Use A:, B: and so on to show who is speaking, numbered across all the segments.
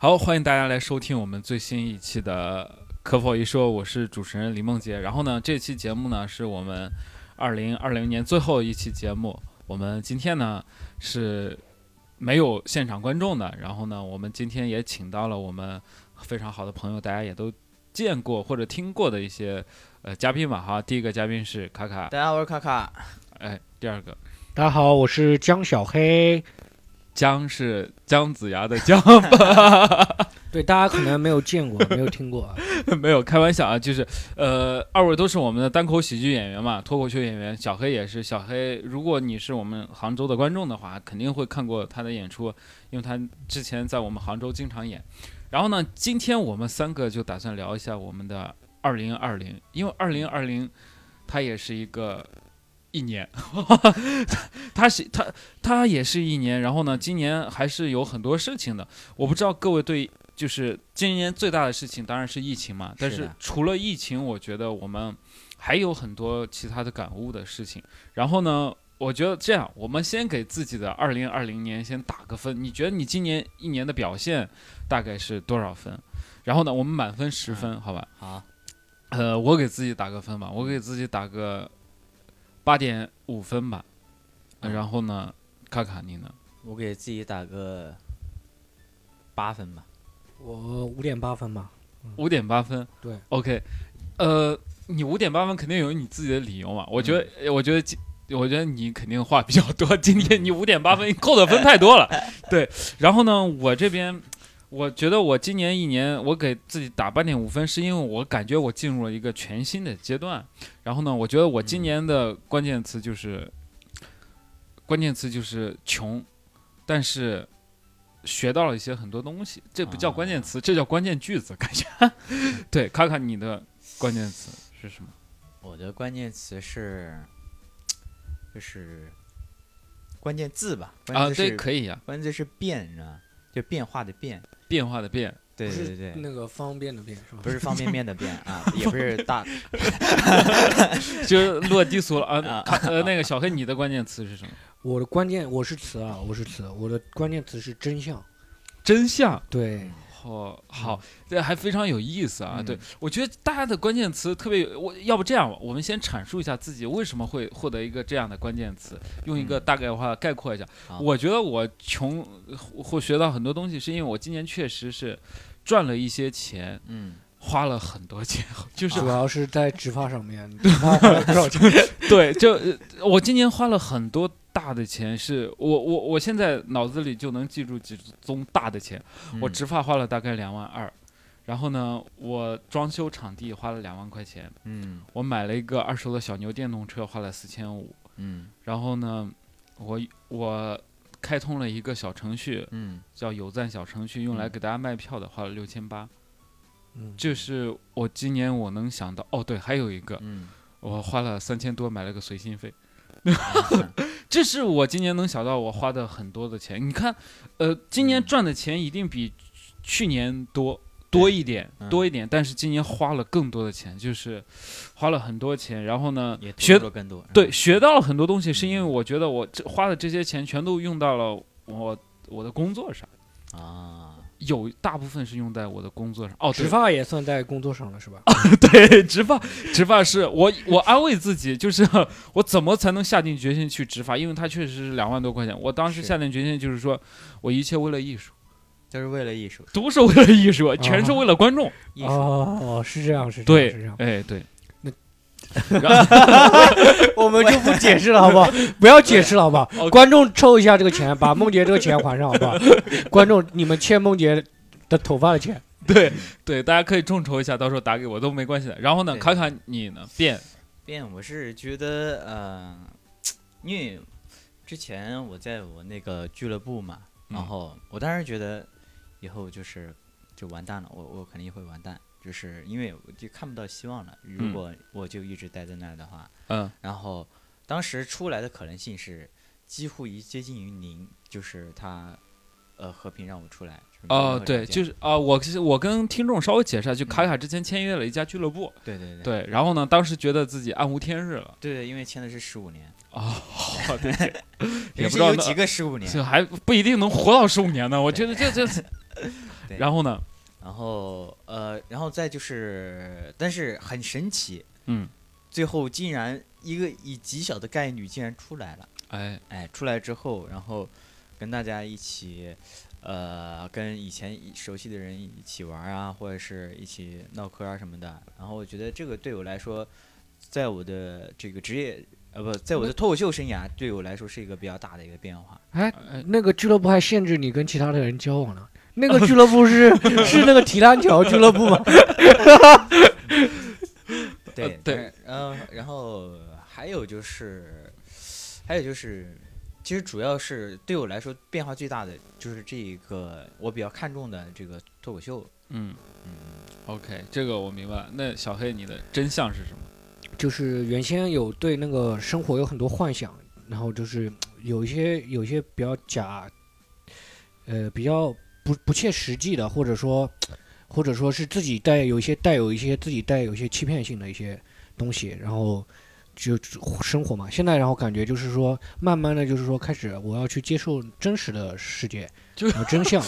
A: 好，欢迎大家来收听我们最新一期的《可否一说》，我是主持人李梦洁。然后呢，这期节目呢是我们二零二零年最后一期节目。我们今天呢是没有现场观众的。然后呢，我们今天也请到了我们非常好的朋友，大家也都见过或者听过的一些呃嘉宾吧。哈，第一个嘉宾是卡卡，
B: 大家好，我是卡卡。
A: 哎，第二个
C: 大家好，我是江小黑。
A: 姜是姜子牙的姜。
C: 对，大家可能没有见过， 没有听过啊。
A: 没有开玩笑啊，就是呃，二位都是我们的单口喜剧演员嘛，脱口秀演员。小黑也是，小黑，如果你是我们杭州的观众的话，肯定会看过他的演出，因为他之前在我们杭州经常演。然后呢，今天我们三个就打算聊一下我们的二零二零，因为二零二零它也是一个一年， 它是它它也是一年。然后呢，今年还是有很多事情的，我不知道各位对。就是今年最大的事情当然是疫情嘛，但
B: 是
A: 是
B: 的
A: 除了疫情，我觉得我们还有很多其他的感悟的事情。然后呢，我觉得这样，我们先给自己的二零二零年先打个分。你觉得你今年一年的表现大概是多少分？然后呢，我们满分十分，
B: 嗯
A: 好吧？
B: 好，
A: 呃，我给自己打个分吧，我给自己打个八点五分吧。呃然后呢，卡卡你呢？
B: 我给自己打个八分吧。
C: 我五点八分吧。
A: 五点八分。
C: 对
A: ，OK，呃，你五点八分肯定有你自己的理由嘛。我觉得，我觉得今。我觉得你肯定话比较多，今天你五点八分扣的分太多了，对。然后呢，我这边，我觉得我今年一年我给自己打八点五分，是因为我感觉我进入了一个全新的阶段。然后呢，我觉得我
B: 嗯
A: 今年的关键词就是，关键词就是穷，但是学到了一些很多东西，这不叫关键
B: 啊
A: 词，这叫关键句子，感 觉。对，看看你的关键词是什么？
B: 我的关键词是，就是关键字吧。关
A: 啊，
B: 键字
A: 对，
B: 是、
A: 可以呀、
B: 关键字是变，你知道吗？就变化的变。
A: 变化的变，
B: 对
C: 不是
B: 对对对，
C: 那个方便的便是吧？
B: 不是方便面 的变啊，也不是大
A: 就是落低俗了啊
B: 啊。
A: 看呃，那个小黑，你的关键词是什 么？
C: 我的关键我是词啊，我是词，我的关键词是真相。
A: 真相。
C: 对，
A: 哦，好，这还非常有意思啊！
B: 嗯
A: 对我觉得大家的关键词特别有，我要不这样吧，我们先阐述一下自己为什么会获得一个这样的关键词，用一个
B: 嗯
A: 大概的话概括一下。
B: 好
A: 我觉得我穷或或学到很多东西，是因为我今年确实是赚了一些钱，
B: 嗯，
A: 花了很多钱， 就是
B: 啊
C: 主要是在植发上 面，植发花了多少钱？
A: 对，就呃我今年花了很多大的钱，是我我我现在脑子里就能记住几宗大的钱。我
B: 嗯
A: 植发花了大概两万二，然后呢，我装修场地花了两万块钱，
B: 嗯
A: 我买了一个二手的小牛电动车，花了四千五，
B: 嗯
A: 然后呢，我我开通了一个小程序，
B: 嗯
A: 叫有赞小程序，用来
B: 嗯
A: 给大家卖票的，花了六千八。
C: 嗯，
A: 这是我今年我能想到哦，对，还有一个，
B: 嗯，
A: 我花了三千多买了个随心飞。
B: 嗯
A: 这是我今年能想到我花的很多的钱。你看，呃，今年
B: 嗯
A: 赚的钱一定比去年多多一点，
B: 嗯
A: 多一点。但是今年花了更多的钱，就是花了很多钱。然后呢
B: 也，
A: 学
B: 学了更多。嗯
A: 对，学到了很多东西，是因为
B: 嗯
A: 我觉得我这花的这些钱全都用到了我我的工作上，
B: 啊，
A: 有大部分是用在我的工作上。哦，对
C: 植嗯发也算在工作上了是吧？
A: 对，植发，植发是我我安慰自己，就是我怎么才能下定决心去植发？因为它确实是两万多块钱。我当时
B: 是
A: 下定决心就是说，我一切为了艺术，
B: 就是为了艺术，
A: 都是为了艺术，全是为了观众。
B: 艺术。
C: 哦哦，是这样，是这样，是这
A: 对
C: 样，。
A: 哎对，
C: 那
A: 然后
C: 我们就不解释了，好不哦好？ 不要解释了， 好不好
A: OK？
C: 观众抽一下这个钱，把梦洁这个钱还上，好不好？观众，你们欠梦洁的头发的钱。
A: 对对，大家可以众筹一下，到时候打给我都没关系的。然后呢，
B: 对
A: 卡卡你呢？变
B: 变，我是觉得，呃，因为之前我在我那个俱乐部嘛，
A: 嗯
B: 然后我当时觉得以后就是就完蛋了，我我肯定会完蛋，就是因为我就看不到希望了。如
A: 嗯
B: 果我就一直待在那儿的话，
A: 嗯
B: 然后当时出来的可能性是几乎于接近于零，就是它呃和平让我出来。就是没有任
A: 哦
B: 何，
A: 对，
B: 条件
A: 就是啊、我其实我跟听众稍微解释一下，就卡卡之前签约了一家俱乐部，
B: 对对对
A: 嗯对，然后呢，当时觉得自己暗无天日了，
B: 对对，因为签的是十五年，
A: 啊、 好的天，也不
B: 人
A: 知
B: 生
A: 道
B: 有
A: 那
B: 几个十五年。
A: 这还不一定能活到十五年呢，我觉得这这， 这
B: 对
A: 然后呢，
B: 然后呃，然后再就是，但是很神奇，
A: 嗯，
B: 最后竟然一个以极小的概率竟然出来了。
A: 哎，
B: 哎，出来之后，然后跟大家一起，呃，跟以前一熟悉的人一起玩儿啊，或者是一起唠嗑儿啊什么的。然后我觉得这个对我来说，在我的这个职业呃不，在我的脱口秀生涯对我来说是一个比较大的一个变化。
C: 哎，
A: 哎
C: 那个俱乐部还限制你跟其他的人交往呢。那个俱乐部是是那个提篮桥俱乐部吗？
B: 对
A: 呃对
B: 但是嗯，然后还有就是，还有就是，其实主要是对我来说变化最大的就是这一个我比较看重的这个脱口秀，
A: 嗯
B: 嗯，
A: ，OK，这个我明白了。那小黑，你的真相是什么？
C: 就是原先有对那个生活有很多幻想，然后就是有一些有一些比较假，呃，比较不不切实际的，或者说或者说是自己带有一些带有一些自己带有一些欺骗性的一些东西，然后就生活嘛。现在然后感觉就是说，慢慢的就是说开始我要去接受真实的世界，
A: 就
C: 然后真相，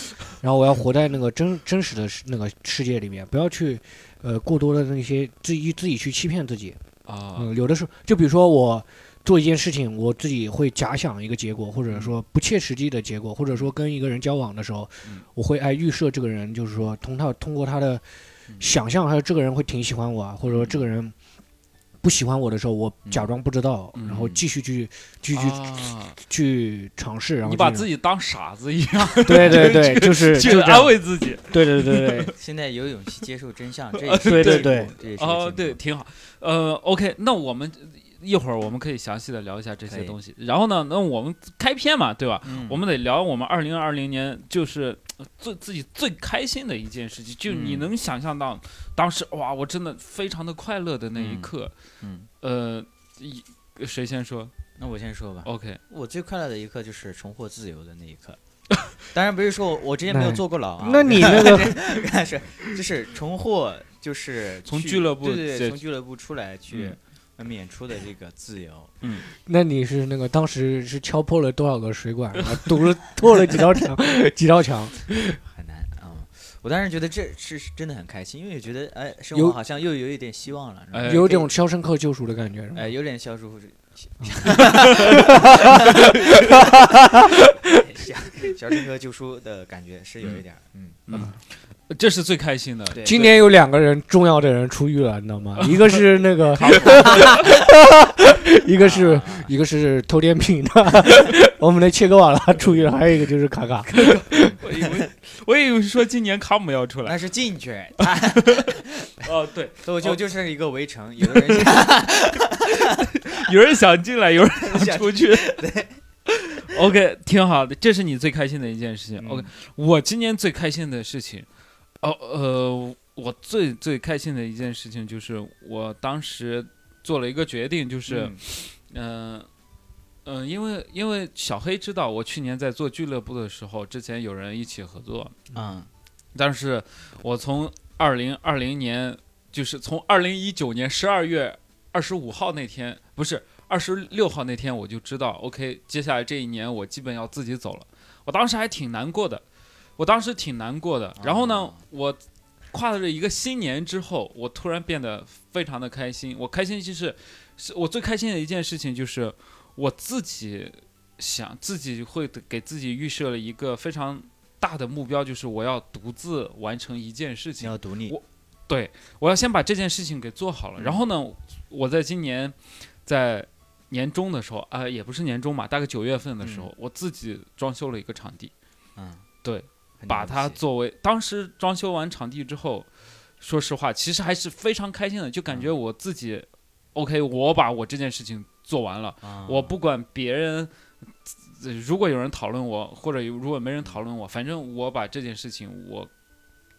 C: 然后我要活在那个真真实的世那个世界里面，不要去呃过多的那些自己自己去欺骗自己。
A: 啊、
C: 嗯，有的时候，就比如说我做一件事情，我自己会假想一个结果，或者说不切实际的结果，或者说跟一个人交往的时候，
A: 嗯
C: 我会哎预设这个人，就是说通他通过他的
A: 嗯
C: 想象，还有这个人会挺喜欢我啊，或者说这个人不喜欢我的时候，我假
B: 嗯
C: 装不知道，然后
B: 嗯
C: 继续去继续去、
A: 啊，
C: 去尝试，然后
A: 你把
C: 这
A: 自
C: 种
A: 己当傻子一样
C: 对对对，
A: 去
C: 就是 就
A: 去
C: 是这
A: 安
C: 样，
A: 慰自己，
C: 对对对 对对
B: 现在有勇气接受真相，这也是
C: 对对
B: 进
C: 对
B: 步，这也是个
A: 哦，
B: 进
A: 呃对，
B: 步，
A: 挺好。呃，OK，那我们一会儿我们可以详细的聊一下这
B: 可
A: 些
B: 以
A: 东西。然后呢，那我们开篇嘛，对吧？
B: 嗯
A: 我们得聊我们二零二零年就是呃最自己最开心的一件事情，就你
B: 嗯
A: 能想象到当时哇，我真的非常的快乐的那一
B: 嗯
A: 刻。
B: 嗯，
A: 呃，一谁先说
B: 那我先说吧，
A: ？OK，
B: 我最快乐的一刻就是重获自由的那一刻。当然不是说我之前没有
C: 那
B: 坐过牢啊，
C: 那 你那个
B: 是就是重获，就是
A: 从
B: 去
A: 俱乐部
B: 对对
A: 这
B: 对，从俱乐部出来去
A: 嗯
B: 外面演出的这个自由，
C: 那你是那个当时是敲破了多少个水管，然后堵了 破了几道墙几道墙？
B: 很难啊、嗯我当时觉得这是是真的很开心，因为觉得哎，生
C: 有
B: 活好像又有一点希望了，是吧
A: 哎
C: 有一种《肖申克救赎》的感觉，是吧
B: 哎，有点消 除这。小小陈哥救赎的感觉是有一点儿，嗯，
A: 嗯，这是最开心的。
B: 对，
C: 今年有两个人重要的人出狱了，你知道 吗？一个是那个， 一个是
B: 啊啊
C: 一个是偷电瓶的， 我们的切格瓦拉出狱了，还有一个就是卡卡。
A: 我以为我以为说今年康姆要出来。
B: 那是进去，他
A: 哦，对，
B: 脱口秀就是一个围城，有的人
A: 有人想进来，有人想
B: 想
A: 出去。OK，挺好的，这是你最开心的一件事情。OK，我
B: 嗯
A: 今年最开心的事情，哦呃，我最最开心的一件事情就是我当时做了一个决定，就是
B: 嗯
A: 嗯嗯、呃因为因为小黑知道我去年在做俱乐部的时候，之前有人一起合作，
B: 嗯
A: 但是我从二零二零年，就是从二零一九年十二月二十五号那天，不是二十六号那天，我就知道，OK，接下来这一年我基本要自己走了。我当时还挺难过的，我当时挺难过的。然后呢
B: 哦，
A: 我跨了一个新年之后，我突然变得非常的开心。我开心就是，是我最开心的一件事情就是我自己想自己会给自己预设了一个非常大的目标，就是我要独自完成一件事
B: 你
A: 情。
B: 要独立，
A: 对，我要先把这件事情给做好了。
B: 嗯
A: 然后呢，我在今年在年终的时候，啊、也不是年终嘛，大概九月份的时候，我自己装修了一个场地，
B: 嗯，
A: 对，
B: 很
A: 把
B: 了不
A: 它
B: 起
A: 作为当时装修完场地之后，说实话，其实还是非常开心的，就
B: 嗯
A: 感觉我自己、OK，我把我这件事情做完了，
B: 啊
A: 我不管别人。呃如果有人讨论我，或者有如果没人讨论我，反正我把这件事情我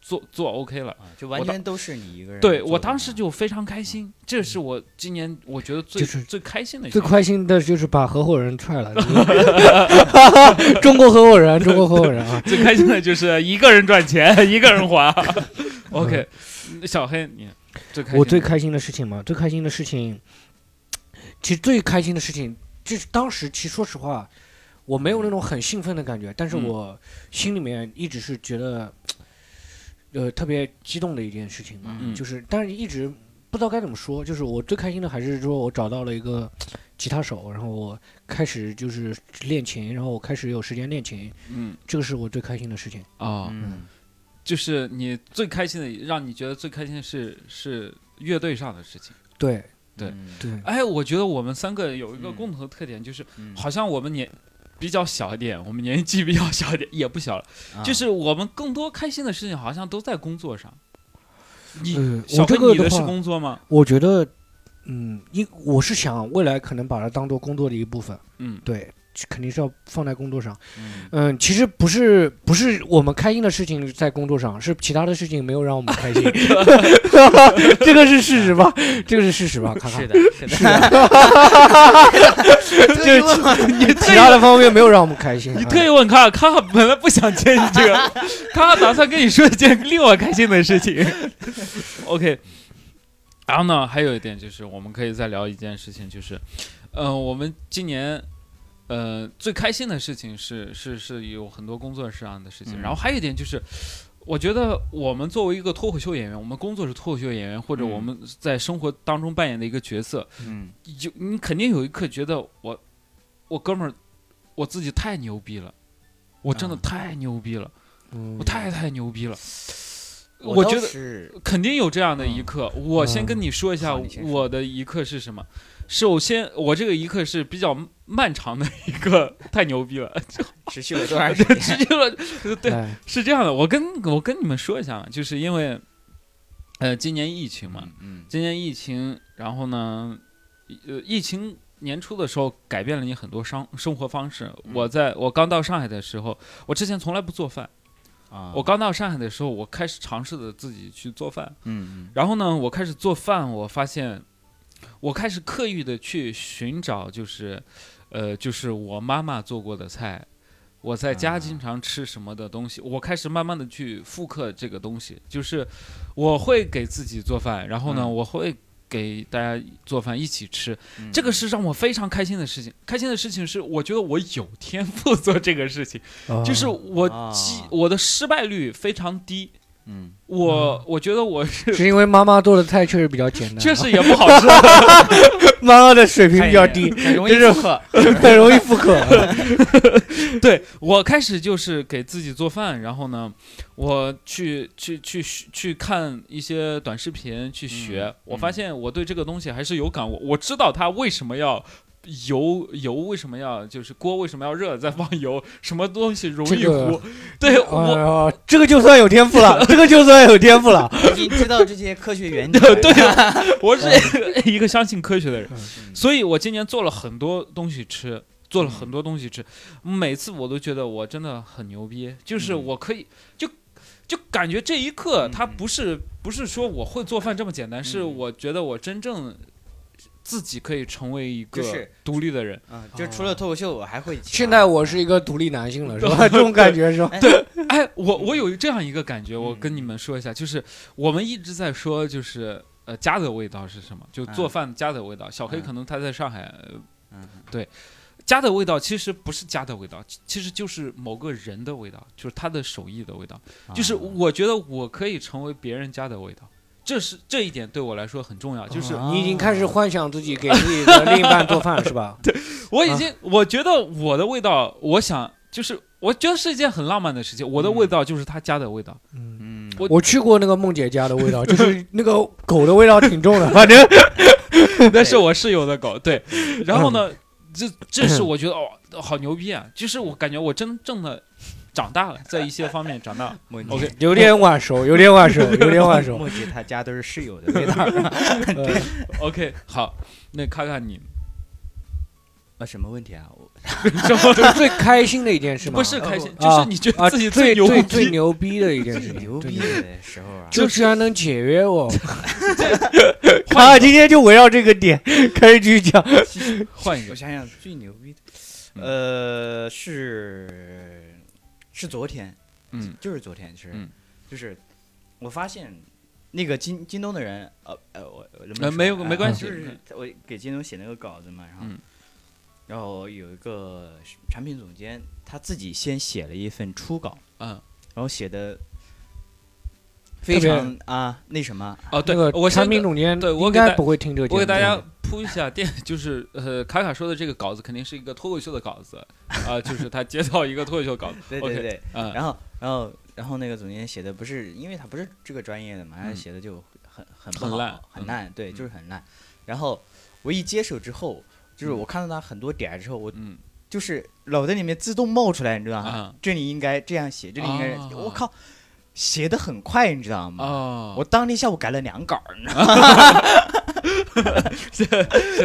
A: 做做 OK 了。
B: 啊，就完
A: 我当
B: 全都是你一个人做的
A: 对
B: 嘛。
A: 我当时就非常开心，这是我今年我觉得最、
C: 嗯就是
A: 最开心的一
C: 最
A: 件
C: 开心的就是把合伙人踹了， 中国合伙人，中国合伙人啊，
A: 最开心的就是一个人赚 钱，一个人还。OK，小黑你最开心
C: 嗯我最开心的事情嘛，最开心的事情，其实最开心的事情就是当时，其实说实话，我没有那种很兴奋的感觉，但是
A: 嗯
C: 我心里面一直是觉得，呃，特别激动的一件事情嘛，
A: 嗯
C: 就是但是一直不知道该怎么说，就是我最开心的还是说我找到了一个吉他手，然后我开始就是练琴，然后我开始有时间练琴，
A: 嗯
C: 这个是我最开心的事情。
A: 啊、
B: 嗯，
A: 就是你最开心的，让你觉得最开心的是是乐队上的事情。
C: 对
A: 对
B: 嗯，
C: 对，
A: 哎，我觉得我们三个有一个
B: 嗯
A: 共同的特点，就是
B: 嗯
A: 好像我们年比较小一点，我们年纪比较小一点，也不小了，
B: 啊
A: 就是我们更多开心的事情好像都在工作上。你、
C: 呃
A: 小
C: 我这
A: 黑，
C: 个
A: 你的
C: 的
A: 是
C: 话
A: 工作吗？
C: 我觉得，嗯，因我是想未来可能把它当做工作的一部分，
A: 嗯
C: 对，肯定是要放在工作上。
B: 嗯
C: 嗯，其实不是不是我们开心的事情在工作上，是其他的事情没有让我 们开心，这个是事实吧？这个是事实吧？看看
B: 是。的，是的，
C: 这个其他的方面没有让我们开心。啊
A: 你特意问卡卡，卡卡本来不想接你这个，卡卡打算跟你说一件令我开心的事情。OK，然后呢，还有一点就是，我们可以再聊一件事情，就是，呃，我们今年，呃，最开心的事情是是是有很多工作上的事情，
B: 嗯
A: 然后还有一点就是。我觉得我们作为一个脱口秀演员，我们工作是脱口秀演员，或者
B: 嗯
A: 我们在生活当中扮演的一个角色，
B: 嗯
A: 有你肯定有一刻觉得我，我哥们儿，我自己太牛逼了，我真的
B: 啊
A: 太牛逼了，
C: 嗯
A: 我太太牛逼了。
B: 我
A: 我
B: 倒
A: 觉得
B: 是
A: 肯定有这样的一
B: 嗯
A: 刻。我先跟
C: 嗯
A: 你说一下
B: 好你先说
A: 我的一刻是什么。首先，我这个一刻是比较漫长的一个，太牛逼了，
B: 持续了多长时间？
A: 直接了。
B: 嗯
A: 对，
C: 哎
A: 是这样的，我跟我跟你们说一下，啊就是因为，呃，今年疫情嘛，
B: 嗯，
A: 今年疫情，然后呢，呃，疫情年初的时候改变了你很多生生活方式。
B: 嗯
A: 我在我刚到上海的时候，我之前从来不做饭。
B: 啊，
A: 我刚到上海的时候，我开始尝试着自己去做饭。
B: 嗯
A: 然后呢，我开始做饭，我发现，我开始刻意的去寻找，就是，呃，就是我妈妈做过的菜，我在家
B: 啊
A: 经常吃什么的东西，我开始慢慢的去复刻这个东西，就是我会给自己做饭，然后呢，
B: 嗯
A: 我会。给大家做饭一起吃，
B: 嗯，
A: 这个是让我非常开心的事情。开心的事情是，我觉得我有天赋做这个事情，就是
C: 哦
A: 我
B: 啊
A: 基我的失败率非常低。
B: 嗯
A: 我我觉得 我是
C: 哦是因为妈妈做的菜确实比较简单，啊
A: 确实也不好吃，
C: 妈妈的水平比 较低，
B: 很容易
C: 就是
B: 复刻
C: 很容易复刻。
A: 对我开始就是给自己做饭，然后呢，我去去去学去看一些短视频去学，
B: 嗯
A: 我发现我对这个东西还是有感悟，我知道它为什么要。油油为什么要就是锅为什么要热再放油？什么东西容易
C: 这个
A: 糊？对我、
C: 哦，这个就算有天赋了，这个就算有天赋了。
B: 已经知道这些科学原 理
C: 呃
A: 对
B: 了。
A: 对，我是一个相信科学的人，
B: 嗯
A: 所以我今年做了很多东西吃，做了很多东西吃，每次我都觉得我真的很牛逼，就是
B: 嗯
A: 我可以就就感觉这一刻，
B: 嗯
A: 它
B: 嗯
A: 不是不是说我会做饭这么简单，是
B: 嗯
A: 我觉得我真正自己可以成为一个
B: 就是
A: 独立的人。
B: 啊，就除了脱口秀，我还会其他。
C: 现在我是一个独立 男性了，是吧？这种感觉是吧？
A: 哎，我我有这样一个感觉，我跟
B: 嗯
A: 你们说一下，就是我们一直在说，就是呃家的味道是什么？就做
B: 嗯
A: 饭家的味道。小黑
B: 嗯
A: 可能他在上海呃
B: 嗯
A: 家的味道其实不是家的味道，其其实就是某个人的味道，就是他的手艺的味道。
B: 啊
A: 就是我觉得我可以成为别人家的味道，这是这一点对我来说很重要。就是
B: 啊
C: 你已经开始幻想自己给自己的另一半做饭是 吧？
A: 我已
B: 啊
A: 经，我觉得我的味道，我想就是我觉得是一件很浪漫的事情。我的味道就是他家的味道，
C: 嗯，
B: 嗯，
A: 我
C: 我去过那个梦姐家的味 道，就是那个狗的味道挺重的，反正
A: 那是我室友的狗。对，
C: 嗯
A: 然后呢，这这是我觉得哦，好牛逼啊！就是我感觉我真正的长大了，在一些方面长大了。
B: 莫
C: 嗯
A: OK，
B: 姐，
C: 有点晚熟，有点晚 熟，有点晚熟。
B: 莫姐她家都是室友的味道。
C: 呃
A: OK，好，那看看你，
B: 呃，什么问题啊？我
A: 什么
C: 呃就是最开心的一件事嘛，
A: 不是开心，
C: 啊
A: 就是你觉得
C: 啊，
A: 自己
C: 最
A: 牛
C: 最最
A: 逼，
C: 牛逼的一件事
B: 最
C: 情，
B: 牛
C: 对
B: 逼的时候啊，
C: 就居然能解约我，
A: 换一个
C: 今天就围绕这个点开始继续讲。
A: 换一个
B: 我，想想最牛逼的，
A: 嗯
B: 呃，是是昨天，
A: 嗯，
B: 就是昨天，其实、
A: 嗯
B: 就是我发现那个京京东的人，呃呃，我我能不能
A: 呃
B: 说
A: 没有
B: 啊
A: 没关系
B: 就是我给京东写那个稿子嘛，然后、
A: 嗯
B: 然后有一个产品总监他自己先写了一份初稿，
A: 嗯，
B: 然后写的
C: 别
B: 非常啊那什么，
A: 哦，对
C: 那，个
A: 我先
C: 产品总监
A: 对我
C: 应
A: 给大
C: 该不会听这个节目，
A: 我给大家铺一下垫，就是呃，卡卡说的这个稿子肯定是一个脱口秀的稿子，啊、就是他接到一个脱口秀 稿子，
B: 对对
A: OK
B: 对。
A: 嗯
B: 然后，然后，然后那个总监写的不是，因为他不是这个专业的嘛，他
A: 嗯
B: 写的就很很不
A: 很
B: 好
A: 烂
B: 很
A: 嗯
B: 烂，对，就
A: 嗯
B: 是很烂。然后我一接手之后，就是
A: 嗯
B: 我看到他很多点儿之后，我
A: 嗯
B: 就是脑袋里面自动冒出来，你知道吗
A: 啊？
B: 这里应该这样写，这里应该
A: 啊
B: 我靠，写的很快，你知
C: 嗯
B: 道吗？
A: 哦，
B: 我当天下午改了两稿儿，你知道吗？
A: 写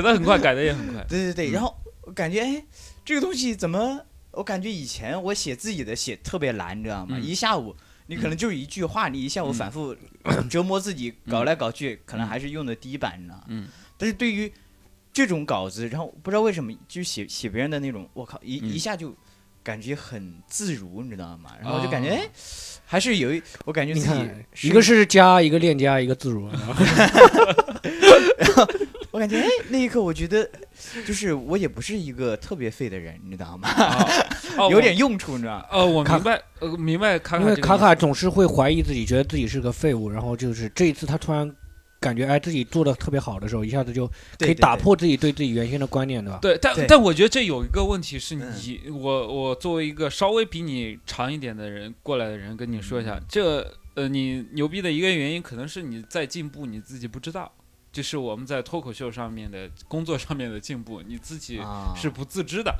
A: 的很快，改的也很 快，
B: 对对对，
A: 嗯
B: 然后我感觉哎，这个东西怎么？我感觉以前我写自己的写特别难，你知道吗？
A: 嗯
B: 一下午，你可能就是一句话，你一下午
A: 嗯
B: 反复 折磨自己，搞来搞去，可能还是用的第一版，你知道吗？
A: 嗯
B: 但是对于这种稿子，然后不知道为什么就写写别人的那种，我靠，一、
A: 嗯
B: 一下就感觉很自如，你知道吗？然后就感觉、
A: 哦
B: 哎，还是有一，我感觉
C: 你
B: 自己
C: 看，一个是加，一个链加，一个自如，啊
B: 我感觉哎，那一刻我觉得就是我也不是一个特别废的人，你知道吗？
A: 哦，
B: 有点用处，你知道吗？
A: 哦，我
C: 卡
A: 明白，呃，明白卡卡
C: 因为
A: 这个
C: 卡
A: 意
C: 卡总是会怀疑自己，觉得自己是个废物，然后就是这一次他突然感觉哎自己做的特别好的时候，一下子就可
B: 对
C: 以打。
B: 对对
C: 破自己对自己原先的观念，对吧？
A: 对，但
B: 对
A: 但我觉得这有一个问题是
B: 嗯
A: 你，我我作为一个稍微比你长一点的人过来的人，跟你说一
B: 嗯
A: 下，这呃，你牛逼的一个原因可能是你在进步，你自己不知道，这是我们在脱口秀上面的工作上面的进步，你自己
B: 啊
A: 是不自知的。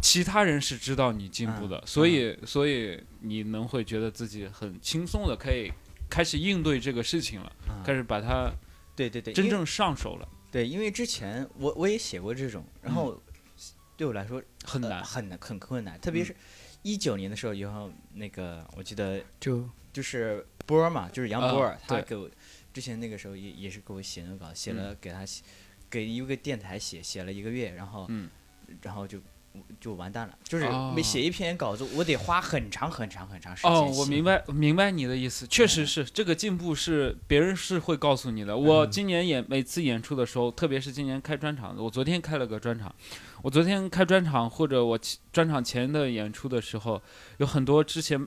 A: 其他人是知道你进步的，
B: 嗯
A: 所以所以你能会觉得自己很轻松的可以开始应对这个事情了，
B: 啊
A: 开始把它
B: 对对对，
A: 真
B: 因为
A: 正上手了，
B: 对，因为之前我我也写过这种，然后、对我来说
A: 嗯很
B: 呃
A: 难。
B: 很难很困难，特别
A: 嗯
B: 是一九年的时候，然后那个我记得
C: 就
B: 就是波儿嘛，就是杨波
A: 啊
B: 儿，他
A: 对嗯
B: 给我之前那个时候也也是给我写那个稿，写了给他写给一个电台写写了一个月，然后、
A: 嗯
B: 然后就。就完蛋了，就是
A: 哦
B: 每写一篇稿子，我得花很长很长很长时间写。
A: 哦，我明白明白你的意思，确实是、这个进步是别人是会告诉你的。我今年演每次演出的时候，特别是今年开专场，我昨天开了个专场，我昨天开专场或者我其专场前的演出的时候，有很多之前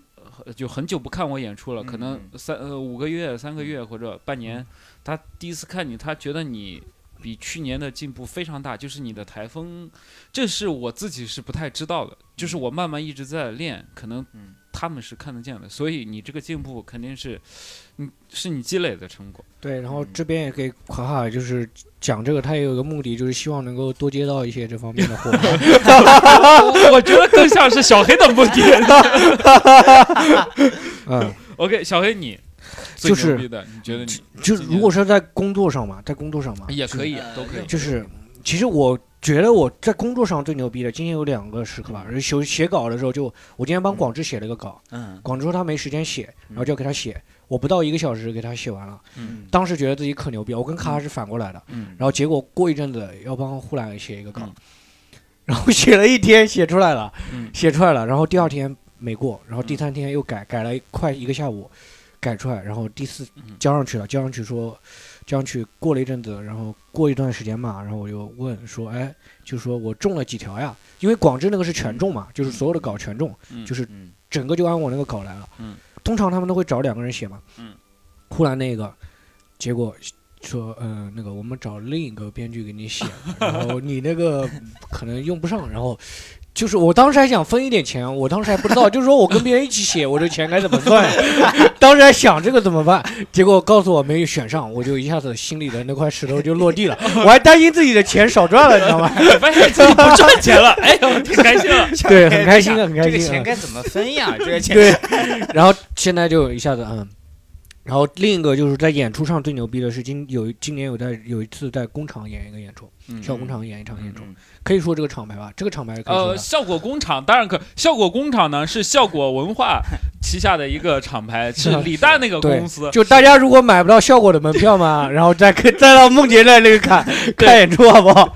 A: 呃就很久不看我演出了，
B: 嗯
A: 可能三呃五个月、三个月或者半年，他第一次看你，他觉得你。比去年的进步非常大，就是你的台风，这是我自己是不太知道的，就是我慢慢一直在练，可能
B: 嗯，
A: 他们是看得见的，所以你这个进步肯定是，你是你积累的成 果。
C: 对，然后
B: 嗯
C: 这边也给卡卡就是讲这个，他也有个目的，就是希望能够多接到一些这方面的货。
A: 我觉得更像是小黑的目 的。
C: 嗯，
A: OK，小黑你最
C: 就是
A: 牛逼的，你觉得你
C: 就是如果说在工作上嘛，在工作上嘛，
A: 也可以
B: 呃
A: 都可以。
C: 就是其实我觉得我在工作上最牛逼的，今天有两个时刻吧。写写稿的时候就，我今天帮广志写了一个稿，
B: 嗯
C: 广志说他没时间写，然后就给他写，我不到一个小时给他写完了。
B: 嗯
C: 当时觉得自己可牛逼，我跟卡卡是反过来的。
A: 嗯
C: 然后结果过一阵子要帮呼兰写一个稿，
A: 嗯
C: 然后写了一天，写出来了，
A: 嗯
C: 写出来了，然后第二天没过，然后第
A: 嗯
C: 三天又改，改了快一个下午，改出来，然后第四
A: 嗯
C: 交上去了，交上去说，交上去过了一阵子，然后过一段时间嘛，然后我就问说，哎，就说我中了几条呀？因为广智那个是全中嘛，就是所有的稿全中，
A: 嗯
C: 就是
B: 嗯
C: 整个就按我那个稿来了。
A: 嗯，
C: 通常他们都会找两个人写嘛。
A: 嗯，
C: 忽然那个，结果说，嗯，那个我们找另一个编剧给你写了，然后你那个 可能用不上，然后。就是我当时还想分一点钱，我当时还不知道，就是说我跟别人一起写，我这钱该怎么算？ 当时还想这个怎么办，结果告诉我没有选上，我就一下子心里的那块石头就落地了，我还担心自己的钱少赚了，你知道吗？
A: 我发现自己不 赚钱了，哎呦，挺开心了。
C: 对，很开心啊的，很开
B: 啊这个
C: 心。的。
B: 钱该怎么分呀？这个钱
C: 对，然后现在就一下子嗯，然后另一个就是在演出上最牛逼的是今有今年有在有一次在工厂演一个演出，
A: 嗯
C: 小工厂演一场演出，
B: 嗯
C: 可以说这个厂牌吧，这个厂牌可以说
A: 呃，
C: 的
A: 效果工厂当然可，效果工厂呢是效果文化 旗下的一个厂牌，
C: 是
A: 是
C: 啊的
A: 李诞那个公司。
C: 就大家如果买不到效果的门票 嘛，然后再可再到梦洁那里看看演出好不好？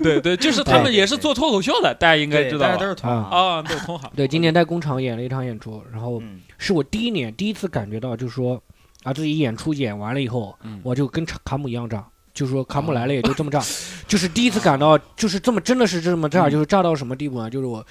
A: 对对，就是他们也是做脱口秀的，大家应该
B: 对
A: 知道
B: 大家
A: 吧
B: 都是同
C: 啊
B: 行。哦
A: 啊，都是同行。
C: 对，今年在工厂演了一场演出，然后
B: 嗯
C: 是我第一年第一次感觉到，就是说啊，自己演出演完了以后，
A: 嗯哦
C: 我就跟卡卡姆一样炸，就是说卡姆来了也就这 么炸，就是第一次感到就是这么真的是这么炸，
A: 嗯
C: 就是炸到什么地步呢？啊就是我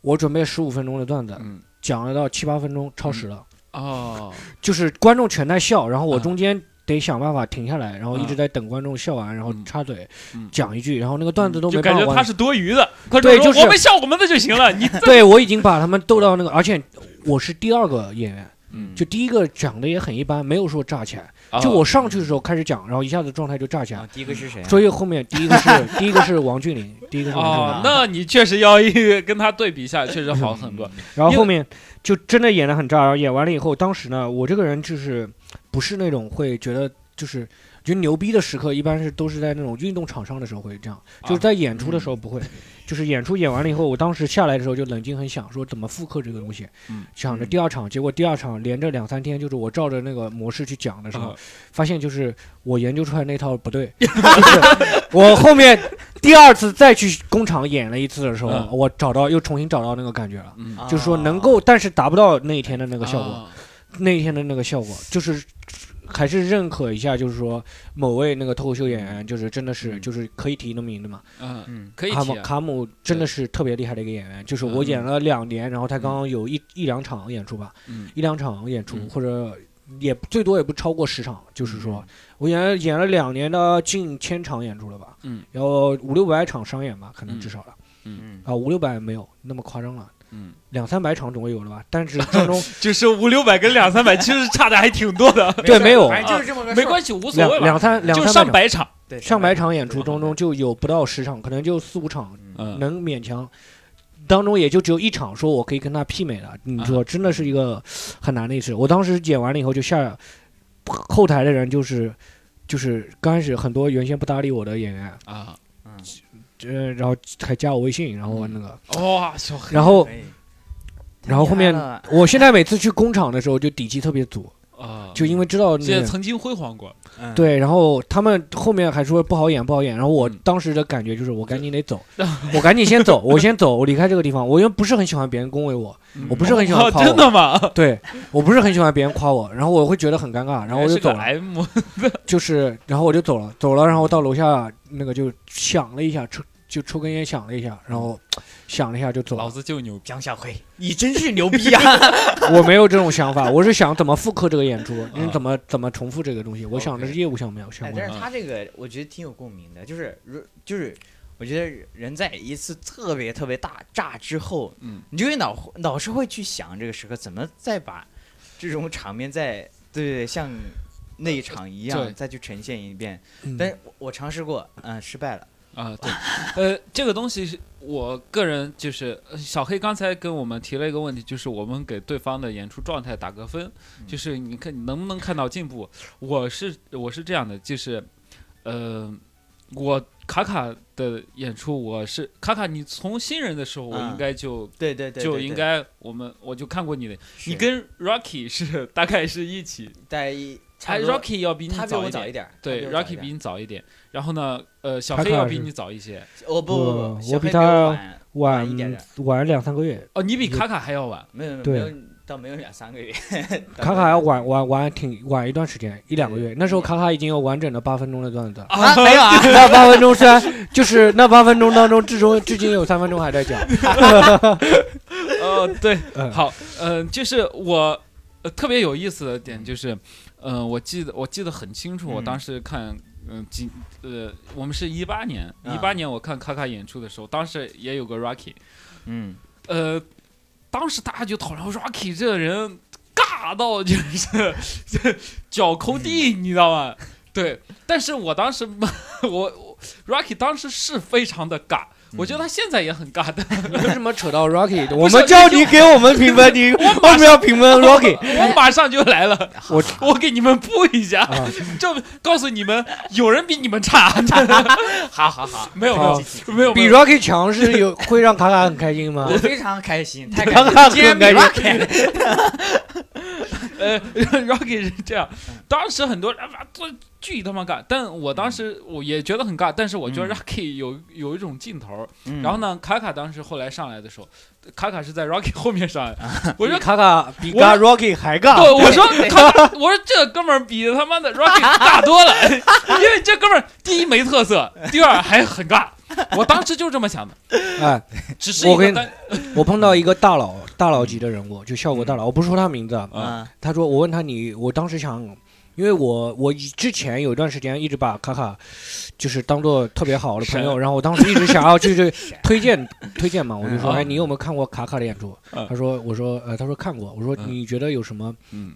C: 我准备十五分钟的段子，
A: 嗯
C: 讲了到七八分钟超时了，
A: 哦，
C: 就是观众全在笑，然后我
A: 嗯
C: 中间。得想办法停下来，然后一直
A: 嗯
C: 在等观众笑完，然后
A: 嗯
C: 插嘴
A: 嗯
C: 讲一句，然后那个段子都
A: 就
C: 没办
A: 感
C: 法
A: 觉
C: 完
A: 他是多余的。观众
C: 对
A: 说
C: 就是
A: 我们笑我们的就行了， 你
C: 对我已经把他们逗到那个，而且我是第二个演员，
A: 嗯
C: 就第一个讲的也很一般，没有说炸起来。就
A: 哦
C: 我上去的时候开始讲，然后一下子状态就炸起来
B: 啊，。第一个是谁啊？
C: 所以后面第一个是 第一个是王俊霖，第一个哎是王俊
A: 哦
C: 霖，，
A: 那你确实要一跟他对比一下，确实好很多。
C: 然后
A: 因为
C: 后面就真的演的很炸。然后演完了以后，当时呢，我这个人就是不是那种会觉得就是。觉得牛逼的时刻一般是都是在那种运动场上的时候会这样，
A: 啊
C: 就是在演
A: 嗯
C: 出的时候不会，就是演出演完了以后，我当时下来的时候就冷静很想说怎么复刻这个东西，
A: 嗯
C: 想着第二场，结果第二场连着两三天，就是我照着那个模式去讲的时候，
A: 啊
C: 发现就是我研究出来那套不对， 就是我后面第二次再去工厂演了一次的时候，
A: 嗯
C: 我找到又重新找到那个感觉了。
A: 嗯
B: 啊
C: 就是说能够，但是达不到那一天的那个效果，
A: 啊
C: 那一天的那个效果，就是还是认可一下，就是说某位那个脱口秀演员，就是真的是、
B: 嗯
C: 就是可以提那么名的嘛。
A: 嗯，
B: 嗯，
A: 可以
C: 卡姆
A: 提啊
C: 卡姆真的是特别厉害的一个演员，就是我
A: 嗯
C: 演了两年，然后他刚刚有一、一两场演出吧，
A: 嗯
C: 一两场演出、
A: 嗯
C: 或者也最多也不超过十场，就是说我演了演了两年的近千场演出了吧，
A: 嗯，
C: 然后五六百场商演吧，可能至少了、
B: 嗯，
C: 啊，五六百没有那么夸张了。
A: 嗯，
C: 两三百场总会有了吧，但是当中
A: 就是五六百跟两三百其实差的还挺多的，
C: 对没有
B: 反正就是这么个事
A: 没
B: 儿
A: 关系，无所
C: 两
A: 谓吧，
C: 两三两
A: 就是
C: 三
A: 上
C: 百
A: 百场。
B: 对，
C: 场上百
B: 百
C: 场演出当中就有不到十场，可能就四五场
B: 嗯
A: 嗯，
C: 能勉强，当中也就只有一场说我可以跟他媲美了。你说真的是一个很难的一事。我当时剪完了以后就下后台的人就是就是刚开始很多原先不搭理我的演员，
A: 啊，
B: 嗯
C: 呃，然后还加我微信，然后那
A: 嗯
C: 个，
A: 哇，小黑
C: 然后
B: 可以
C: 然后后面
B: 太厉害了
C: 我现在每次去工厂的时候就底气特别足，
A: 啊，
C: 就因为知道那
A: 这
C: 个
A: 曾经辉煌过，
B: 嗯
C: 对，然后他们后面还说不好演，不好演。然后我
A: 嗯
C: 当时的感觉就是，我赶紧得走， 我赶紧先走，我先走，我离开这个地方。我因为不是很喜欢别人恭维我，我不是很喜欢
A: 哦，
C: 夸我，
A: 真的吗？
C: 对我不是很喜欢别人夸我，然后我会觉得很尴尬，然后我
A: 还
C: 就是走
A: 个
C: 了，
A: M，
C: 就是然后我就走了，走了，然后到楼下那个就想了一下，抽就抽根烟想了一下，然后想了一下就走
A: 老
C: 了。
A: 子就牛逼。
B: 江小黑，你真是牛逼啊！
C: 我没有这种想法，我是想怎么复刻这个演出，你
A: 啊
C: 怎么怎么重复这个东西，我想的是
B: OK
C: 业务项目相
B: 哎，
C: 关
B: 但。是他这个我觉得挺有共鸣的，就是如就是，我觉得人在一次特别特别大炸之后，
A: 嗯，
B: 你就会脑老是会去想这个时刻怎么再把这种场面再对对对像那一场一
A: 对
B: 样再去呈现一遍。
C: 嗯
B: 但是我我尝试过，嗯，失败了。
A: 啊，对，呃，这个东西是我个人就是呃小黑刚才跟我们提了一个问题，就是我们给对方的演出状态打个分，
B: 嗯
A: 就是你看你能不能看到进步。我是我是这样的，就是，呃，我卡卡的演出，我是卡卡，你从新人的时候，我
B: 嗯
A: 应该就。
B: 对对对，
A: 就
B: 对
A: 应
B: 对
A: 该我们我就看过你的，
B: 是
A: 你跟 Rocky 是大概是一起，
B: 在一差
A: 哎
B: 不多
A: ，Rocky 要比你
B: 他比我早
A: 一点，
B: 一点儿，
A: 对
B: 他我早一
A: ，Rocky
B: 点
A: 比你早一点，然后呢，呃，小
C: 卡
A: 黑
C: 卡
A: 要比
C: 是
A: 你早一些，
B: 我哦不
C: 我
B: 不不，小黑
C: 我
B: 比
C: 比
B: 我
C: 他
B: 晚晚
C: 晚
B: 一点点
C: 晚两三个月，
A: 哦，你比卡卡还要晚，
B: 没有没有没
C: 对
B: 有到没有两三个月，到
C: 卡
B: 没有
C: 卡要
B: 两
C: 晚晚晚挺晚一段时间，一两个月。那时候卡卡已经有完整的八分钟的段子，
B: 啊没有 啊，
C: 那八分钟虽然就是那八分钟当中，至终至今有三分钟还在讲。
A: 呃，对，
C: 嗯
A: 好，呃，就是我、呃、特别有意思的点就是，嗯、我记得我记得很清楚，我
B: 嗯
A: 当时看，嗯、几呃，我们是一八年，一
B: 啊
A: 八年我看卡卡演出的时候，当时也有个 Rocky，
B: 嗯。
A: 呃，当时大家就讨论 Rocky 这个人尬到就是这 脚抠地，你知道 吗？对，但是我当时我我 Rocky 当时是非常的尬，我觉得他现在也很尬的。
C: 为什么扯到 Rocky？我
A: 是
C: 们叫你给我们评分，你为什么要评分 Rocky？
A: 我马上就来了，
C: 我
A: 我给你们布一下，
C: 嗯啊，
A: 就告诉你们，有人比你们差。
B: 好好好，
A: 没有没
C: 好
A: 有没有，没
C: 啊比
A: 有
C: Rocky 强是有会让卡卡很开心吗
B: 我？非常开心， 太
C: 啊刚刚
B: 今天
C: 很开
B: 比 Rocky
A: 呃 ，Rocky 是这样，当时很多人啊，这巨他妈尬，但我当时
C: 嗯
A: 我也觉得很尬，但是我觉得
B: 嗯
A: Rocky 有有一种劲头。
B: 嗯
A: 然后呢，卡卡当时后来上来的时候，卡卡是在 Rocky 后面上来的，我说
C: 比。卡卡比
A: 我
C: 嘎 Rocky 还尬
A: 对，，我说卡卡，我说这哥们儿比他妈的 Rocky 大多了， 因为这哥们儿第一没特色，第二还很尬。我当时就这么想的，
C: 哎，
A: 只是一
C: 我
A: 个
C: 跟
A: 单
C: 我碰到一个大佬，大佬级的人物，就效果大佬，我不说他名字啊，
A: 啊
B: 啊，
C: 他说我问他你，我当时想，因为我我以之前有一段时间一直把卡卡就是当做特别好的朋友，然后我当时一直想要就是 推荐推荐嘛，我就说
A: 嗯
C: 哎你有没有看过卡卡的演出？
A: 嗯
C: 他说我说呃他说看过，我说
A: 嗯
C: 你觉得有什么
A: 嗯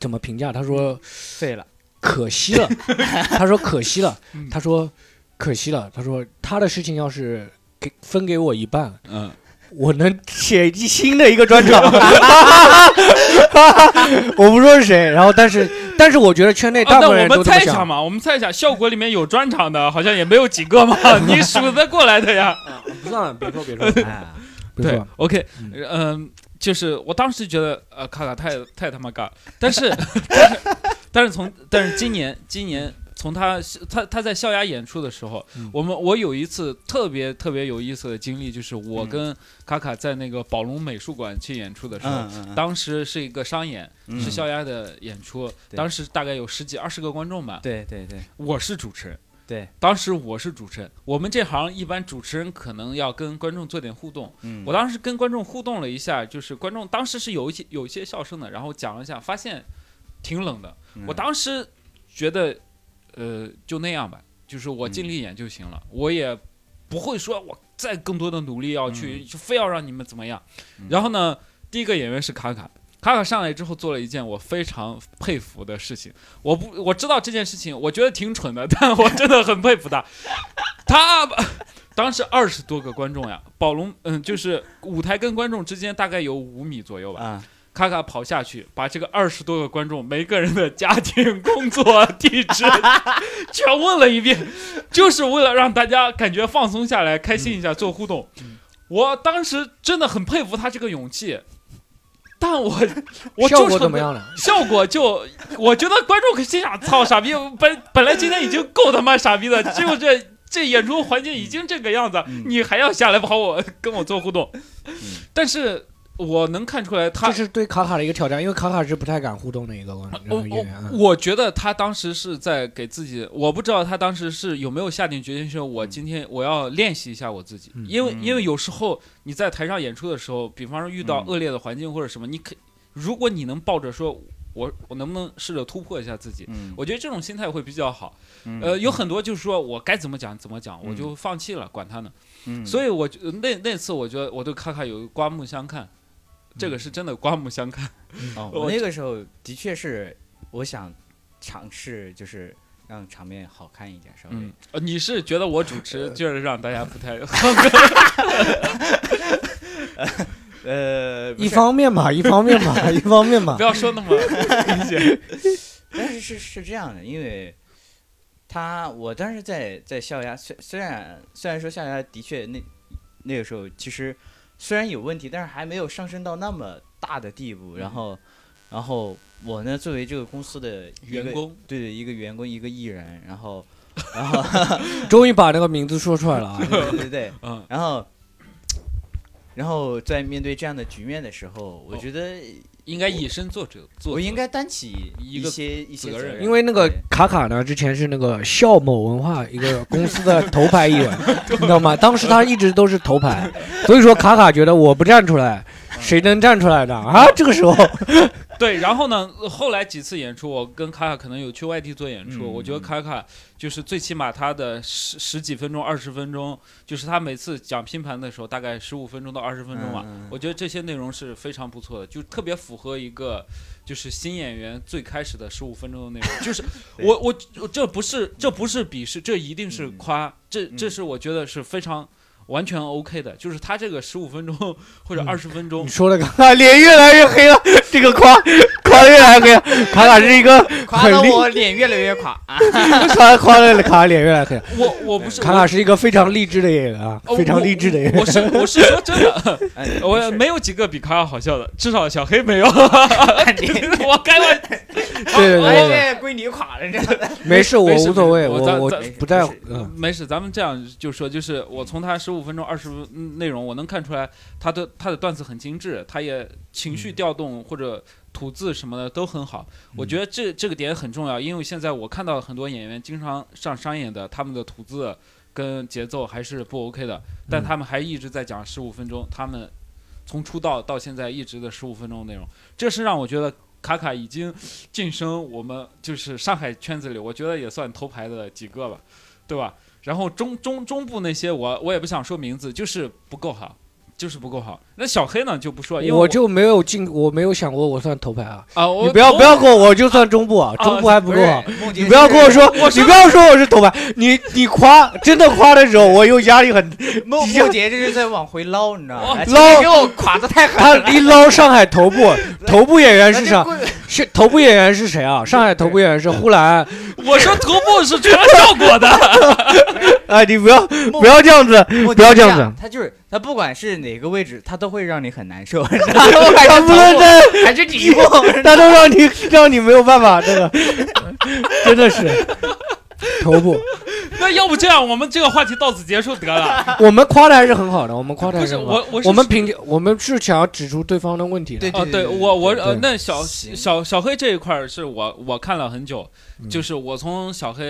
C: 怎么评价？他说
B: 废了，
C: 可惜 了，他说可惜了
A: 嗯，
C: 他说可惜了，他说他的事情要是给分给我一半，
A: 嗯，
C: 我能写一新的一个专场， 我不说是谁，然后但是但是我觉得圈内哎大
A: 啊，那
C: 部分
A: 我
C: 人
A: 们
C: 都这
A: 猜
C: 么
A: 一下
C: 想，
A: 嘛，我们猜一下，效果里面有专场的，好像也没有几个嘛， 你数得过来的呀。
C: 不算了，别说 别说，
B: 啊，
C: 别
A: 对
C: 说，
A: ，OK，
C: 嗯
A: 嗯、就是我当时觉得呃，卡卡太太他妈尬，但 是但是但是从但是今年今年从他他他在校牙演出的时候，
C: 嗯
A: 我们我有一次特别特别有意思的经历，就是我
B: 嗯
A: 跟卡卡在那个宝龙美术馆去演出的时候。
B: 嗯嗯
A: 当时是一个商演，
B: 嗯，
A: 是校牙的演出，
B: 对
A: 当时大概有十几二十个观众吧。
B: 对对对
A: 我是主持人，
B: 对，
A: 当时我是主持人。我们这行一般主持人可能要跟观众做点互动，
B: 嗯，
A: 我当时跟观众互动了一下，就是观众当时是有一些有一些笑声的，然后讲了一下，发现挺冷的。
B: 嗯
A: 我当时觉得，呃，就那样吧，就是我尽
B: 嗯
A: 力演就行了，我也不会说我再更多的努力要去，
B: 嗯
A: 就非要让你们怎么样
B: 嗯。
A: 然后呢，第一个演员是卡卡。卡卡上来之后做了一件我非常佩服的事情，我不我知道这件事情，我觉得挺蠢的， 但我真的很佩服他。 他 当时二十多个观众呀，宝龙，嗯，就是舞台跟观众之间大概有五米左右吧。
B: 啊，
A: 卡卡跑下去，把这个二十多个观众每个人的家庭、工作、地 址全问了一遍，就是为了让大家感觉放松下来、开心一下，做互动。
C: 嗯
A: 我当时真的很佩服他这个勇气，但 我我
C: 效
A: 就
C: 果
A: 是
C: 怎么样了？
A: 效果就，我觉得观众心想：操，傻逼！本本来今天已经够他妈傻逼 的，就这这演出环境已经这个样子，
B: 嗯
A: 你还要下来跑我跟我做互动？
B: 嗯
A: 但是我能看出来他，
C: 这是对卡卡的一个挑战，因为卡卡是不太敢互动的一个观
A: 我
C: 众演员啊
A: 我。我觉得他当时是在给自己，我不知道他当时是有没有下定决心说，我今天我要练习一下我自己，
C: 嗯
A: 因为
B: 嗯
A: 因为有时候你在台上演出的时候，比方说遇到
B: 嗯
A: 恶劣的环境或者什么，你可如果你能抱着说。我我能不能试着突破一下自己？
B: 嗯，
A: 我觉得这种心态会比较好。
B: 嗯
A: 呃，有很多就是说我该怎么讲怎么讲，我
B: 嗯
A: 就放弃了，管他呢。
B: 嗯
A: 所以我觉得那那次，我觉得我对卡卡有刮目相看，这
B: 嗯
A: 个是真的刮目相看。
B: 哦，
A: 我
B: 我那个时候的确是我想尝试，就是让场面好看一点，稍微。
A: 嗯，呃你是觉得我主
B: 呃
A: 持就是让大家不 太
B: 呃，不
C: 一
B: 是，
C: 方面嘛，一方面嘛，一方面嘛
A: 不。要说 那么明显。
B: 但是是是这样的，因为他我当时在在校牙，虽虽然虽然说校牙的确那那个时候其实虽然有问题，但是还没有上升到那么大的地步。然后，然后我呢，作为这个公司的一个
A: 员，工，
B: 对对，一个员工，一个艺人，然后，然后，
C: 终于把那个名字说出来了啊！
B: 对对对。
A: 嗯，
B: 然后，然后在面对这样的局面的时候，我
A: 哦
B: 觉得
A: 应该以身作则，做
B: 我应该担起
A: 一个
B: 些一些
A: 责任
C: 因为那个
B: 对
C: 卡卡呢，之前是那个笑某文化一个公司的头牌艺人，你知道吗？当时他一直都是头牌，所以说卡卡觉得我不站出来，谁能站出来呢？啊，这个时候，
A: 对。然后呢，后来几次演出，我跟卡卡可能有去外地做演出，
B: 嗯
A: 我觉得卡卡就是最起码他的十十几分钟、二十分钟，就是他每次讲拼盘的时候，大概十五分钟到二十分钟吧。
B: 嗯嗯
A: 我觉得这些内容是非常不错的，就特别符合一个就是新演员最开始的十五分钟的内容。 就是
B: 对
A: 我
C: 嗯
A: 我我这不是这不是鄙视，这一定是夸，这这是我觉得是非常。完全 OK 的，就是他这个十五分钟或者
C: 嗯
A: 二十分钟
C: 你，说的刚刚脸越来越黑了，这个夸夸的越来越黑了。卡卡是一个
B: 夸
C: 很
B: 得
C: 厉
B: 我脸越来越垮啊！
C: 夸夸的卡卡脸越来越黑了。
A: 我我不是
C: 卡卡是一个非常励志的演员啊，
A: 我
C: 非常励志的演员。
A: 我我是我是说真 的，
B: 哎 没事
A: 我没有几个比卡卡好笑的，至少小黑 没有。 我开玩笑，
C: 对对
B: 哎，
C: 对，
B: 这归你垮了，这
C: 没事，我
A: 没事
C: 无所谓，
A: 我
C: 我
A: 咱
C: 我
A: 咱
C: 不在乎
B: 没事。
C: 嗯，
A: 没事，咱们这样就说，就是我从他十五分钟、二十内容，我能看出来他的他的段子很精致，他也情绪调动或者吐字什么的都很好。我觉得这这个点很重要，因为现在我看到很多演员经常上商演的，他们的吐字跟节奏还是不 OK 的，但他们还一直在讲十五分钟，他们从出道到现在一直的十五分钟内容，这是让我觉得。卡卡已经晋升我们就是上海圈子里，我觉得也算头牌的几个吧，对吧？然后中中中部那些我我也不想说名字，就是不够好，就是不够好。那小黑呢就不说，因为
C: 我就没有进，我没有想过我算头牌啊！
A: 啊，我
C: 你不要不
A: 我
C: 要跟我，我就算中部啊，
A: 啊
C: 中部还不够好。
B: 哎梦
C: 你
B: 洁
C: 不要
B: 是
C: 跟我说，你不要说我是头牌，你你夸真的夸的时候，我又压力很
B: 梦
C: 你
B: 梦洁这是在往回捞，你知道
A: 哦
B: 吗？哎
C: 捞
B: 给我垮的太狠
C: 他
B: 了。哎
C: 一捞上海头部，头部演员是
B: 啥
C: 啥？？ 是头部演员是谁啊？上海头部演员是呼兰。
A: 我说头部是出来效果的，
C: 哎，你不要
B: 梦
C: 不要这样子，
B: 梦
C: 不要
B: 洁是
C: 这样子
B: 样，他就是他，不管是哪个位置，他都会让你很难 受。你知道吗还
C: 他
B: 是
C: 不论
B: 头
C: 在，
B: 部还是底部，
A: 哦
C: 他都让你让你没有办法，真的，真的是头部。
A: 那要不这样，我们这个话题到此结束得了。
C: 我们夸的还是很好的，我们夸的
A: 不
C: 还
A: 是
C: 很好。
A: 我我是
C: 我们评我们是想要指出对方的问题的
B: 对，
A: 哦，对我我呃，
C: 对
A: 那小
B: 行
A: 小小黑这一块儿是我我看了很久，
C: 嗯
A: 就是我从小黑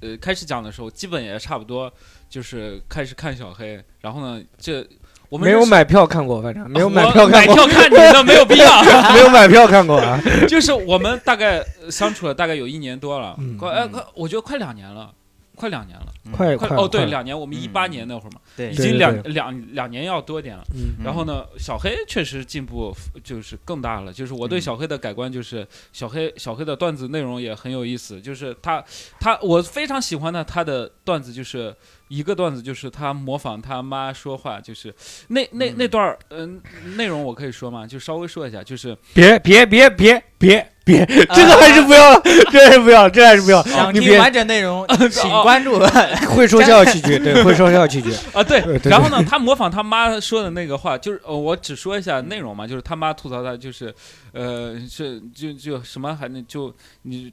A: 呃开始讲的时候，基本也差不多，就是开始看小黑，然后呢，这我们
C: 没有
A: 认识
C: 买票看过，反正没有
A: 我
C: 买票看
A: 买
C: 过，
A: 票看你的没有必要。
C: 没有买票看过啊。
A: 就是我们大概呃相处了大概有一年多了，
C: 嗯
A: 快哎快，我觉得快两年了，快两年了，
C: 快
A: 快
C: 快
A: 哦对，
C: 快
A: 两年，我们
B: 嗯
A: 一八年那会儿嘛，
B: 对
A: 已
C: 对
A: 经
C: 对
A: 两两两年要多点了。
C: 嗯
A: 然后呢，小黑确实进步就是更大了，就是我对
B: 嗯
A: 小黑的改观就是小黑小黑的段子内容也很有意思，就是他他我非常喜欢的他的段子就是一个段子就是他模仿他妈说话，就是那那
B: 嗯
A: 那段儿嗯内容我可以说吗？就稍微说一下，就是
C: 别别别别别
A: 啊
C: 别，这个还是不 要了，这还是不要，这还是不要。
B: 想
A: 哦
C: 你
B: 听
C: 别
B: 完整内容，请关注。
C: 会说笑戏 剧，对，会说笑戏剧。
A: 啊，对
C: 对，对
A: 然后呢，他模仿他妈说的那个话，就是、呃、我只说一下内容嘛，就是他妈吐槽他，就是呃，是就就什么还能就你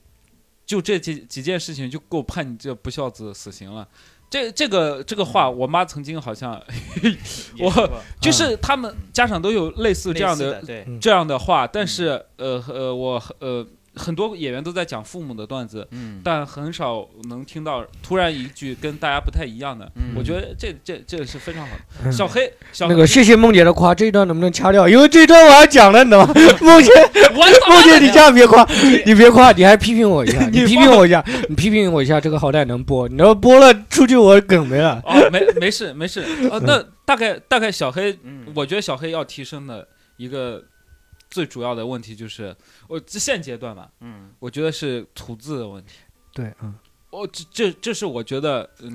A: 就这几几件事情就够判你这不孝子死刑了。这这个这个话，我妈曾经好像 我
C: 嗯
A: 就是他们家长都有类似
B: 类
A: 这样
B: 似
A: 的
B: 的，对，
A: 这样的话，
C: 嗯
A: 但是呃呃，我呃很多演员都在讲父母的段子，
B: 嗯，
A: 但很少能听到突然一句跟大家不太一样的。
B: 嗯
A: 我觉得这这这是非常好的。
C: 嗯
A: 小黑，小黑
C: 那个谢谢梦姐的夸，这一段能不能掐掉？因为这一段我要讲了，你 知道吗？梦姐，
A: 我
C: 梦姐，你
A: 家
C: 千万别 夸，你别夸，你还批评我一下，
A: 你
C: 你批评我一下，你批评我一下，这个好歹能播，你要播了出去我梗没了。
A: 哦，没没事没事，呃，那大概大概小黑，
B: 嗯，
A: 我觉得小黑要提升的一个最主要的问题就是，我这现阶段嘛，
B: 嗯，
A: 我觉得是吐字的问题。
C: 对，嗯，
A: 我这这这是我觉得，嗯，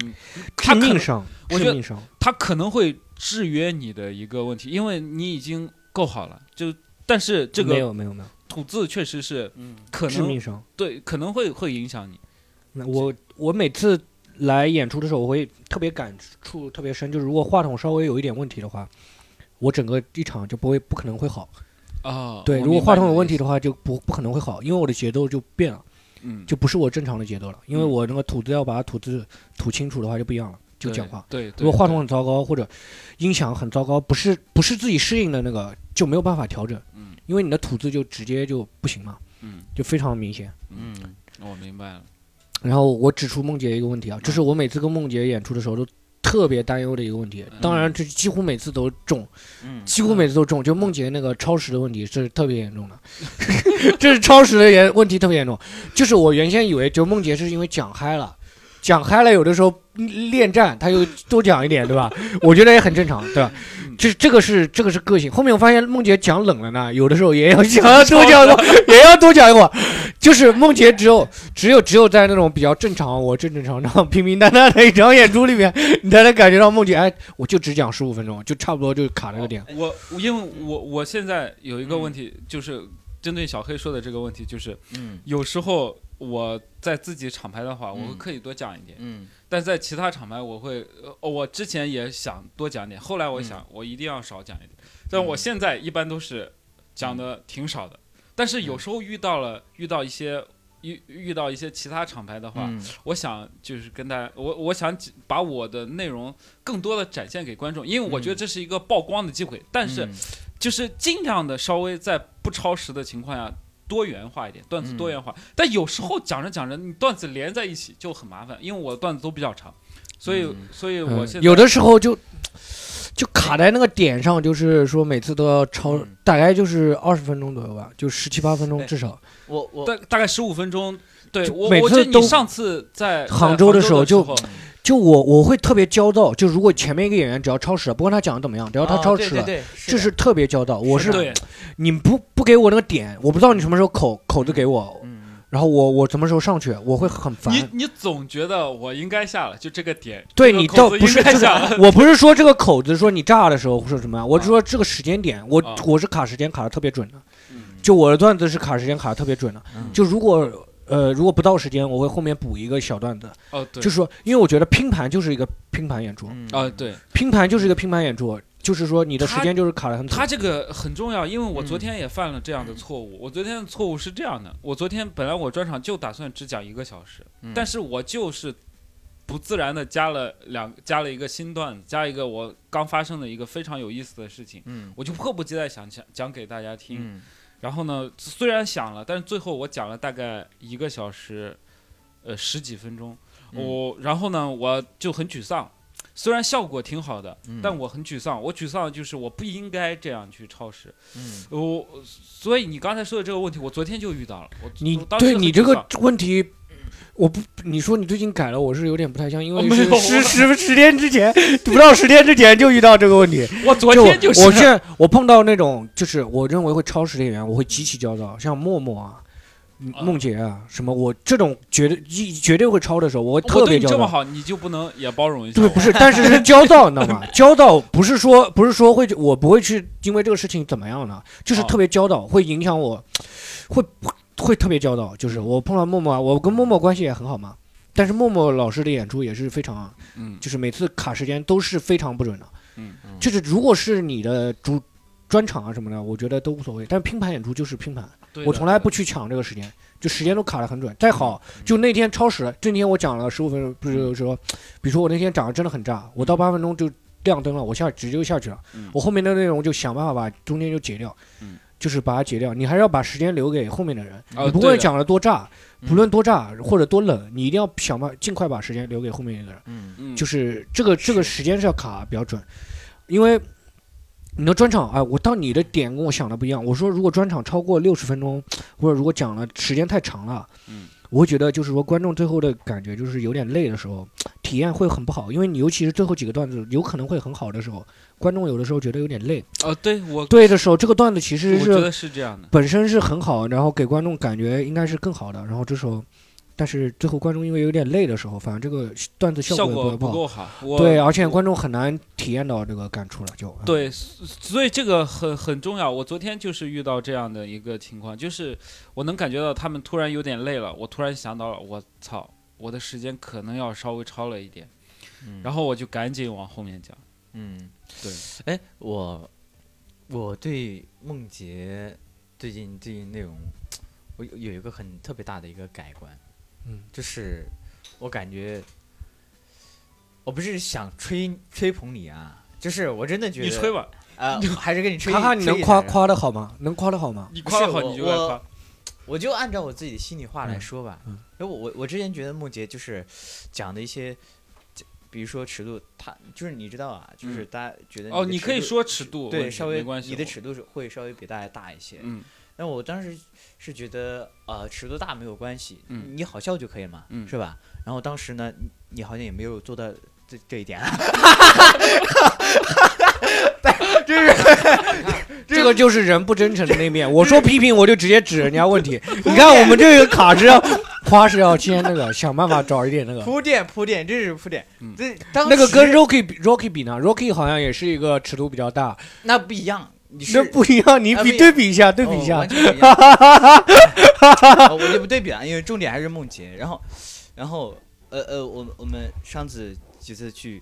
A: 他可
C: 致命
A: 能
C: 伤，
A: 我觉
C: 致
A: 得
C: 命伤。
A: 他可能会制约你的一个问题，因为你已经够好了，就但是这
C: 没
A: 个
C: 有没有没有，
A: 吐字确实是
B: 嗯，
A: 可
C: 致命
A: 能
C: 伤。
A: 对可能会会影响你。
C: 那我我每次来演出的时候，我会特别感触特别深，就是如果话筒稍微有一点问题的话，我整个一场就不会不可能会好。
A: 哦，
C: 对，
A: 我
C: 如果
A: 明
C: 话
A: 白
C: 筒
A: 你
C: 有问
A: 的
C: 题
A: 意思，
C: 的话，就不不可能会好，因为我的节奏就变了，
A: 嗯，
C: 就不是我正常的节奏了。因为
A: 嗯
C: 我那个吐字要把它吐字吐清楚的话，就不一样了，就讲话。
A: 对。对，
C: 如果话
A: 对
C: 筒很糟糕或者音响很糟糕，不是不是自己适应的那个，就没有办法调整，
A: 嗯
C: 因为你的吐字就直接就不行嘛，
A: 嗯
C: 就非常明显。
A: 嗯，我明白了。
C: 然后我指出梦洁一个问题啊，这是我每次跟梦洁演出的时候都特别担忧的一个问题。当然，这几乎每次都中，
B: 嗯，
C: 几乎每次都中。就梦洁那个超时的问题是特别严重的， 这是超时的严问题特别严重。就是我原先以为，就梦洁是因为讲嗨了。讲嗨了，有的时候嗯恋战，他又多讲一点，对吧？我觉得也很正常，对吧
A: 嗯？
C: 这这个是这个是个性。后面我发现梦洁讲冷了呢，有的时候也要想要多讲多，也要多讲一会儿。就是梦洁只有只有只有在那种比较正常，我正正常常、平平淡淡的一场演出里面，你才能感觉到梦洁。哎，我就只讲十五分钟，就差不多就卡那个
B: 哎
C: 点。
A: 我我因为
B: 嗯
A: 我我现在有一个问题，就是针对小黑说的这个问题，就是
B: 嗯
A: 有时候我在自己厂牌的话，我会
B: 嗯
A: 刻意多讲一点，
B: 嗯
A: 但在其他厂牌我会，呃哦，我之前也想多讲一点，后来
B: 嗯
A: 我想我一定要少讲一点，但我现在一般都是讲
B: 嗯
A: 的挺少的，但是有时候遇到了遇到一些遇遇到一些其他厂牌的话，
B: 嗯
A: 我想就是跟大家，我我想只把我的内容更多的展现给观众，因为我觉得
C: 嗯
A: 这是一个曝光的机会，但是
B: 嗯
A: 就是尽量的稍微在不超时的情况下多元化一点，段子
B: 嗯
A: 多元化。但有时候讲着讲着，你段子连在一起就很麻烦，因为我的段子都比较长，所以、
B: 嗯
A: 所以我
C: 嗯
A: 现在、
C: 有的时候就就卡在那个点上，就是说每次都要超
B: 嗯，
C: 大概就是二十分钟左右吧，就十七八分钟
B: 对
C: 至少。
B: 我我
A: 大大概十五分钟。对
C: 就
A: 我，
C: 每
A: 我
C: 次
A: 觉得
C: 都
A: 你上次在在
C: 杭
A: 杭
C: 州的
A: 的
C: 时候就就我我会特别焦躁，就如果前面一个演员只要超时了，不管他讲的怎么样，只要他
B: 啊
C: 超
B: 对
C: 时
B: 对
C: 了，
B: 对
C: 这是特别焦躁。我
B: 是的
A: 对
C: 你不不给我那个点，我不知道你什么时候口口子给我，
B: 嗯
C: 然后我我什么时候上去，我会很烦。
A: 你，你总觉得我应该下了，就这个点，
C: 对
A: 这个
C: 你
A: 口
C: 倒
A: 子
C: 不是
A: 应该
C: 这
A: 下了
C: 个，我不是说这个口子说你炸的时候说什么，我是说这个时间点，我
A: 啊
C: 我是卡时间卡的特别准的，
A: 嗯
C: 就我的段子是卡时间卡的特别准的，
B: 嗯
C: 就如果。呃，如果不到时间，我会后面补一个小段子，
A: 哦对，
C: 就是说，因为我觉得拼盘就是一个拼盘演出，
B: 嗯
A: 啊、对，
C: 拼盘就是一个拼盘演出，就是说你的时
A: 他
C: 间就是卡的很
A: 他
C: 准。
A: 这个很重要，因为我昨天也犯了这样的错
B: 嗯
A: 误。我昨天的错误是这样的：我昨天本来我专场就打算只讲一个小时，
B: 嗯
A: 但是我就是不自然的加了两加了一个新段子，加一个我刚发生的一个非常有意思的事情，
B: 嗯
A: 我就迫不及待想讲讲给大家听。
B: 嗯
A: 然后呢，虽然想了，但是最后我讲了大概一个小时，呃十几分钟。
B: 嗯
A: 我然后呢，我就很沮丧。虽然效果挺好的，
B: 嗯
A: 但我很沮丧。我沮丧的就是我不应该这样去超时。
B: 嗯
A: 我所以你刚才说的这个问题，我昨天就遇到了。我
C: 你
A: 我当时
C: 对
A: 很
C: 你这
A: 沮
C: 个
A: 丧
C: 问题，我不，你说你最近改了，我是有点不太相信，因
A: 哦
C: 为
A: 没
C: 是
A: 有
C: 十
A: 我
C: 十十天之前，不到十天之前就遇到这个问题。
A: 我昨天
C: 就我
A: 是
C: 我现在我碰到那种就是我认为会超时的演员，我会极其焦躁，像默默啊。嗯
A: 啊
C: 梦洁啊，什么我这种绝对一绝对会超的时候，我会
A: 我
C: 特
A: 对哦
C: 别
A: 你
C: 焦
A: 这么
C: 躁。
A: 好，你就不能也包容一下
C: 对，
A: 我？
C: 不是，但是是焦躁，你知道 吗？焦躁不是说不是说会我不会去因为这个事情怎么样的，就是
A: 哦
C: 特别焦躁，会影响我，会会特别焦躁。就是我碰到默默啊，我跟默默关系也很好嘛，但是默默老师的演出也是非常，
A: 嗯
C: 就是每次卡时间都是非常不准的。
A: 嗯
C: 就是如果是你的主专场啊什么的，我觉得都无所谓。但是拼盘演出就是拼盘，
A: 对的嗯
C: 我从来不去抢这个时间，就时间都卡得很准。再好，就那天超时了，这天我讲了十五分钟，
A: 嗯
C: 不是说，比如说我那天讲的真的很炸，我到八分钟就亮灯了，我下直接就下去了
A: 嗯。
C: 我后面的内容就想办法把中间就截掉
A: 嗯，
C: 就是把它截掉。你还是要把时间留给后面的人，
A: 啊
C: 你不
A: 对
C: 会
A: 的
C: 讲的多炸，
B: 嗯
C: 不论多炸或者多冷，你一定要想办尽快把时间留给后面一个人。
B: 嗯
A: 嗯
C: 就是这个这个时间是要卡比较准，因为你的专场啊，我到你的点跟我想的不一样。我说如果专场超过六十分钟，或者如果讲了时间太长了，
A: 嗯，
C: 我会觉得就是说观众最后的感觉就是有点累的时候，体验会很不好，因为你尤其是最后几个段子有可能会很好的时候，观众有的时候觉得有点累。
A: 哦，对我
C: 对的时候，这个段子其实
A: 我觉
C: 是
A: 得是这样的。
C: 本身是很好，然后给观众感觉应该是更好的，然后这时候。但是最后观众因为有点累的时候，反正这个段子效
A: 效
C: 也
A: 果
C: 不
A: 不
C: 好。
A: 够好，我
C: 对，啊而且观众很难体验到这个感触了，就嗯
A: 对，所所以这个很很重要。我昨天就是遇到这样的一个情况，就是我能感觉到他们突然有点累了，我突然想到了，我操，我的时间可能要稍微超了一点，
B: 嗯
A: 然后我就赶紧往后面讲。
B: 嗯，
A: 对，
B: 哎，我我对梦洁最近最近内容，我有有一个很特别大的一个改观，
C: 嗯，
B: 就是我感觉，我不是想吹吹捧你啊，就是我真的觉得
A: 你吹吧，
B: 啊、还是跟你吹
C: 卡卡，你
B: 吹
C: 能
B: 一
C: 夸
B: 下
C: 夸的好吗？能夸的好吗？
A: 你
B: 不
A: 夸
B: 是
A: 得好
B: 我
A: 你就来
B: 我
A: 夸，
B: 我就按照我自己的心里话来
C: 嗯
B: 说吧，
C: 嗯
B: 因为我我我之前觉得梦洁就是讲的一些，比如说尺度，他就是你知道啊，就是
A: 嗯
B: 大家觉得
A: 哦，
B: 的
A: 你可以
B: 尺度
A: 说尺度，
B: 对
A: 问题
B: 稍微
A: 没关系，
B: 你的
A: 我
B: 尺度是会稍微比大家大一些。
A: 嗯
B: 但我当时是觉得呃尺度大没有关系，
A: 嗯
B: 你好笑就可以嘛，
A: 嗯
B: 是吧？然后当时呢，你你好像啊也没有做到这这一点，但就是
C: 这个就是人不真诚的那面。我说批评，我就直接指人家问题。你看我们这个卡是要，夸是要先那个，想办法找一点那个。
B: 铺垫铺垫，这是铺垫
A: 嗯。
B: 这当
C: 那个
B: 时
C: 跟 Rocky 比 Rocky 比呢？Rocky 好像也是一个尺度比较大，
B: 那不一样，你
C: 这
B: 是
C: 不一样。你
B: 啊不
C: 比
B: 一
C: 对比一下，对比
B: 哦
C: 一下
B: 完。全不一样哦 我就不对比了，因为重点还是梦洁。然后，然后，呃呃，我们我们上次几次去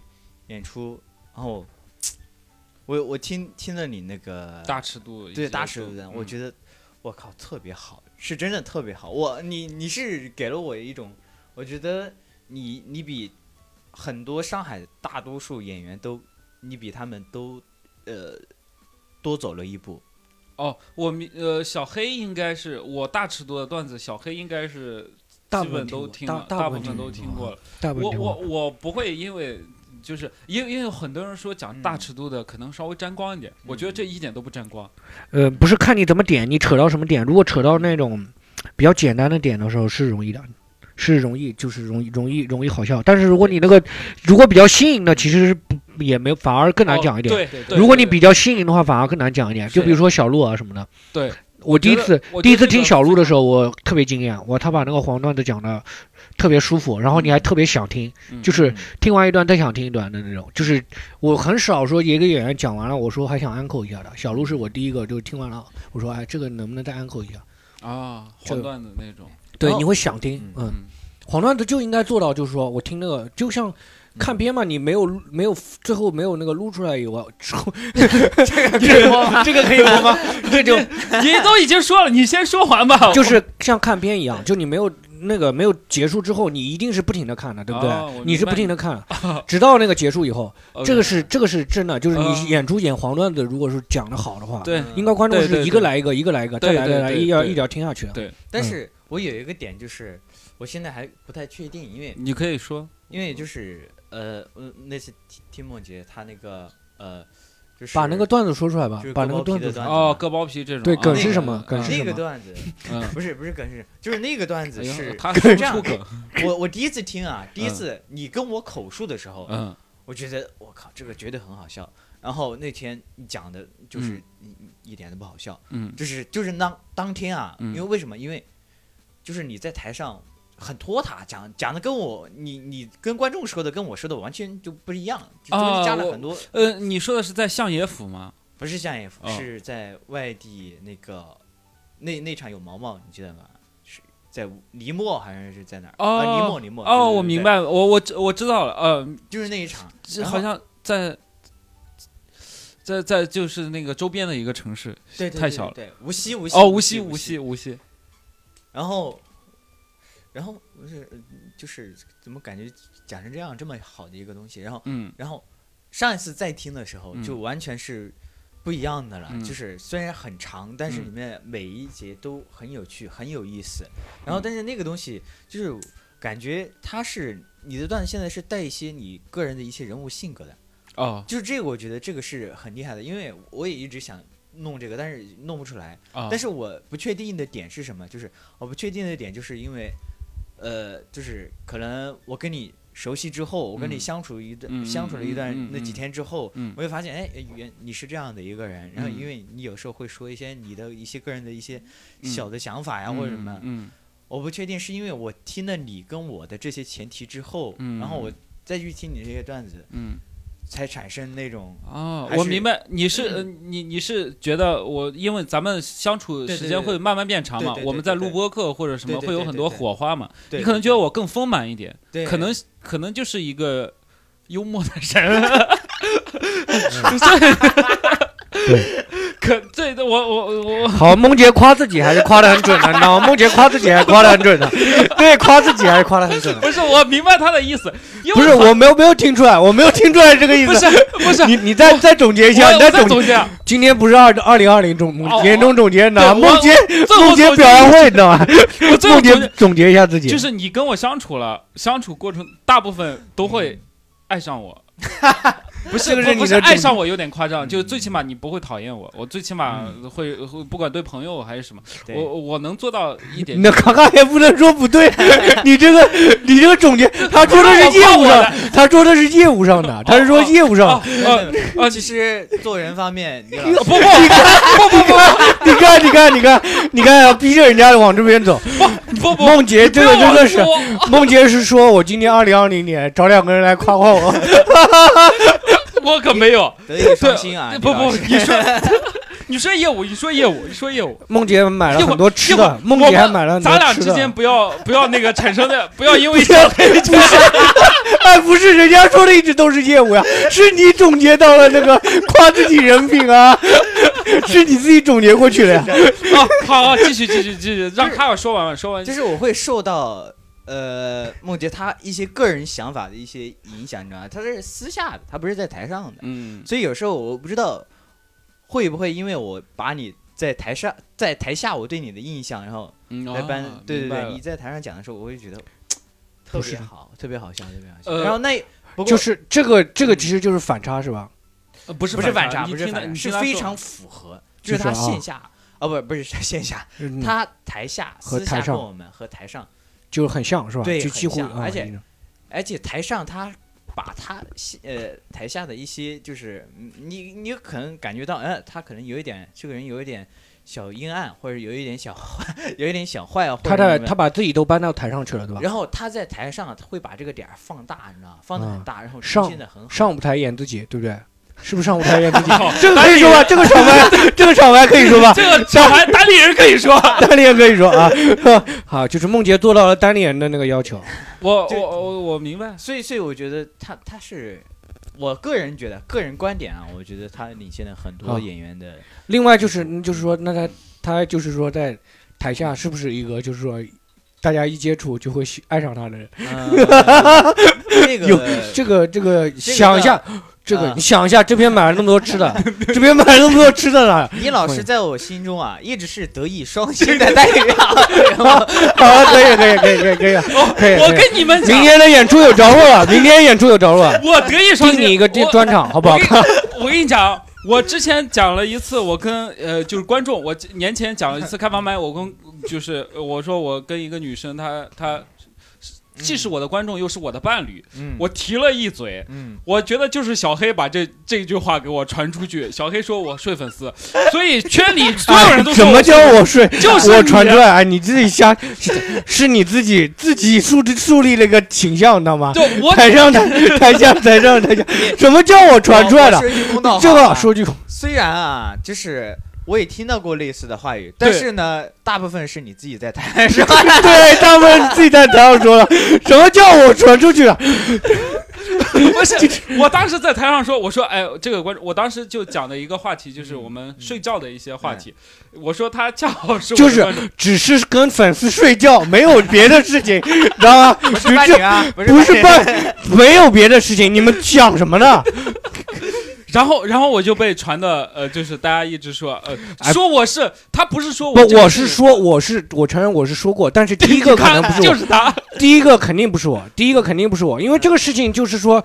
B: 演出，然后我我听听了你那个
A: 大尺度，
B: 对大尺
A: 嗯
B: 度的，我觉得我靠特别好，是真的特别好。我你你是给了我一种，我觉得你你比很多上海大多数演员都，你比他们都呃多走了一步。
A: 哦，我明呃，小黑应该是我大尺度的段子，小黑应该是
C: 大
A: 基
C: 部分
A: 本都
C: 听
A: 了
C: 过，大
A: 大
C: 部分
A: 分
C: 听
A: 都听过了。
C: 大部分
A: 我
C: 听
A: 我
C: 过。
A: 我不会因为。就是因为因为很多人说讲大
B: 嗯
A: 尺度的可能稍微沾光一点，我觉得这一点都不沾光。
C: 呃，不是看你怎么点，你扯到什么点。如果扯到那种比较简单的点的时候，是容易的，是容易，就是容易容易容易好笑。但是如果你那个如果比较新颖的，其实是不也没有反而更难
A: 哦
C: 讲一点。
A: 对对对，
C: 如果你
A: 对
C: 比较新颖的话，反而更难讲一点。
A: 是
C: 就比如说小鹿啊什么的。
A: 对，
C: 我第一次
A: 我觉得
C: 第一次听小鹿的时
A: 候，
C: 候，我特别惊艳，我他把那个黄段子讲的特别舒服，然后你还特别想听，
A: 嗯
C: 就是听完一段再想听一段的那种。就是我很少说一个演员讲完了，我说还想 uncle 一下的。小鹿是我第一个，就听完了，我说哎，这个能不能再 uncle 一下？
A: 啊，
C: 这
A: 黄
C: 个
A: 段子那种，
C: 对，
B: 哦
C: 你会想听，
B: 嗯
C: 嗯，
A: 嗯，
C: 黄段子就应该做到，就是说我听那个，就像看片嘛，你没有没有最后没有那个撸出来以外，
B: 这个这个可以播 吗？
C: 这就
A: 嗯 你都已经说了，你先说完吧。
C: 就是像看片一样，就你没有那个没有结束之后，你一定是不停的看的，对不对？
A: 哦我
C: 你是
A: 明白
C: 不停 的看，直到那个结束以后，
A: OK
C: 这个是这个是真的，就是
A: 哦
C: 你演出演黄段子，如果是讲的好的话，
A: 对
C: 应该嗯观众
A: 对对
C: 是一
A: 对
C: 个来一个，一个来一个，
A: 对
C: 再来
A: 对
C: 再来，
A: 对
C: 一点
A: 对
C: 一点听下去的。
A: 对
B: 但
C: 嗯
B: 是我有一个点就是，我现在还不太确定，因为
A: 你可以说，
B: 因为就是呃，呃那次听听梦洁她那个呃，就是
C: 把那个段子说出来吧
B: 就是，
C: 把
B: 割
C: 那个
B: 包皮
C: 段
B: 的
C: 子
B: 段
C: 说
B: 子
A: 哦
B: 嘛，
A: 割包皮这种啊，
C: 对梗
B: 是什
C: 么
A: 那个
C: 梗是
A: 嗯
C: 什
B: 那个
C: 么
B: 段子，
A: 嗯
B: 不是不是梗是，就是那个段子
A: 哎呦
B: 是
A: 他说不出
B: 这
A: 梗，
B: 我我第一次听啊，第一
A: 嗯
B: 次你跟我口述的时候，
A: 嗯，
B: 我觉得我靠，这个绝对很好笑。然后那天你讲的就是一一点都不好笑，
A: 嗯
B: 就是就是当当天啊，
A: 嗯
B: 因为为什么？因为就是你在台上很拖沓，讲讲的跟我你你跟观众说的跟我说的完全就不一样，就中
A: 啊
B: 间加了
A: 我
B: 很多，
A: 呃，你说的是在相爷府吗？
B: 不是像 F，、
A: 哦
B: 是在外地那个那那场有毛毛，你记得吗？是在尼莫好像是在哪儿？
A: 哦
B: 啊，尼莫尼莫。
A: 哦，
B: 对
A: 我明，白了，我我知我知道了，呃，
B: 对对就是那一场，
A: 这
B: 然
A: 好
B: 后
A: 像在在在就是那个周边的一个城市，
B: 对对
A: 太
B: 对
A: 小了。
B: 对，无锡无锡
A: 哦，无锡，
B: 无
A: 无锡，无锡，
B: 然后，然后不是呃就是怎么感觉讲成这样这么好的一个东西，然后
A: 嗯，
B: 然后上一次再听的时候
A: 嗯
B: 就完全是不一样的了，
A: 嗯
B: 就是虽然很长，但是
A: 嗯
B: 里面每一节都很有趣、很有意思。然后
A: 嗯
B: 但是那个东西就是感觉它是你的段子现在是带一些你个人的一些人物性格的，
A: 哦
B: 就是这个我觉得这个是很厉害的，因为我也一直想弄这个，但是弄不出来。
A: 啊，
B: 但是我不确定的点是什么？就是我不确定的点，就是因为，呃，就是可能我跟你熟悉之后，我跟你
A: 嗯
B: 相处一段，
A: 嗯
B: 相处了一段、
A: 嗯嗯嗯
B: 那几
A: 嗯
B: 天之后，
A: 嗯
B: 我会发现，哎，原你是这样的一个人。然后，因
A: 嗯
B: 为你有时候会说一些你的一些个人的一些
A: 嗯
B: 小的想法呀，或者什么。
A: 嗯，
B: 我不确定是因为我听了你跟我的这些前提之后，然后我再去听你这些段子，
A: 嗯
B: 才产生那种
A: 嗯，哦，
B: 还
A: 我
B: 是嗯
A: 明白，你是呃你你是觉得我，因为咱们相处
B: 对对
A: 时间
B: 对
A: 会慢慢变长嘛
B: 对对，对
A: 我们在
B: 对对
A: 录播课或者什么
B: 对对
A: 会有
B: 对
A: 很
B: 对
A: 多
B: 对
A: 火花嘛，
B: 对
A: 你可能觉得我更丰满一点，
B: 对
A: 可能可能就是一个幽默的人，嗯对， 可对的，我我我
C: 好，梦洁夸自己还是夸的很准的，你知道吗？梦洁夸自己还是夸的很 准的，对，夸自己还是夸的很准的。
A: 不是我明白他的意思，因为
C: 不是，
A: 很
C: 我没有没有听出来，我没有听出来这个意思。
A: 不是不是，
C: 你你再再总结一
A: 我
C: 下，你
A: 我在
C: 总
A: 总
C: 结。
A: 结啊，
C: 今天不是二二零二零总
A: 哦
C: 年终总结呢？
A: 对我
C: 梦洁
A: 最后
C: 梦洁
A: 总结
C: 表扬会，你知道吗？
A: 我最后总
C: 梦洁
A: 结
C: 总结一下自己，
A: 就是 你跟我相处了，相处过程大部分都会爱上我，不是
B: 这个
A: 嗯
B: 是
A: 不
B: 你
A: 不是
B: 的
A: 爱
B: 重
A: 上我有点夸张，
B: 嗯
A: 就最起码你不会讨厌我，我最起码会会不管对朋友还是什么，
B: 对
A: 我我能做到一点
C: 你。的卡卡也不能说不对，你这个你这个总结，他说的是业务上，他说的是业务上的， 他是说业务
A: 啊
C: 上。
A: 啊啊！其
B: 其
A: 实
B: 实做人方面， 你老
A: 不不不
C: 你看，你看，你看，你看，啊逼着人家往这边走。
A: 不不，
C: 梦洁，这
A: 不
C: 个
A: 要
C: 真的
A: 我
C: 是，
A: 说
C: 梦洁是说我今年二零二零年找两个人来夸夸我，
A: 我可没有。
B: 德艺双
A: 对
B: 馨啊！
A: 不
B: 李老
A: 不，
B: 师
A: 你说你说业务，你说业务，你说业务。
C: 梦洁买了
A: 一会
C: 很
A: 儿
C: 多吃
A: 一会
C: 的
A: 儿，
C: 梦
A: 我
C: 洁还
A: 们
C: 买了很多
A: 咱
C: 吃的。
A: 俩之间不要不要那个产生的，不要因为
C: 不是， 哎，不是，人家说的一直都是业务呀，是你总结到了那个夸自己人品啊，是你自己总结过去的呀。
A: 啊，好好继续继续继续，让卡尔说完吧，说完
B: 就是我会受到呃梦洁她一些个人想法的一些影响，你知道吗？她是私下的，她不是在台上的，
A: 嗯，
B: 所以有时候我不知道会不会因为我把你在台上在台下我对你的印象，然后
A: 嗯
B: 来搬、
A: 啊
B: 对对
A: 明白
B: 对，
A: 了
B: 你在台上讲的时候，我会觉得特
C: 不
B: 别
C: 是
B: 好，特别好笑，特别好笑。
A: 呃
B: 然后那不过嗯
C: 就是这个，这个其实就是反差，是吧？
A: 呃不是
B: 不是反
A: 差，
B: 差，
A: 你
B: 不是
A: 听他
B: 反差，
A: 你
B: 是
A: 听他
B: 非
A: 说
B: 常符合，就是
C: 就
B: 他
C: 是啊
B: 线下啊，不是 不是他线下，
C: 嗯
B: 他台下
C: 和
B: 私
C: 台
B: 下跟
C: 上
B: 我们和台上，
C: 就是很像，是吧？
B: 对
C: 就几乎
B: 很，像
C: 啊
B: 而且
C: 一样
B: 而且台上他把他呃台下的一些就是嗯你你有可能感觉到，呃，他可能有一点这个人有一点小阴暗，或者有一点小坏， 有一点小坏啊，或者
C: 他在
B: 什么
C: 他把自己都搬到台上去了，对吧？
B: 然后他在台上会把这个点儿放大，你知道吗？放的很
C: 嗯
B: 大，然后
C: 上
B: 呈现的很好。
C: 上舞台演自己，对不对？是不是上舞台演自 己？
A: 好
C: 这个
A: 但
C: 可以
A: 是
C: 说吧，这个场外，这个场外可以说吧，
A: 这个小孩打理人可以 说，
C: 单脸可以说啊。 好，就是梦洁做到了单脸的那个要求。
A: 我我
B: 就
A: 我我明白，
B: 所以，所以我觉得他他是，我个人觉得，个人观点啊，我觉得他领先了很多
C: 好
B: 演员 的。
C: 另外就是嗯就是说，那他他就是说在台下是不是一个就是说大家一接触就会喜爱上他的人？
B: 呃那
C: 有
B: 个
A: 呃
C: 这个这个想一下，这个
B: 啊
C: 你想一下，这边买了那么 多吃的，这边买了那么多吃的了，
B: 倪老师在我心中啊，一直是德艺双馨 的代表。
C: 好，啊可以可以可以可以可以，可以
A: 哦我
C: 可以。
A: 跟你们
C: 明
A: 讲，
C: 天的演出有着落了，明天演出有着落了，
A: 我得意双
C: 定
A: 馨，
C: 你一个这
A: 我
C: 专场好不好看？
A: 我跟你讲，我之前讲了一次，我跟呃就是观众，我年前讲了一次开房麦，我跟就是呃我说我跟一个女生，她她既是我的观众又是我的伴侣，
B: 嗯
A: 我提了一嘴。
B: 嗯，
A: 我觉得就是小黑把这这句话给我传出去。小黑说我睡粉丝，所以圈里所有人都
C: 什
A: 说
C: 么
A: 我
C: 叫我睡？
A: 就是
C: 我
A: 你
C: 传出来，哎你自己瞎，是是你自己自己树立树立了一个倾向，你知道吗？
A: 就我
C: 台上 台台下台上台下，什么叫我传出来
A: 哦
B: 哦我
C: 的？
B: 说句公道话啊
C: 这个 说句
B: 虽然啊，就是我也听到过类似的话语，但
A: 对
B: 是呢，大部分是你自己在台上
C: 对，他们自己在台上说了，什么叫我传出去了？
A: 不是，我当时在台上说，我说，哎，这个观众，我当时就讲的一个话题
C: 嗯
A: 就是我们睡觉的一些话题。我说他恰好是我的
C: 哎就是
A: 观众
C: 只是跟粉丝 睡觉，没有别的事情，知道吗？
B: 不
C: 就是
B: 伴侣啊，不是伴
C: 不是
B: 侣
C: 办，没有别的事情，你们想什么呢？
A: 然后然后我就被传的，呃，就是大家一直说，呃，
C: 哎
A: 说我是他不是说
C: 不
A: 我，这个
C: 我是说，我是我承认我是说过，但是第一个可能不是我，啊
A: 就是他，
C: 第一个肯定不是我，第一个肯定不是我，因为这个事情就是说，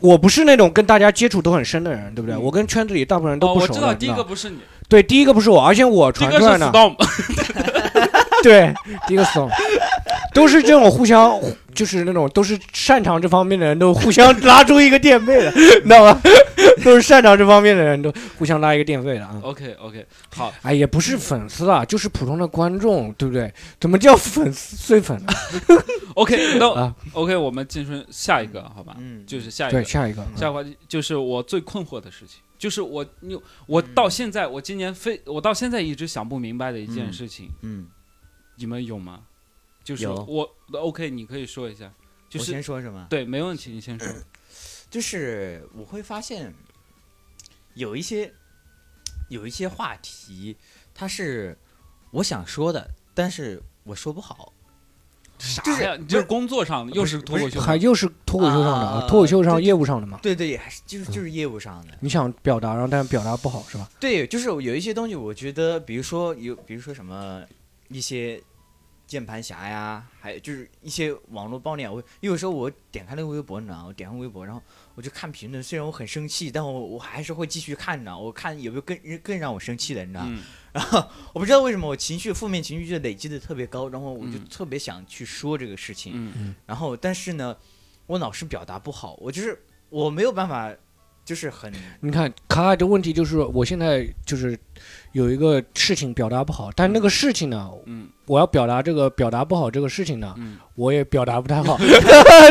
C: 我不是那种跟大家接触都很深的人，对不对？
A: 嗯
C: 我跟圈子里大部分人
A: 哦，
C: 都
A: 我
C: 不熟的。
A: 知道
C: 你
A: 第一
C: 知道
A: 个不是你，
C: 对第一个不是我，而且我
A: 第一
C: 传
A: 个
C: 出
A: 是
C: 来呢，
A: Storm，
C: 对第一个 storm，都是这种互相，就是那种都是擅长这方面的人都互相拉出一个垫背 的，你知道吗？都是擅长这方面的人都互相拉一个垫背的啊。
A: OK OK，好，
C: 哎，也不是粉丝啊，就是普通的观众，对不对？怎么叫粉丝碎粉呢？
A: OK，那、
C: 啊
A: OK，我们进入下一个，好吧？
B: 嗯，
A: 就是下一
C: 对，
A: 个，
C: 下一个，
A: 下一个话题就是我最困惑的事情，就是我你我到现在，我今年非我到现在一直想不明白的一件
B: 嗯
A: 事情，
B: 嗯，
A: 你们有吗？就是
B: 有
A: 我 OK，你可以说一下，就
B: 我
A: 是
B: 先说什么？
A: 对，没问题，你先说。
B: 就是我会发现有一些有一些话题，它是我想说的，但是我说不好。
A: 啥呀？你就是工作上的，又是脱口秀吗，
C: 还又是脱口秀上的
B: 啊
C: 啊，脱口秀上
B: 对
C: 业务上的嘛。
B: 对对，还是就是就是业务上的。
C: 你想表达，然后但是表达不好是吧？
B: 对，就是有一些东西，我觉得，比如说有，比如说什么一些键盘侠呀，还有就是一些网络爆料。我有时候我点开那个微博，你知道吗？我点开微博，然后我就看评论，虽然我很生气，但我我还是会继续看的。我看有没有更更让我生气的，你知道吗？
A: 嗯
B: 然后我不知道为什么我情绪负面情绪就累积的特别高，然后我就
A: 嗯
B: 特别想去说这个事情，
A: 嗯
B: 然后但是呢，我老是表达不好，我就是我没有办法，就是很
C: 你看卡卡的问题就是，我现在就是有一个事情表达不好，但那个事情呢，
A: 嗯
C: 我要表达这个表达不好这个事情呢，
A: 嗯，
C: 我也表达不太 好，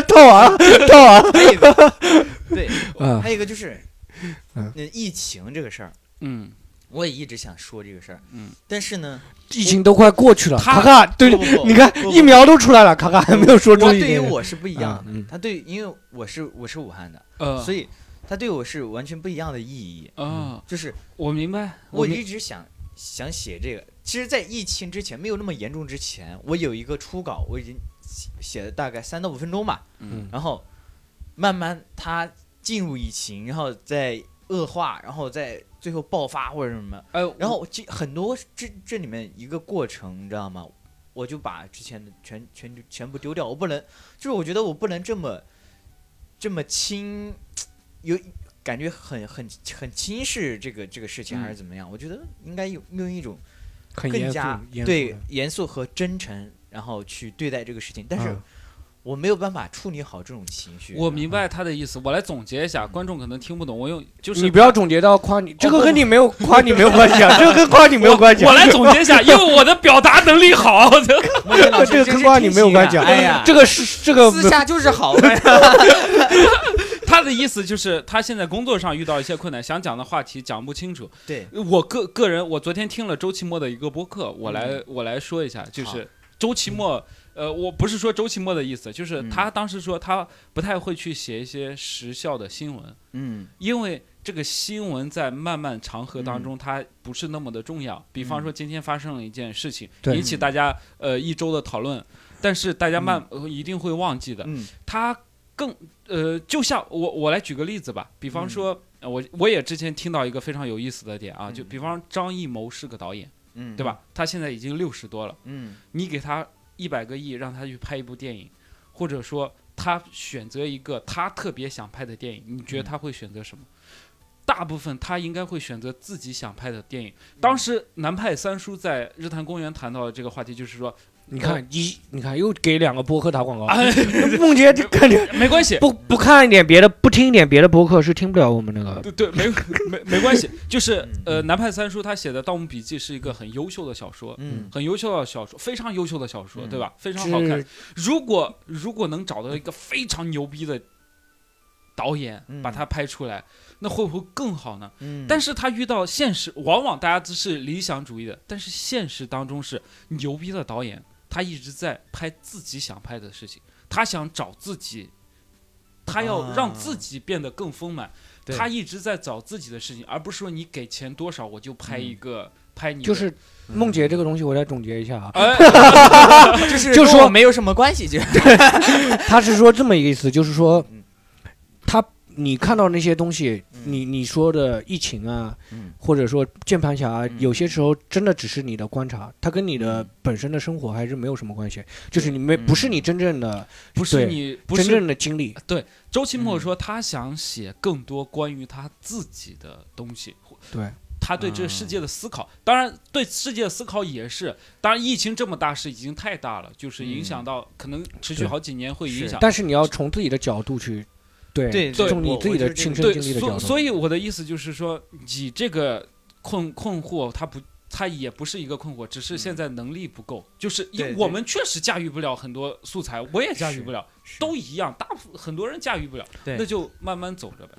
C: 套娃 套娃，
B: 还有一个 对，
C: 嗯
B: 还有一个就是，
C: 嗯
B: 那疫情这个事儿，
A: 嗯
B: 我也一直想说这个事儿，
A: 嗯，
B: 但是呢，
C: 疫情都快过去了，
A: 他
C: 卡卡对
B: 不，不不
C: 你看
B: 不不
C: 疫苗都出来了，卡卡还没有说
B: 我
C: 出
B: 对
C: 一
B: 于
C: 点，
B: 我是不一样的，
C: 嗯嗯
B: 他对，因为我是我是武汉的，
A: 呃，
B: 所
A: 以
B: 以他对我是完全不一样的意义，
A: 啊，
B: 就是
A: 我明白，
B: 我
A: 明
B: 一直想想写这个，其实，在疫情之前没有那么严重之前，我有一个初稿，我已经写写了大概三到五分钟吧，
A: 嗯
B: 然后慢慢它进入疫情，然后再恶化，然后再最后爆发或者什么，
A: 哎，
B: 然后这很多这这里面一个过程，你知道吗？我就把之前的全全全部丢掉，我不能，就是我觉得我不能这么这么轻，有感觉很很很轻视这个这个事
A: 嗯
B: 情，还是怎么样？我觉得应该用用一种
C: 很
B: 更
C: 严肃
B: 加，
C: 严肃
B: 对
C: 的
B: 严肃和真诚，然后去对待这个事情。但是
C: 嗯
B: 我没有办法处理好这种情绪。
A: 我明白他的意思，我来总结一下，观众可能听不懂，我用就是
C: 你不要总结到夸你，这
B: 哦不
C: 个
B: 不
C: 跟你没有夸你没有关 系啊，这个跟夸你没有关系啊。
A: 我来总结一下，因为我的表达能力好，
B: 莫言老师
C: 这个
B: 真
C: 跟
B: 是
C: 瓜你
B: 贴
C: 没有
B: 心
C: 关
B: 啊
C: 系啊
B: 哎呀，
C: 这个是这个
B: 私下就是好。哎呀
A: 他的意思就是他现在工作上遇到一些困难，想讲的话题讲不清楚。
B: 对，
A: 我个个人，我昨天听了周奇墨的一个播客，我来、我来说一下，就是周奇墨，呃，我不是说周奇墨的意思，就是
B: 嗯
A: 他当时说他不太会去写一些时效的新闻，
B: 嗯
A: 因为这个新闻在漫漫长河当中，它不是那么的重要。比方说今天发生了一件事情，
C: 对
A: 引起大家呃一周的讨论，但是大家慢、呃一定会忘记的。
B: 嗯
A: 它更呃，就像我我来举个例子吧，比方说，呃我我也之前听到一个非常有意思的点啊，就
B: 嗯
A: 比方张艺谋是个导演，
B: 嗯，
A: 对？吧？他现在已经六十多了，
B: 嗯
A: 你给他一百个亿，让他去拍一部电影，或者说他选择一个他特别想拍的电影，你觉得
B: 嗯
A: 他会选择什么？大部分他应该会选择自己想拍的电影。
B: 嗯
A: 当时南派三叔在日坛公园谈到的这个话题，就是说，
C: 你看一，你看又给两个播客打 广告
A: 啊，，
B: 哎
C: 梦洁就感觉
A: 没关系，
C: 不不看一点别的，不听一点别的播客是听不了我们那个。
A: 对对，没 没没关系，就是
B: 嗯
A: 呃，南派三叔他写的《盗墓笔记》是一个很优秀的小说，
B: 嗯
A: 很优秀的小说，非常优秀的小说，
B: 嗯
A: 对吧？非常好看
C: 是。，
A: 如果如果能找到一个非常牛逼的导演
B: 嗯
A: 把它拍出来，那会不会更好呢？
B: 嗯，
A: 但
B: 是
A: 是他遇到现实，往往大家都是理想主义的，但是现实当中是牛逼的导演，他一直在拍自己想拍的事情，他想找自己，他要让自己变得更丰满，
B: 啊对
A: 他一直在找自己的事情，而不是说你给钱多少我就拍
B: 嗯
A: 一个、拍你的，
C: 就是梦洁这个东西，我来总结一下啊，
A: 哎，
B: 就是
C: 就
B: 跟
C: 说
B: 我没有什么关系，就是
C: 他是说这么一个意思，就是说
B: 嗯，
C: 他你看到那些东西，
B: 嗯
C: 你你说的疫情啊，
B: 嗯
C: 或者说键盘侠啊
B: 嗯，
C: 有些时候真的只是你的观察，它跟你的
B: 嗯
C: 本身的生活还是没有什么关系，就是你没
B: 嗯呃
C: 不是你真正的
A: 不是
C: 对
A: 你不
C: 真
A: 是
C: 正的经历，
A: 周奇墨
B: 嗯
A: 说他想写更多关于他自己的东西，
C: 对，
A: 他对这个
C: 嗯
A: 世界的思考，当然对世界的思考也是，当然疫情这么大事已经太大了，就是影响到、可能持续
C: 嗯对
A: 好几年会影响。
C: 但是你要从自己的角度去，对
B: 对对
C: 从你
B: 我
C: 自己
B: 我
C: 的
B: 就是
C: 亲
B: 这
C: 身
A: 对，
C: 经历的角
A: 所
C: 度，
A: 所以我的意思就是说，你这个困困惑，它不。它也不是一个困惑，只是
C: 嗯
A: 现在能力不够，就是因为
B: 对对
A: 我们确实驾驭不了很多素材，我也驾驭不了，都一样，大部分很多人驾驭不了，
B: 对
A: 那就慢慢走着呗，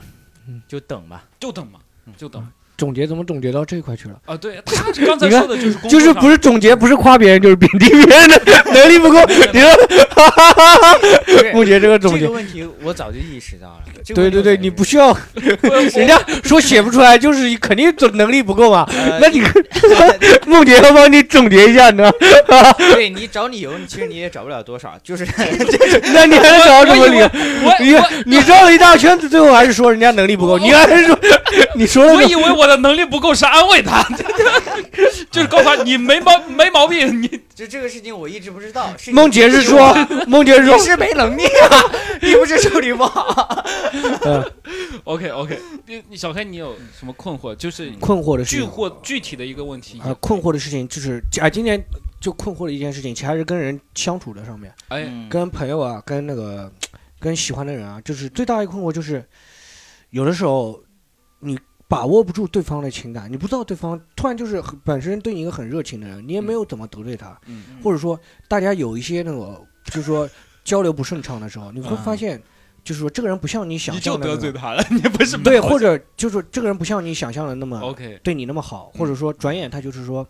B: 就等 吧。
A: 就等嘛，
C: 嗯
A: 就等
C: 总结怎么总结到这一块去了？
A: 啊。对他刚才
C: 你看
A: 说的就是工作
C: 就是
A: 上
C: 不是总结，不是夸别人，就是贬低别人的 能力不够。你说
B: 这
C: 梦洁这个总结
B: 个，问题我早就意识到了。这个
C: 对
B: 问题
C: 对
B: 我
C: 对，
B: 早
C: 你
B: 就
C: 不需要，
A: 我
C: 人家说写不出来，就是肯定总 能力不够嘛。
B: 呃
C: 那你梦洁要帮你总结一 下，你知道？
B: 对你找理由，你其实你也找不了多少，就是
C: 那你还能找到什么理由？
A: 我
C: 你
A: 我
C: 你绕了一大圈子，最后还是说人家能力不够，你还是说你说
A: 我
C: 了
A: 以为我我的能力不够是安慰 他，就是告诉他你没 毛没毛病， 你
B: 就这个事情我一直不知道。是你
C: 梦洁是说， 梦洁是
B: 你
C: 说，
B: 是没能力啊，你不是处理不好。
C: 呃，
A: OK OK。你你小黑，你有什么困惑？就是
C: 嗯困惑的事
A: 具
C: 情
A: 或具体的一个问题
C: 啊，困惑的事情就是啊，今年就困惑的一件事情，其实还是跟人相处的上面，
A: 哎，
C: 跟朋友啊，跟那个跟喜欢的人啊，就是最大一个困惑就是，有的时候你把握不住对方的情感，你不知道对方突然就是很本身对你一个很热情的人，你也没有怎么得罪他，
A: 嗯
C: 或者说大家有一些那种就是说交流不顺畅的时候，你会发现就是说这个人不像你想
A: 嗯你就
C: 象的
A: 得
C: 那
A: 罪
C: 么
A: 他了，你不是
C: 嗯对，或者就是说这个人不像你想象的那么
A: OK
C: 对你那么好，
A: 嗯
C: 或者说转眼他就是说，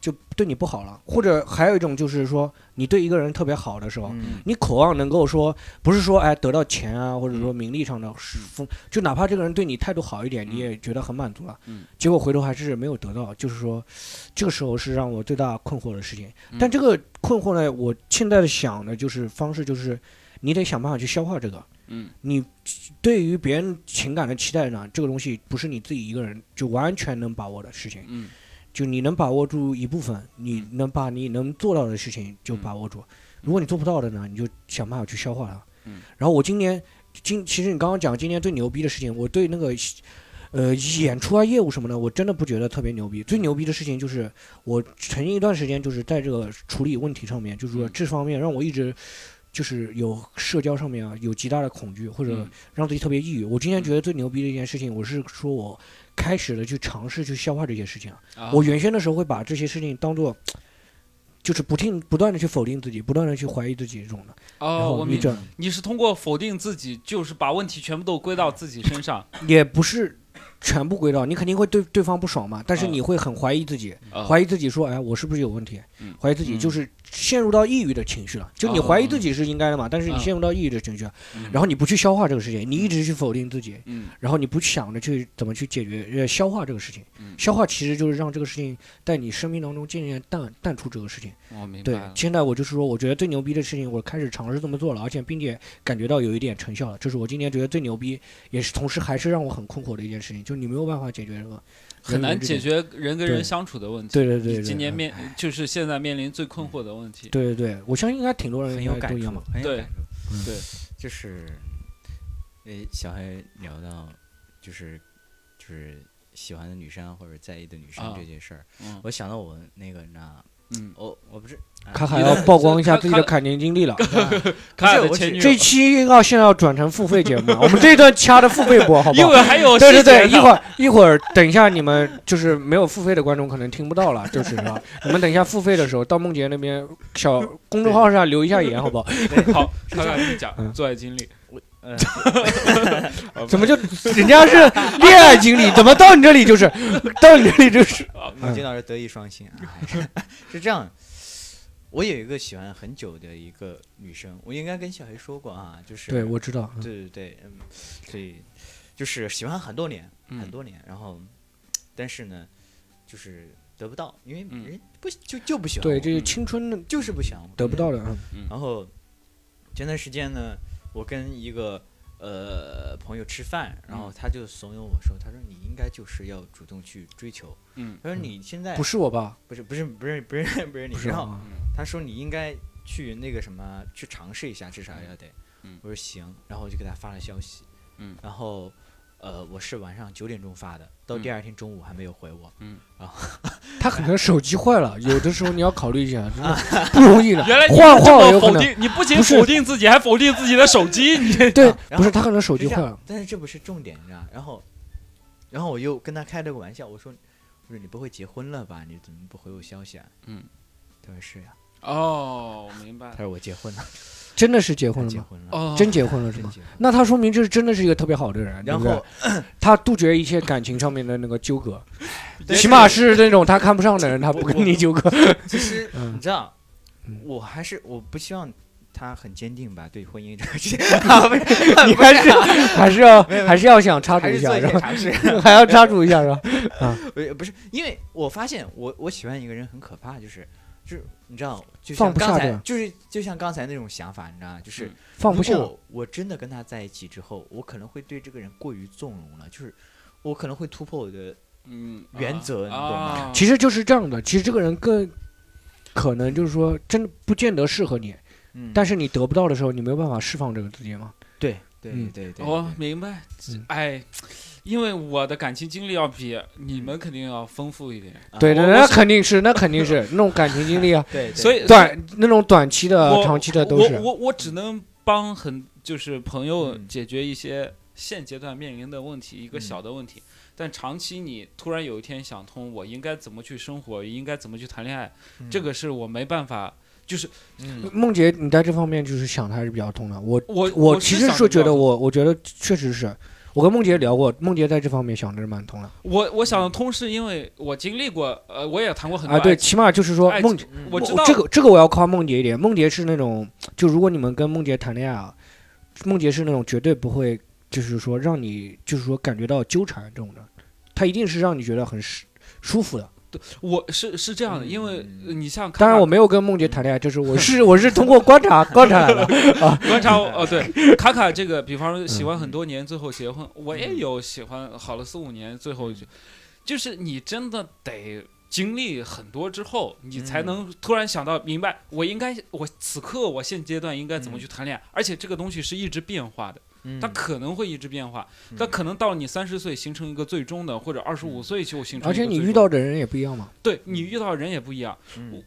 C: 就对你不好了，或者还有一种就是说，你对一个人特别好的时候，
B: 嗯
C: 你渴望能够说，不是说哎得到钱啊，或者说名利上的丰，就哪怕这个人对你态度好一点，
A: 嗯
C: 你也觉得很满足了
A: 嗯。
C: 结果回头还是没有得到，就是说，这个时候是让我最大困惑的事情
A: 嗯。
C: 但这个困惑呢，我现在的想的就是方式就是，你得想办法去消化这个。
A: 嗯
C: 你对于别人情感的期待呢，这个东西不是你自己一个人就完全能把握的事情。
A: 嗯
C: 就你能把握住一部分，你
A: 嗯
C: 能把你能做到的事情就把握住。如果你做不到的呢，你就想办法去消化它。
A: 嗯
C: 然后我今年今其实你刚刚讲今年最牛逼的事情，我对那个呃演出啊业务什么的，我真的不觉得特别牛逼。最牛逼的事情就是我曾经一段时间就是在这个处理问题上面，就是说
A: 嗯
C: 这方面让我一直。就是有社交上面啊有极大的恐惧，或者
A: 嗯
C: 让自己特别抑郁。我今天
A: 嗯
C: 觉得最牛逼的一件事情，我是说我开始了去尝试去消化这些事情啊。
A: 啊
C: 我原先的时候会把这些事情当做，就是不停不断的去否定自己，不断的去怀疑自己这种的。然
A: 哦，
C: 后
A: 我
C: 你
A: 明
C: 这
A: 你是通过否定自己，就是把问题全部都归到自己身上，
C: 也不是全部归到，你肯定会对对方不爽嘛，但是
A: 嗯
C: 你会很怀疑自己，
A: 啊
C: 怀疑自己说，哎，我是不是有问题
A: 嗯？
C: 怀疑自己
B: 嗯
C: 就是陷入到抑郁的情绪了。就你
A: 哦
C: 怀疑自己是应该的嘛，但是你
A: 嗯
C: 陷入到抑郁的情绪了，
A: 嗯
C: 然后你不去消化这个事情，你一直去否定自己，
A: 嗯
C: 然后你不想着去怎么去解决、呃、消化这个事情
A: 嗯。
C: 消化其实就是让这个事情在你生命当中渐渐淡淡出这个事情。
A: 我明白
C: 对
A: 了，
C: 现在我就是说，我觉得最牛逼的事情，我开始尝试这么做了，而且并且感觉到有一点成效了。这是我今年觉得最牛逼，也是同时还是让我很困惑的一件事情，就你没有办法解决这个
A: 很难解。决人跟人
C: 对
A: 相处的问题。
C: 对对对对，
A: 今年
C: 对
A: 面就是现在面临最困惑的问题。
C: 对对对，我相信应该挺多人
B: 很有
C: 应该
B: 感
C: 都一
B: 触
C: 样嘛。，
B: 很有
A: 对
B: 感触。
A: 对，
B: 就是，诶，小黑聊到就是就是喜欢的女生或者在意的女生
A: 啊
B: 这件事儿，
A: 嗯
B: 我想到我那个那
A: 嗯，
B: 我我不是啊
C: 卡卡
A: 你
C: 要
A: 的
C: 曝光一
A: 这
C: 下
A: 卡
C: 自己
A: 卡
C: 的砍年经历 了。
A: 卡尔的
B: 不是我
A: 前女
B: 只
A: 友
C: 这期要现在要转成付费节目了，我们这一段掐的付费播，好不
A: 一
C: 好
A: 会？儿还有
C: 对对
A: 细节
C: 对，
A: 呢
C: 一会儿一会儿，等一下你们就是没有付费的观众可能听不到了，就是说，你们等一下付费的时候到梦洁那边小公众号上留一下言，好不好？
A: 好，卡卡跟你讲
C: 嗯
A: 做爱经历，
B: 呃
C: 怎么就人家是恋爱经历，怎么到你这里就是到你这 里就是
B: 孟杰老师德艺双馨啊， 是这样。我有一个喜欢很久的一个女生，我应该跟小黑说过啊，就是
C: 对，我知道，嗯
B: 对对对，嗯，所以就是喜欢很多年，很
A: 嗯
B: 多年，然后但是呢，就是得不到，因为
A: 嗯
B: 人不喜就就不喜欢
C: 对，
B: 我，
C: 这是青春的
B: 就是不喜欢我，
C: 得不到的，
B: 然后前段时间呢，我跟一个呃朋友吃饭，然
A: 嗯
B: 后他就怂恿我说，他说你应该就是要主动去追求，
A: 嗯
B: 他说
C: 嗯
B: 你现在
C: 嗯不是我吧？
B: 不是不是不是不是不是你
C: 不是
B: 知道，
C: 啊，
B: 他说你应该去那个什么去尝试一下，至少要得。
A: 嗯
B: 我说行，然后我就给他发了消息，
A: 嗯
B: 然后呃我是晚上九点钟发的，到
A: 嗯
B: 第二天中午还没有回我，
C: 他可能手机坏了，有的时候你要考虑一下，真的 不容易的。
A: 原来你
C: 换
A: 这
C: 换
A: 么
C: 有可
A: 否
C: 能
A: 定，你不仅
C: 不是
A: 否定自己，还否定自己的手机，你
C: 对，
B: 然
C: 不是
B: 后
C: 他可能手
B: 手
C: 机坏了，
B: 但是这不是重点，你知道？然后，然后我又跟他开了个玩笑，我说：“我说你不会结婚了吧？你怎么不回我消息啊？”
A: 嗯，
B: 他说是呀、 啊
A: 哦，我明白
B: 他说我结婚了，
C: 真的是结
B: 他
C: 婚了
B: 结
C: 吗？
B: 婚了，
A: 哦，
C: 真结婚了是
B: 真
C: 吗？
B: 结婚了。
C: 那他说明这真的是一个特别好的人，对
B: 然
C: 不对
B: 后
C: 他杜绝一切感情上面的那个纠葛，
A: 也
C: 起码是那种他看不上的人，他不跟你纠葛。
B: 其实
C: 嗯
B: 你知道
C: 嗯，
B: 我还是我不希望他很坚定吧，对婚姻这个事情，啊不 是
C: 你
B: 不是
C: 还是还是要
B: 没有没有
C: 还是要想插足
B: 还
C: 一
B: 是做
C: 下，
B: 一些
C: 然后
B: 尝试。
C: 还要插足一下，然后
B: 不不是，因为我发现我我喜欢一个人很可怕，就是就是你知道，就
C: 放
B: 像
C: 不
B: 刚
C: 下
B: 才
C: 的
B: 就是就像刚才那种想法，你知道吗，就是。
A: 嗯
C: 放不
B: 如
C: 下。
B: 果我真的跟他在一起之后，我可能会对这个人过于纵容了，就是我可能会突破我的
A: 嗯，
B: 原则你懂吗
A: 啊、
C: 其实就是这样的，其实这个人更可能就是说，真的不见得适合你，
B: 嗯，
C: 但是你得不到的时候，你没有办法释放这个自己嘛。
B: 对对
C: 嗯
B: 对对，
A: 我
B: 对
A: 明白，这
C: 嗯
A: 哎，因为我的感情经历要比你们肯定要丰富一点，
B: 啊
C: 对
A: 我
C: 的，
A: 我
C: 那
A: 是
C: 肯定是，那肯定是那种感情经历啊，
B: 对，对
A: 所以
C: 短那种短期的、
A: 我
C: 呃长期的都
A: 我
C: 是。
A: 我我只能帮很就是朋友
B: 嗯
A: 解决一些现阶段面临的问题，一个
B: 嗯
A: 小的问题。但长期你突然有一天想通，我应该怎么去生活，应该怎么去谈恋爱，这个是我没办法。就是
B: 嗯
C: 梦姐，你在这方面就是想的还是比较通的。我
A: 我
C: 我其实
A: 想
C: 是
A: 得
C: 觉得
A: 通
C: 我，我觉得确实是我跟梦姐聊过，梦姐在这方面想的是蛮通的
A: 我我想得通，是因为我经历过，呃，我也谈过很多
C: 啊。对，
A: 爱情
C: 起码就是说
A: 爱
C: 梦，
B: 嗯
A: 我
C: 梦
A: 知道
C: 这个这个我要夸梦姐一点，梦姐是那种，就如果你们跟梦姐谈恋爱啊，梦姐是那种绝对不会，就是说让你就是说感觉到纠缠这种的，她一定是让你觉得很舒舒服的。
A: 我是是这样的，
B: 嗯
A: 因为
B: 嗯
A: 呃你像
C: 当然
A: 卡
C: 我没有跟梦姐谈恋爱，这是我是我是通过观察观察来 的。
A: 观察我哦，对，卡卡这个，比方说喜欢
B: 嗯
A: 很多年，最后结婚，我也有喜欢好了四五年，最后就就是你真的得经历很多之后，你才
B: 嗯
A: 能突然想到明白，我应该我此刻我现阶段应该怎么去谈恋爱，而且这个东西是一直变化的，
B: 嗯
A: 它可能会一直变化，
B: 嗯
A: 它可能到你三十岁形成一个最终的，或者二十五岁就形成
C: 而
A: 一个最
C: 且你
A: 终的，
C: 遇到的人也不一样嘛。
A: 对你遇到的人也不一样。
B: 嗯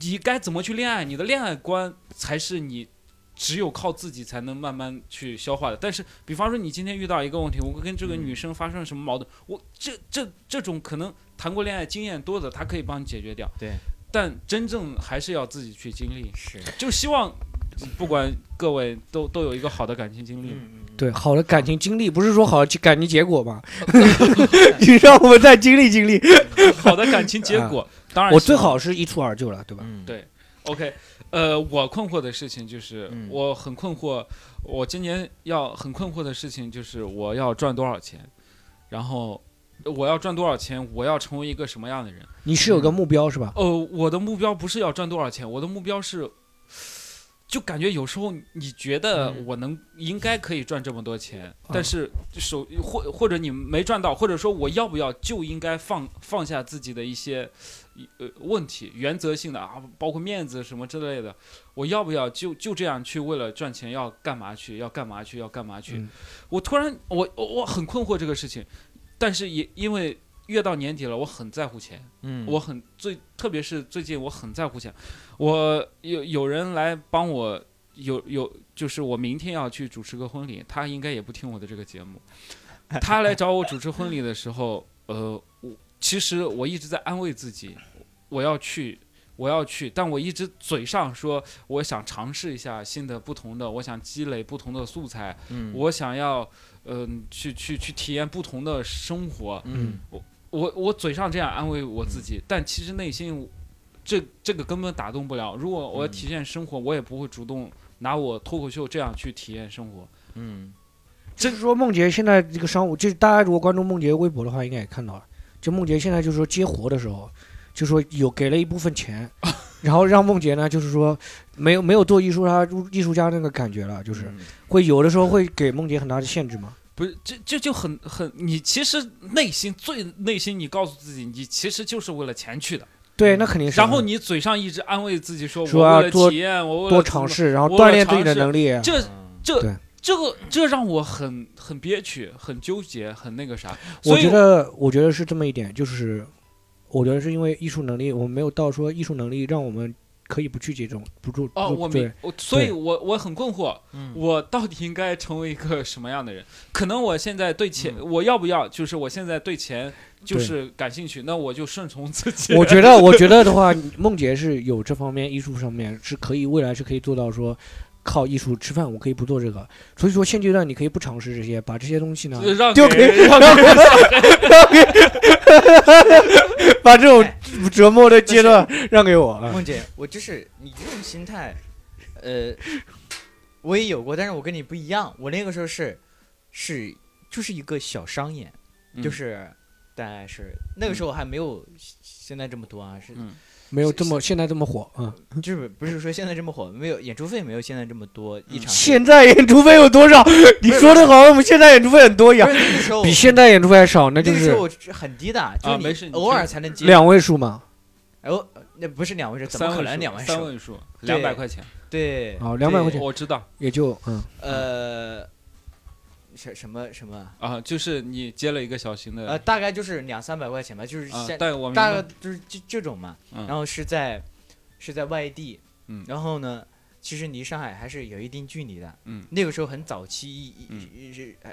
A: 你该怎么去恋爱，你的恋爱观才是你只有靠自己才能慢慢去消化的。但是，比方说你今天遇到一个问题，我跟这个
B: 嗯
A: 女生发生了什么矛盾，我这这这种可能谈过恋爱经验多的，她可以帮你解决掉。
B: 对，
A: 但真正还是要自己去经历。
B: 是
A: 就希望不管各位都都有一个好的感情经历。
B: 嗯嗯
C: 对，好的感情经历不是说好的感情结果嘛， 你让我们再经历经历。
B: 嗯
A: 好的感情结 果，
B: 啊
A: 当然
C: 我
A: 是
C: 最好是一蹴而就了，对吧？
B: 嗯
A: 对 OK，呃，我困惑的事情就是，
B: 嗯
A: 我很困惑，我今年要很困惑的事情就是我要赚多少钱，然后我要赚多少钱，我要成为一个什么样的人？
C: 你是有个目标是吧？
A: 哦、我的目标不是要赚多少钱，我的目标是，就感觉有时候你觉得
B: 嗯
A: 我能、应该可以赚这么多钱，但是手或或者你没赚到，或者说我要不要就应该放放下自己的一些呃问题，原则性的啊，包括面子什么之类的，我要不要就就这样去为了赚钱要干嘛去，要干嘛去，要干嘛去？
C: 嗯
A: 我突然我我我很困惑这个事情，但是也因为越到年底了，我很在乎钱。
B: 嗯
A: 我很最，特别是最近我很在乎钱，我有有人来帮我，有有就是我明天要去主持个婚礼，他应该也不听我的这个节 目，他来找我主持婚礼的时候，呃，我其实我一直在安慰自己，我要去。我要去，但我一直嘴上说我想尝试一下新的、不同的，我想积累不同的素材，
B: 嗯
A: 我想要，嗯、去去去体验不同的生活。
B: 嗯
A: 我我嘴上这样安慰我自己，但其实内心这这个根本打动不了。如果我要
B: 嗯
A: 体验生活，我也不会主动拿我脱口秀这样去体验生活。
B: 嗯
C: 就是说梦洁现在这个商务，就是大家如果关注梦洁微博的话，应该也看到了。就梦洁现在就是说接活的时候，就说有给了一部分钱， 然后让梦洁呢，就是说没有没有做艺术家艺术家那个感觉了，就是
B: 嗯
C: 会有的时候会给梦洁很大的限制嘛。
A: 不是，这这就很很，你其实内心最内心，你告诉自己，你其实就是为了钱去的。
C: 对，那肯定是。啊
A: 然后你嘴上一直安慰自己说，
C: 说
A: 我
C: 啊
A: 为了
C: 多
A: 体验，我为了
C: 多
A: 怎
C: 尝
A: 么。
C: 试，然后
A: 我
C: 锻炼自己
A: 尝
C: 的
A: 试
C: 能力。啊
A: 这
B: 嗯
A: 这
C: 对
A: 这个这让我很很憋屈，很纠结，很那个啥。
C: 我
A: 所以
C: 觉得，我觉得是这么一点，就是我觉得是因为艺术能力，我们没有到说艺术能力让我们可以不去接这种不住
A: 哦，
C: 不
A: 我
C: 对
A: 明我，所以
C: 对
A: 我我很困惑，
B: 嗯
A: 我到底应该成为一个什么样的人？ 可能我现在对钱，
C: 嗯
A: 我要不要？就是我现在对钱就是感兴趣，那我就顺从自己。
C: 我觉得，我觉得的话， 梦洁是有这方面艺术上面是可以未来是可以做到说靠艺术吃饭，我可以不做这个。所以说现阶段你可以不尝试这些，把这些东西呢，
A: 呃 让
C: 就
A: 给
C: 可以
A: 让给
C: 把这种折磨的阶段让给我啊。
B: 梦姐，我就是你这种心态，呃，我也有过，但是我跟你不一样，我那个时候是是就是一个小商演，
A: 嗯
B: 就是大概是那个时候还没有现在这么多啊，是
A: 嗯
C: 没有这么现在这么火，嗯，
B: 就是不是说现在这么火，没有演出费没有现在这么多，
A: 嗯
B: 一场
C: 现在演出费有多少？你说的好像我们现在演出费很多一
B: 不
C: 样
B: 是，那个时候
C: 比现在演出费还少，那
B: 那
C: 就
B: 个时
C: 是
B: 候我是很低的，就是
A: 啊
B: 你
A: 没事你
B: 偶尔才能接，
C: 两位数嘛，
B: 哎我那不是两位数，怎
A: 三
B: 么可
A: 位
B: 能
A: 数
B: 两位
A: 三
B: 数？
A: 位数，
B: 对
A: 两百块钱，
B: 对，
C: 哦200块
B: 对
C: 钱
A: 我知道
C: 也就嗯，
B: 呃，什什么什么，
A: 啊，就是你接了一个小型的
C: 啊
B: 呃，大概就是两三百块钱吧，就是
A: 啊
B: 现，
A: 但我明
B: 大概
A: 白，
B: 就是这这种嘛，
A: 嗯
B: 然后是在是在外地，
A: 嗯
B: 然后呢，其实离上海还是有一定距离的，
A: 嗯
B: 那个时候很早期，一
A: 嗯
B: 一一是呃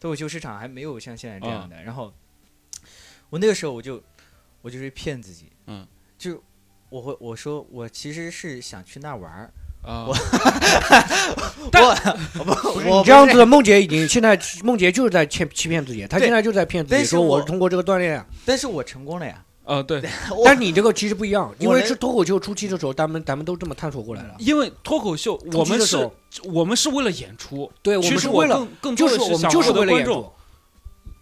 B: 脱口秀市场还没有像现在这样的，然后我那个时候我就我就是骗自己，
A: 嗯，
B: 就我会我说我其实是想去那儿 玩儿，
A: 啊，哦
B: 我不
C: 不是
B: 我
C: 你
B: 不
C: 这样子
B: 是
C: 的，梦姐已经现在梦姐就是在骗欺骗自己，她
B: 对
C: 现在就是在骗自己，
B: 但是
C: 说
B: 我
C: 我通过这个锻炼，啊
B: 但是我成功了呀，
A: 呃，对，
B: 我
C: 但你这个其实不一样，因
B: 我
C: 为
B: 能
C: 是脱口秀初期的时候，咱们咱们都这么探索过来了，
A: 因为脱口秀我们
C: 的时
A: 是
C: 候，
A: 我们是为了演出，
C: 对，我
A: 其
C: 们
A: 实
C: 是
A: 我
C: 为了
A: 更更
C: 就
A: 多的
C: 是我们
A: 想
C: 就是
A: 获得
C: 为了
A: 观
C: 演
A: 众，
C: 出，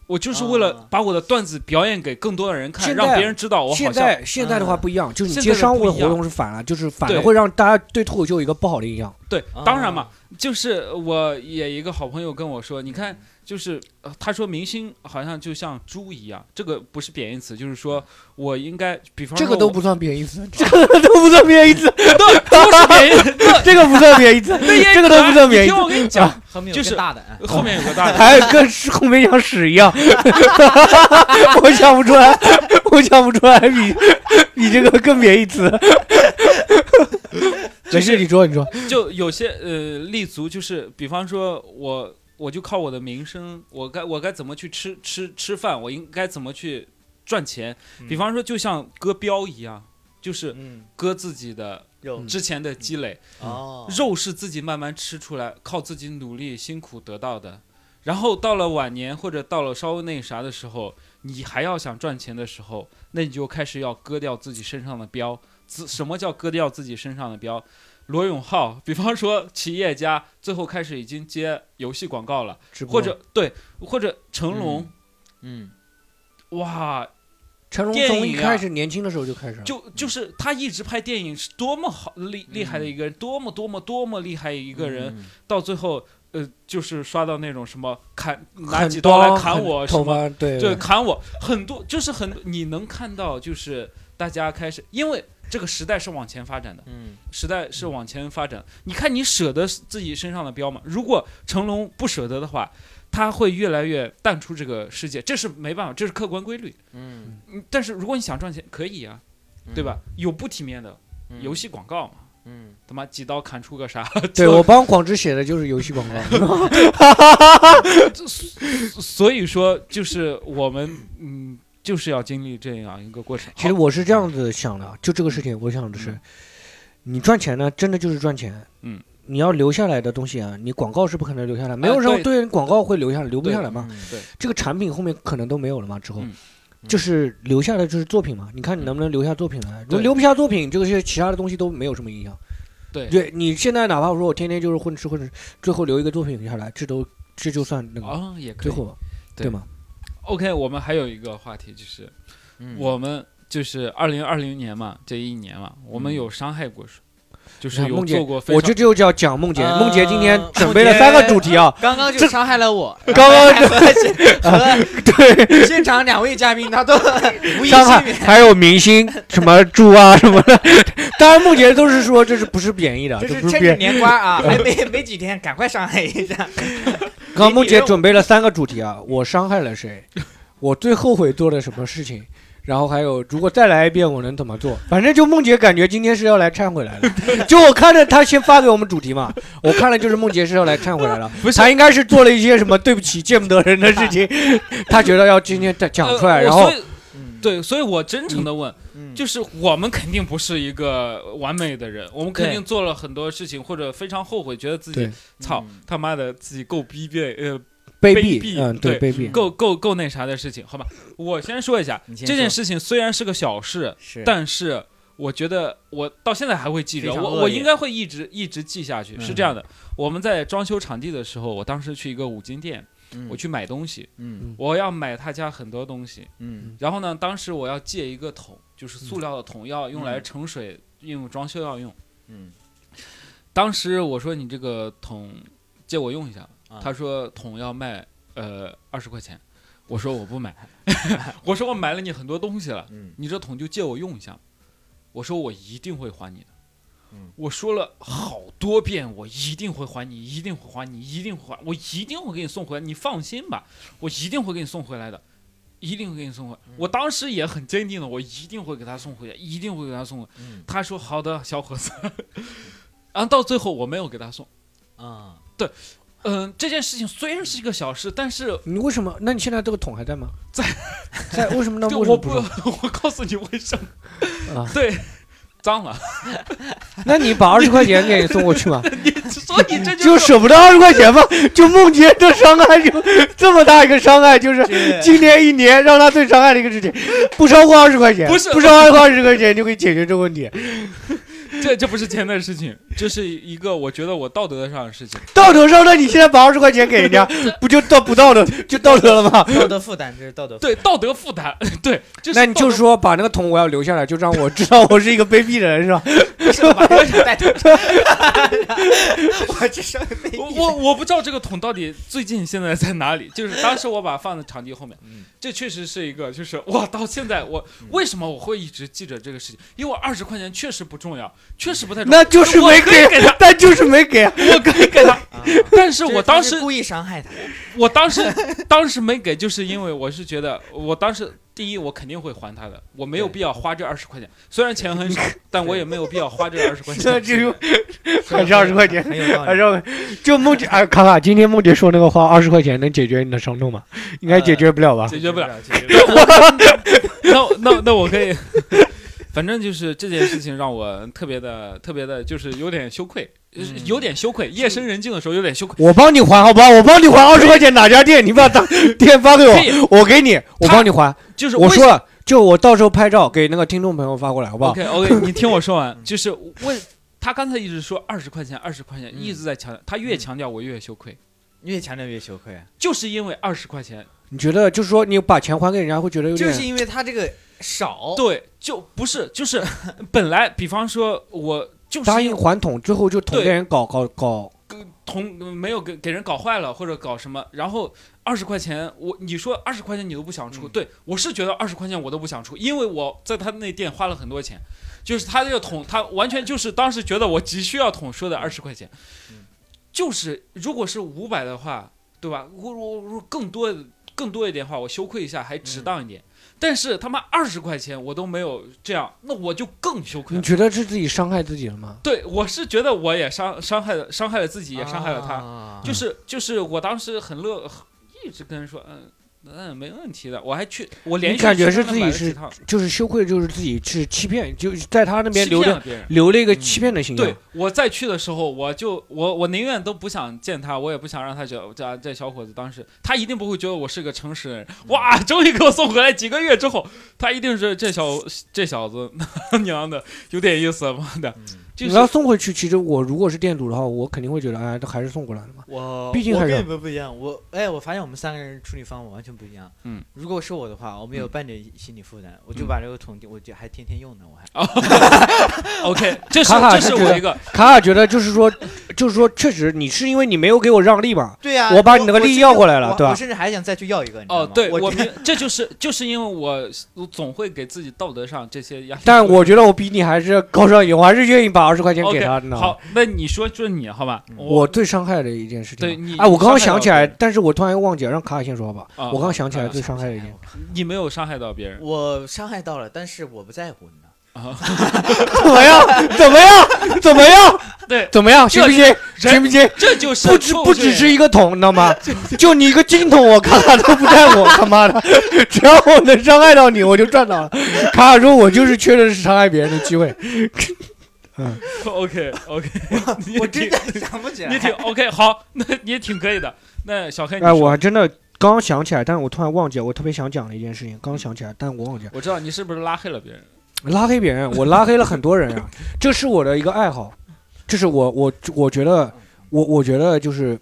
A: 我就是为了
B: 啊
A: 把我的段子表演给更多的人看，
C: 现
A: 让
C: 在
A: 别人知道我好
C: 现
A: 笑。
C: 在现在的话
B: 嗯
C: 不一样，就是你
A: 现
C: 接
A: 在的
C: 商务
A: 不
C: 的
A: 一
C: 活
A: 样
C: 动是反了，就是反而
A: 对
C: 会让大家对脱口秀有一个不好的印象。
A: 对
B: 啊，
A: 当然嘛，就是我也一个好朋友跟我说，你看，就是呃他说明星好像就像猪一样，这个不是贬义词，就是说我应该，比方说
C: 这个都
A: 我
C: 不算贬 义词，这个都不算贬义词，
A: 都是贬义词，
C: 这个不算贬义词，
A: 那也
C: 这个都不算
A: 你
C: 贬义
A: 听
C: 词。
A: 我跟你讲，
B: 后
A: 哎
B: 面有
A: 就
B: 更
A: 是
B: 大的啊
A: 后面有个大的，
C: 还跟后面像屎一样， 我想不出来，我想不出来比比这个更贬义词。 没事，你说，你说，
A: 就有些呃立足，就是比方说我我就靠我的名声，我该我该怎么去吃吃吃饭，我应该怎么去赚钱，比方说就像割膘一样，就是
B: 嗯，
A: 割自己的
B: 有
C: 嗯
A: 之前的积累。
B: 哦，
A: 肉是自己慢慢吃出来，靠自己努力辛苦得到的。然后到了晚年或者到了稍微那啥的时候，你还要想赚钱的时候，那你就开始要割掉自己身上的膘。自什么叫割掉自己身上的膘？罗永浩，比方说企业家，最后开始已经接游戏广告了，或者对，或者成龙，
B: 嗯
A: 哇，
C: 成龙从一开始年轻的时候就开始了，
A: 啊就就是他一直拍电影是多么好厉厉害的一个人，多么多么多么厉害一
B: 一
A: 个人，，到最后，呃，就是刷到那种什么砍拿
C: 很
A: 起刀
C: 多
A: 来砍我什
C: 头
A: 么，
C: 发，对
A: 对，砍我，很多就是很多你能看到，就是大家开始，因为这个时代是往前发展的，
B: 嗯
A: 时代是往前发展。你看你舍得自己身上的膘吗？如果成龙不舍得的话，他会越来越淡出这个世界，这是没办法，这是客观规律。
B: 嗯，
A: 嗯但是如果你想赚钱，可以啊，对吧？有不体面的
B: 嗯？
A: 游戏广告嘛，
B: 嗯，
A: 他妈几刀砍出个啥？
C: 对我帮广志写的就是游戏广告，
A: 所以说，就是我们，嗯，就是要经历这样一个过程。
C: 其实我是这样子想的，就这个事情，我想的是
A: 嗯，
C: 你赚钱呢，真的就是赚钱。
A: 嗯，
C: 你要留下来的东西啊，你广告是不可能留下来，没有
A: 哎
C: 人
A: 对
C: 对人广告会留下来，留不
A: 对
C: 下
B: 嗯
C: 来嘛。
A: 对
C: 这个产品后面可能都没有了嘛，之后。
A: 嗯
C: 就是留下的就是作品嘛，你看你能不能留下作品来？如果
A: 对
C: 留不下作品，这个些其他的东西都没有什么影响。
A: 对
C: 对你现在哪怕我说我天天就是混吃混吃，最后留一个作品下来，这都这就算那个、
A: 啊、也可
C: 最
A: 以。
C: 后
A: 对
C: 吗？
A: OK，我们还有一个话题就是，
B: 嗯
A: 我们就是二零二零年嘛，这一年嘛，我们有伤害过谁，就是
C: 看
A: 有
C: 梦嗯姐
A: 做过非
C: 我
A: 常
C: 这就叫讲梦姐，
B: 呃
C: 梦姐今天准备了三个主 题啊，
B: 刚刚就
C: 这
B: 伤害了我，
C: 刚刚
B: 然后还 和
C: 对，
B: 和 现场两位嘉 宾他都无一
C: 伤害
B: 幸免，
C: 还有明星什么猪啊什么 的，当然梦姐都是说这是不是贬义的，
B: 这
C: 这
B: 是
C: 不是
B: 趁着
C: 贬。
B: 年关 啊，还没没几天，赶快伤害一下。
C: 刚刚梦姐准备了三个主题啊，我伤害了 谁，我最后悔做了什么事情。然后还有，如果再来一遍，我能怎么做？反正就梦姐感觉今天是要来忏悔来 了。就我看着她先发给我们主题嘛，我看了就是梦姐是要来忏悔来了。
A: 不是
C: 她应该是做了一些什么对不起、见不得人的 事情，她觉得要今天再讲出来。
A: 呃
C: 然
A: 我
C: 后
A: 所以 对，所以我真诚的问，
B: 嗯，
A: 就是我们肯定不是一个完美的人，我们肯
B: 对
A: 定做了很多事情，或者非常后悔，觉得自己
C: 对
A: 操
B: 嗯
A: 他妈的自己够逼变，呃，
C: 卑
A: 卑
C: 鄙，
A: 鄙
C: 嗯，对，卑鄙，
A: 够够够那啥的事情，好吧？我先说一下
B: 你先
A: 这件
B: 说
A: 事情，虽然是个小事，
B: 是
A: 但是我觉得我到现在还会记着，
B: 非常
A: 我
B: 恶
A: 我
B: 劣嗯
A: 应该会一直一直记下去。是这样的，我们在装修场地的时候，我当时去一个五金店，
B: 嗯
A: 我去买东西，
B: 嗯
A: 我要买他家很多东西。
B: 嗯
A: 然后呢，当时我要借一个桶，就是塑料的桶，要用来盛水，用装修要用。
B: 嗯
A: 当时我说你这个桶借我用一下
B: 啊，
A: 他说桶要卖呃二十块钱，我说我不 买，我说我买了你很多东西了，
B: 嗯
A: 你这桶就借我用一下。我说我一定会还你的，
B: 嗯
A: 我说了好多遍，我一定会还你，一定会还你，一定会还，我一定会给你送回来，你放心吧，我一定会给你送回来的，一定会给你送回来。
B: 嗯
A: 我当时也很坚定的，我一定会给他送回来，一定会给他送回来。
B: 嗯
A: 他说好的，小伙子。 然后到最后我没有给他送。
B: 啊，
A: 嗯，这件事情虽然是一个小事，但是
C: 你为什么？那你现在这个桶还在吗？
A: 在，
C: 在。为什么呢？
A: 对
C: 为什
A: 我
C: 么
A: 不，
C: 不
A: 我告诉你为什么，
C: 用啊？
A: 对，脏了，
C: 那你把二十块钱给送过 去嘛，
A: 所以这
C: 就是舍不得二十块钱嘛，就梦洁的伤害就 这么大一个伤害，就是 今年一年让他最伤害的一个事情，不超过二十块钱，
A: 不是
C: 不超过二十块钱就可以解决这个问题。
A: 这这不是钱的事情，这是一个我觉得我道德上的事情。
C: 到头上，那你现在把二十块钱给人 家，不就到不道德就道德了吗？
B: 道德负担，这是道德。
A: 对道德负担， 对，就是
C: 那你就
A: 道
C: 说把那个桶我要留下来，就让我知道我是一个卑鄙的人，是吧？
B: 我这稍微被
A: 德我我我不知道这个桶到底最近现在在哪里，就是当时我把它放在场地后面，
B: 嗯
A: 这确实是一个，就是哇，到现在我
B: 嗯
A: 为什么我会一直记着这个事情？因为我二十块钱确实不重要，确实不太重要，
C: 那就是没
A: 我可以
C: 给，
A: 给他，
C: 但就是没给。
A: 我可以给他。
B: 啊，
A: 但是我 当
B: 这
A: 时
B: 是，故意伤害他。
A: 我当时， 当时没给，就是因为我是觉得，我当时第一，我肯定会还他的，我没有
B: 对
A: 必要花这二十块钱，虽然钱很少，但我也没有必要花这二十块
C: 那
A: 钱。
C: 就用还是二十块钱，
B: 很有道
A: 啊
C: 还
B: 理。
C: 是就梦姐哎，卡卡，今天梦姐说那个话，二十块钱能解决你的伤痛吗？应该解决不了吧？
A: 呃解决不了。
B: 了，解决不了。
A: 那那那我可以， 反正就是这件事情让我特别的特别的，就是有点羞愧，就是
B: 嗯
A: 有点羞愧。夜深人静的时候有点羞愧。
C: 我帮你还，好吧？我帮你还二十块钱，哪家店？你把打 店发给
A: 可以
C: 我，我给你，我帮你还。
A: 就是
C: 我
A: 为
C: 说了，就我到时候拍照给那个听众朋友发过来，好不好？
A: OK OK，你听我说 完，嗯就是问他刚才一直说二十块钱，二十块钱，
B: 嗯
A: 一直在强调，他越
B: 嗯
A: 强调我越羞愧，
B: 越强调越羞愧，
A: 就是因为二十块钱，
C: 你觉得就是说你把钱还给人家会觉得有点
B: 就是因为他这个少。
A: 对，就不是就是 本来，比方说我就是
C: 答应
A: 因为
C: 还桶，最后就捅
A: 对
C: 给人搞搞搞，
A: 同没有给给人搞坏了或者搞什么，然后二十块钱，我你说二十块钱你都不想出，
B: 嗯
A: 对我是觉得二十块钱我都不想出，因为我在他那店花了很多钱，就是他这个桶，他完全就是当时觉得我急需要桶说的二十块钱，
B: 嗯
A: 就是如果是五百的话，对吧？我我我更多更多一点的话，我羞愧一下还值当一点，但是他妈二十块钱我都没有这样，那我就更羞愧
C: 你
A: 了。
C: 觉得是自己伤害自己了吗？
A: 对，我是觉得我也伤伤害了伤害了自己，也伤害了
C: 啊
A: 他。
B: 他
A: 就是就是我当时很乐，一直跟人说，嗯嗯，没问题的。我还去，我连
C: 你
A: 续
C: 感觉
A: 去
C: 是
A: 他那
C: 自己
A: 买了几
C: 是
A: 趟
C: 就是羞愧，就是自己是欺骗，就是在他那边
A: 欺
C: 留
A: 骗
C: 着
A: 了别人。
C: 留了一个
B: 嗯
C: 欺骗的形象。
A: 对，我再去的时候，我就我我宁愿都不想见他，我也不想让他觉得这这小伙子当时他一定不会觉得我是个诚实人。哇，
C: 嗯
A: 终于给我送回来！几个月之后，他一定是这小这小子 娘的有点意思，妈的，就
C: 嗯你要
A: 是
C: 送回去，其实我如果是店主的话，我肯定会觉得，哎，这还是送过来了嘛。
B: 我
C: 毕竟
B: 我
C: 还是
B: 跟你们不一样，我哎，我发现我们三个人处理方法完全不一样。
A: 嗯，
B: 如果是我的话，我没有半点心理负担，我就把这个桶，我就还天天用呢，我
A: 啊
B: 还
A: OK，这 是
C: 卡卡
A: 这
C: 是
A: 是
C: 觉
A: 我
C: 得
A: 一个
C: 卡尔觉得就是说， 就是说，确实你是因为你没有给我让利嘛，
B: 对呀、
C: 我把你那个利要过来了
B: 我
C: 对吧
B: 我甚至还想再去要一个，你知道吗
A: 哦，对
B: 我
A: 我
B: 这
A: 明 这就是就是因为我我总会给自己道德上这些压力，
C: 但我觉得我比你还是高尚一点，我还是愿意把二十块钱给他的呢。
A: 好，那你说说你好吧？
B: 嗯
C: 我最伤害的一件事情
A: 对
C: 嘛。
A: 你
C: 哎，我刚刚
A: 伤害到
C: 想起来，
A: 别人
C: 但是我突然又忘记了，让卡尔先说好吧。
A: 啊
C: 我刚刚想起来
A: 卡
C: 最伤害的一件，
B: 我
A: 你没有伤害到别人，
B: 我伤害到了，但是我不在乎，你知道吗？
C: 怎么样？怎么样？怎么样？
A: 对，
C: 怎么样？行不行？
A: 这
C: 行不行？
A: 这就是
C: 不只
A: 臭
C: 不
A: 罪
C: 只是一个桶，你知道 吗？就你一个金桶，我卡卡都不在乎，他妈的， 只要我能伤害到你，我就赚到了。卡卡说，我就是缺的是伤害别人的机会。
A: OK OK，你
B: 我
A: 挺
B: 真的想不起来。
A: 你挺 OK 好，那你也挺可以的。那小黑，你
C: 哎，
A: 说
C: 我还真的刚想起来，但是我突然忘记了，我特别想讲的一件事情，刚想起来，但我忘记了。
A: 我知道你是不是拉黑了别人？
C: 拉黑别人，我拉黑了很多人啊，这是我的一个爱好，这是我我我觉得我我觉得就是。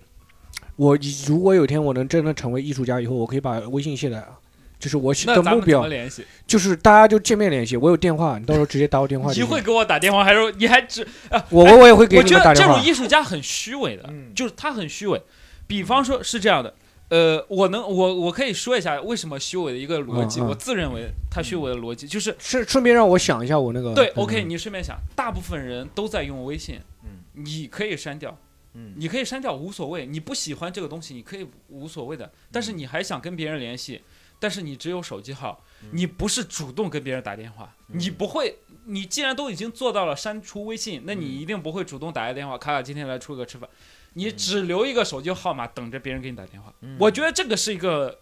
C: 我以如果有一天我能真的成为艺术家以后，我可以把微信卸载了。就是我
A: 那
C: 的
A: 咱
C: 目
A: 们怎
C: 标
A: 么，联系？
C: 就是大家就见面联系。我有电话，你到时候直接打我电话就
A: 你
C: 行。
A: 会给我打电话，还是你还只？
C: 我我我也会给
A: 我
C: 你
A: 觉
C: 们
A: 得
C: 打
A: 这
C: 电
A: 种
C: 话。
A: 艺术家很虚伪的，
C: 嗯
A: 就是他很虚伪。比方说是这样的，呃，我能我我可以说一下为什么虚伪的一个逻辑，
C: 嗯嗯
A: 我自认为他虚伪的逻辑就是
C: 顺顺便让我想一下我那个。
A: 对
C: 嗯
A: ，OK，你顺便想，大部分人都在用微信，
B: 嗯
A: 你可以删掉，
B: 嗯
A: 你可以删掉无所谓，你不喜欢这个东西，你可以无所谓的，但
B: 嗯
A: 是你还想跟别人联系，但是你只有手机号，你不是主动跟别人打电话，
B: 嗯
A: 你不会，你既然都已经做到了删除微信，那
B: 嗯
A: 你一定不会主动打个电话，卡卡今天来出个吃饭，你只留一个手机号码等着别人给你打电话，
B: 嗯
A: 我觉得这个是一个。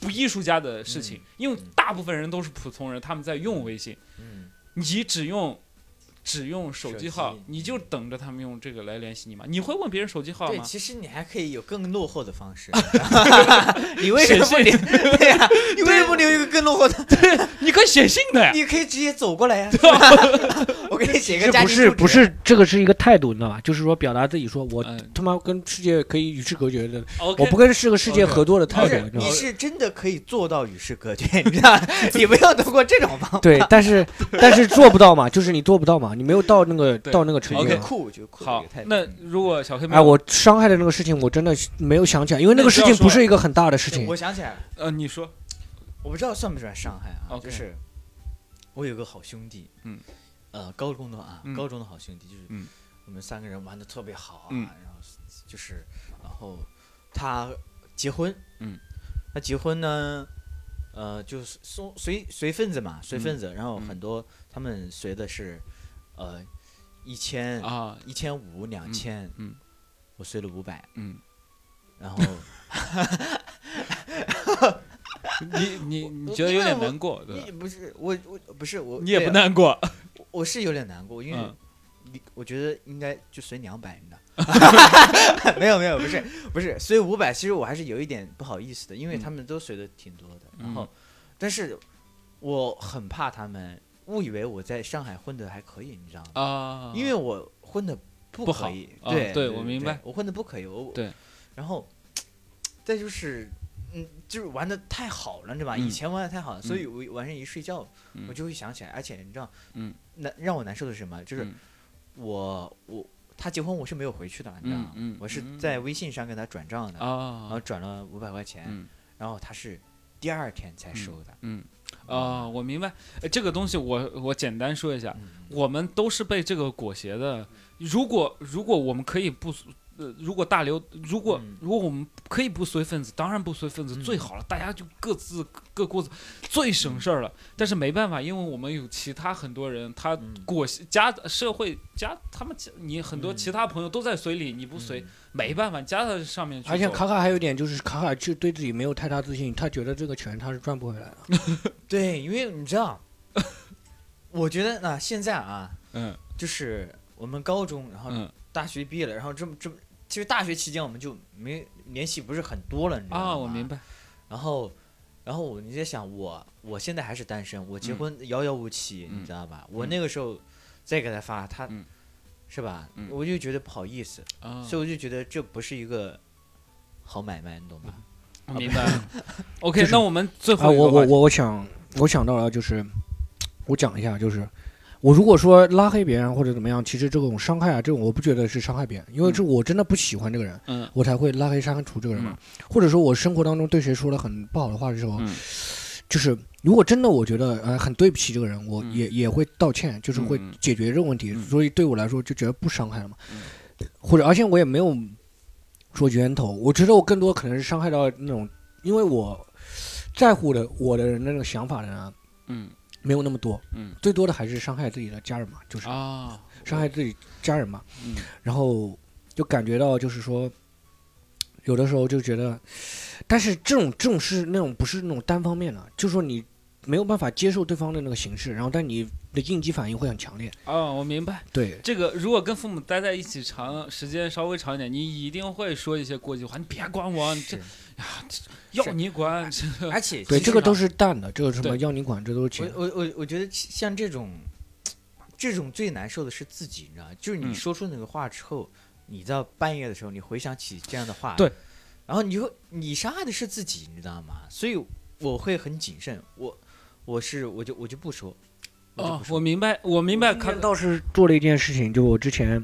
A: 不艺术家的事情，因为大部分人都是普通人，他们在用微信，
B: 嗯
A: 你只用只用手机号
B: 手机，
A: 你就等着他们用这个来联系你吗？你会问别人手机号
B: 对，
A: 吗？
B: 其实你还可以有更落后的方 式。 你为什
A: 显
B: 么不
A: 示
B: 留？对呀、你为什么不留一个更落后的？
A: 你可以写信的呀。
B: 你可以直接走过来呀、啊 我给你写
C: 这
B: 个家
C: 不
B: 庭啊
C: 是
B: 住址
C: 不，是这个是一个态度，你知道吧？就是说表达自己说我
A: 嗯
C: 他妈跟世界可以与世隔绝的，
A: ，OK，
C: 我不跟这个世界
A: OK，
C: 合作的
B: 不
C: 态度，
B: 是
C: 你知道
B: 你
C: 吗？
B: 是真的可以做到与世隔绝，你知道吗？ 你不要通过这种方法。
C: 对，但是但是做不到嘛，就是你做不到嘛，你没有到那个
A: 对
C: 到那个程
A: 好
C: 度
A: OK
C: 嘛。
B: 酷就酷
A: 好。那如果小黑妹，
C: 哎，我伤害的那个事情，我真的是没有想起来，因为那
A: 那
C: 个
A: 你不
C: 事
A: 要
C: 情
A: 说
C: 不是一个很大的事情
B: 我。想起来了，
A: 呃，你说，
B: 我不知道算不算伤害啊
A: OK
B: 就是我有个好兄弟，
A: 嗯，
B: 呃，高中的啊，
A: 嗯
B: 高中的好兄弟就是
A: 嗯
B: 我们三个人玩的特别好啊，
A: 嗯
B: 然后就是然后他结婚，
A: 嗯，
B: 他结婚呢。呃，就是送随随份子嘛，随份子，然后
A: 嗯
B: 很多他们随的是，呃，一千
A: 啊，
B: 一千五、两千，
A: 嗯，
B: 我随了五百，
A: 嗯，
B: 然 后
A: 你你你
B: 我
A: 觉得
B: 因
A: 有
B: 为
A: 点
B: 我
A: 难过，对吧
B: 你？不是我我不是我，
A: 你也
B: 对啊
A: 不难过，
B: 我是有点难过，因为
A: 嗯
B: 你、我觉得应该就随两百，你 知道？没有没有，不是不是，随五百，其实我还是有一点不好意思的，因为
A: 嗯
B: 他们都随的挺多的，
A: 嗯
B: 然后，但是我很怕他们误以为我在上海混的还可以，你知道吗？
A: 啊，
B: 因为我混的不
A: 不
B: 可
A: 好
B: 以，
A: 啊
B: 对、
A: 对我明白，
B: 我混的不可以，我
A: 对，
B: 然后再就是。嗯，就是玩的太好了，你知道吧？
A: 嗯
B: 以前玩的太好了，所以我晚上一睡觉，
A: 嗯
B: 我就会想起来。而且你知道，
A: 嗯，
B: 难让我难受的是什么？就是
A: 嗯
B: 我我他结婚我是没有回去的，你知道吗？
A: 嗯嗯
B: 我是
A: 嗯
B: 在微信上跟他转账的，然后
A: 啊，
B: 转了五百块钱，
A: 嗯
B: 然后他是第二天才收的。
A: 嗯啊，我明白。呃这个东西我我简单说一下，
B: 嗯
A: 我们都是被这个裹挟的。如果如果我们可以不，呃，如果大刘，如果、
B: 嗯
A: 如果我们可以不随份子，当然不随份子、
B: 嗯
A: 最好了，大家就各自各过自，最省事儿了。但是没办法，因为我们有其他很多人，他
B: 嗯
A: 裹挟家社会家，他们家你很多
B: 嗯
A: 其他朋友都在随礼，你不随，
B: 嗯
A: 没办法，加到上面去走。
C: 而且卡卡还有一点就是卡卡就对自己没有太大自信，他觉得这个钱他是赚不回来的。
B: 对，因为你知道， 我觉得啊，现在啊，
A: 嗯
B: 就是我们高中，然后
A: 嗯
B: 大学毕业了，然后这么这么，其实大学期间我们就没联系不是很多了，你知道吗？
A: 啊，我明。白。
B: 然后，然后我你在想我，我现在还是单身，我结
A: 嗯
B: 婚遥遥无期，
A: 嗯
B: 你知道吧？我
A: 嗯
B: 那个时候再给他发，他、
A: 嗯
B: 是吧？
A: 嗯
B: 我就觉得不好意思，
A: 啊，
B: 所以我就觉得这不是一个好买卖，你懂吧？
A: 我 明白了。OK，、
C: 就是
A: 那我们最
C: 啊，
A: 后一个
C: 我我
A: 话题
C: 我我想我想到了，就是我讲一下，就是我如果说拉黑别人或者怎么样，其实这种伤害啊，这种我不觉得是伤害别人，因为这我真的不喜欢这个人，
A: 嗯
C: 我才会拉黑删除这个人嘛。或者说我生活当中对谁说了很不好的话的时候，
A: 嗯
C: 就是如果真的我觉得呃很对不起这个人，我
A: 嗯
C: 也、也会道歉，就是会
A: 嗯嗯
C: 解决这个问题，
A: 嗯
C: 所以对我来说就觉得不伤害了嘛。
A: 嗯
C: 或者而且我也没有说源头，我觉得我更多可能是伤害到那种因为我在乎的我的人的那种想法的人、啊、
A: 嗯
C: 没有那么多，
A: 嗯
C: 最多的还是伤害自己的家人嘛，就是
A: 啊，
C: 伤害自己家人嘛。
A: 嗯
C: 然后就感觉到就是说，有的时候就觉得，但是这种这种是那种不是那种单方面的，就说你没有办法接受对方的那个形式，然后但你的应激反应会很强烈。
A: 哦，我明白。
C: 对，
A: 这个如果跟父母待在一起长时间稍微长一点，你一定会说一些过激话。你别管我，你这
B: 是
A: 要
B: 是
A: 你
C: 哎
A: 管。这
B: 而且
C: 对，
B: 其
C: 这
B: 实
C: 个都
B: 啊
C: 是淡的，这个什么
A: 对
C: 要你管，这都是钱
B: 我。我我我觉得其像这种，这种最难受的是自己，你知道吗？就是你
A: 嗯
B: 说出那个话之后，你到半夜的时候，你回想起这样的话，
A: 对
B: 然后你就你伤害的是自己，你知道吗？所以我会很谨慎，我我是我就我就不说，我就
A: 哦
B: 不，说，
A: 我明白，我明白，
C: 我今
A: 看
C: 天倒是做了一件事情，就我之 前，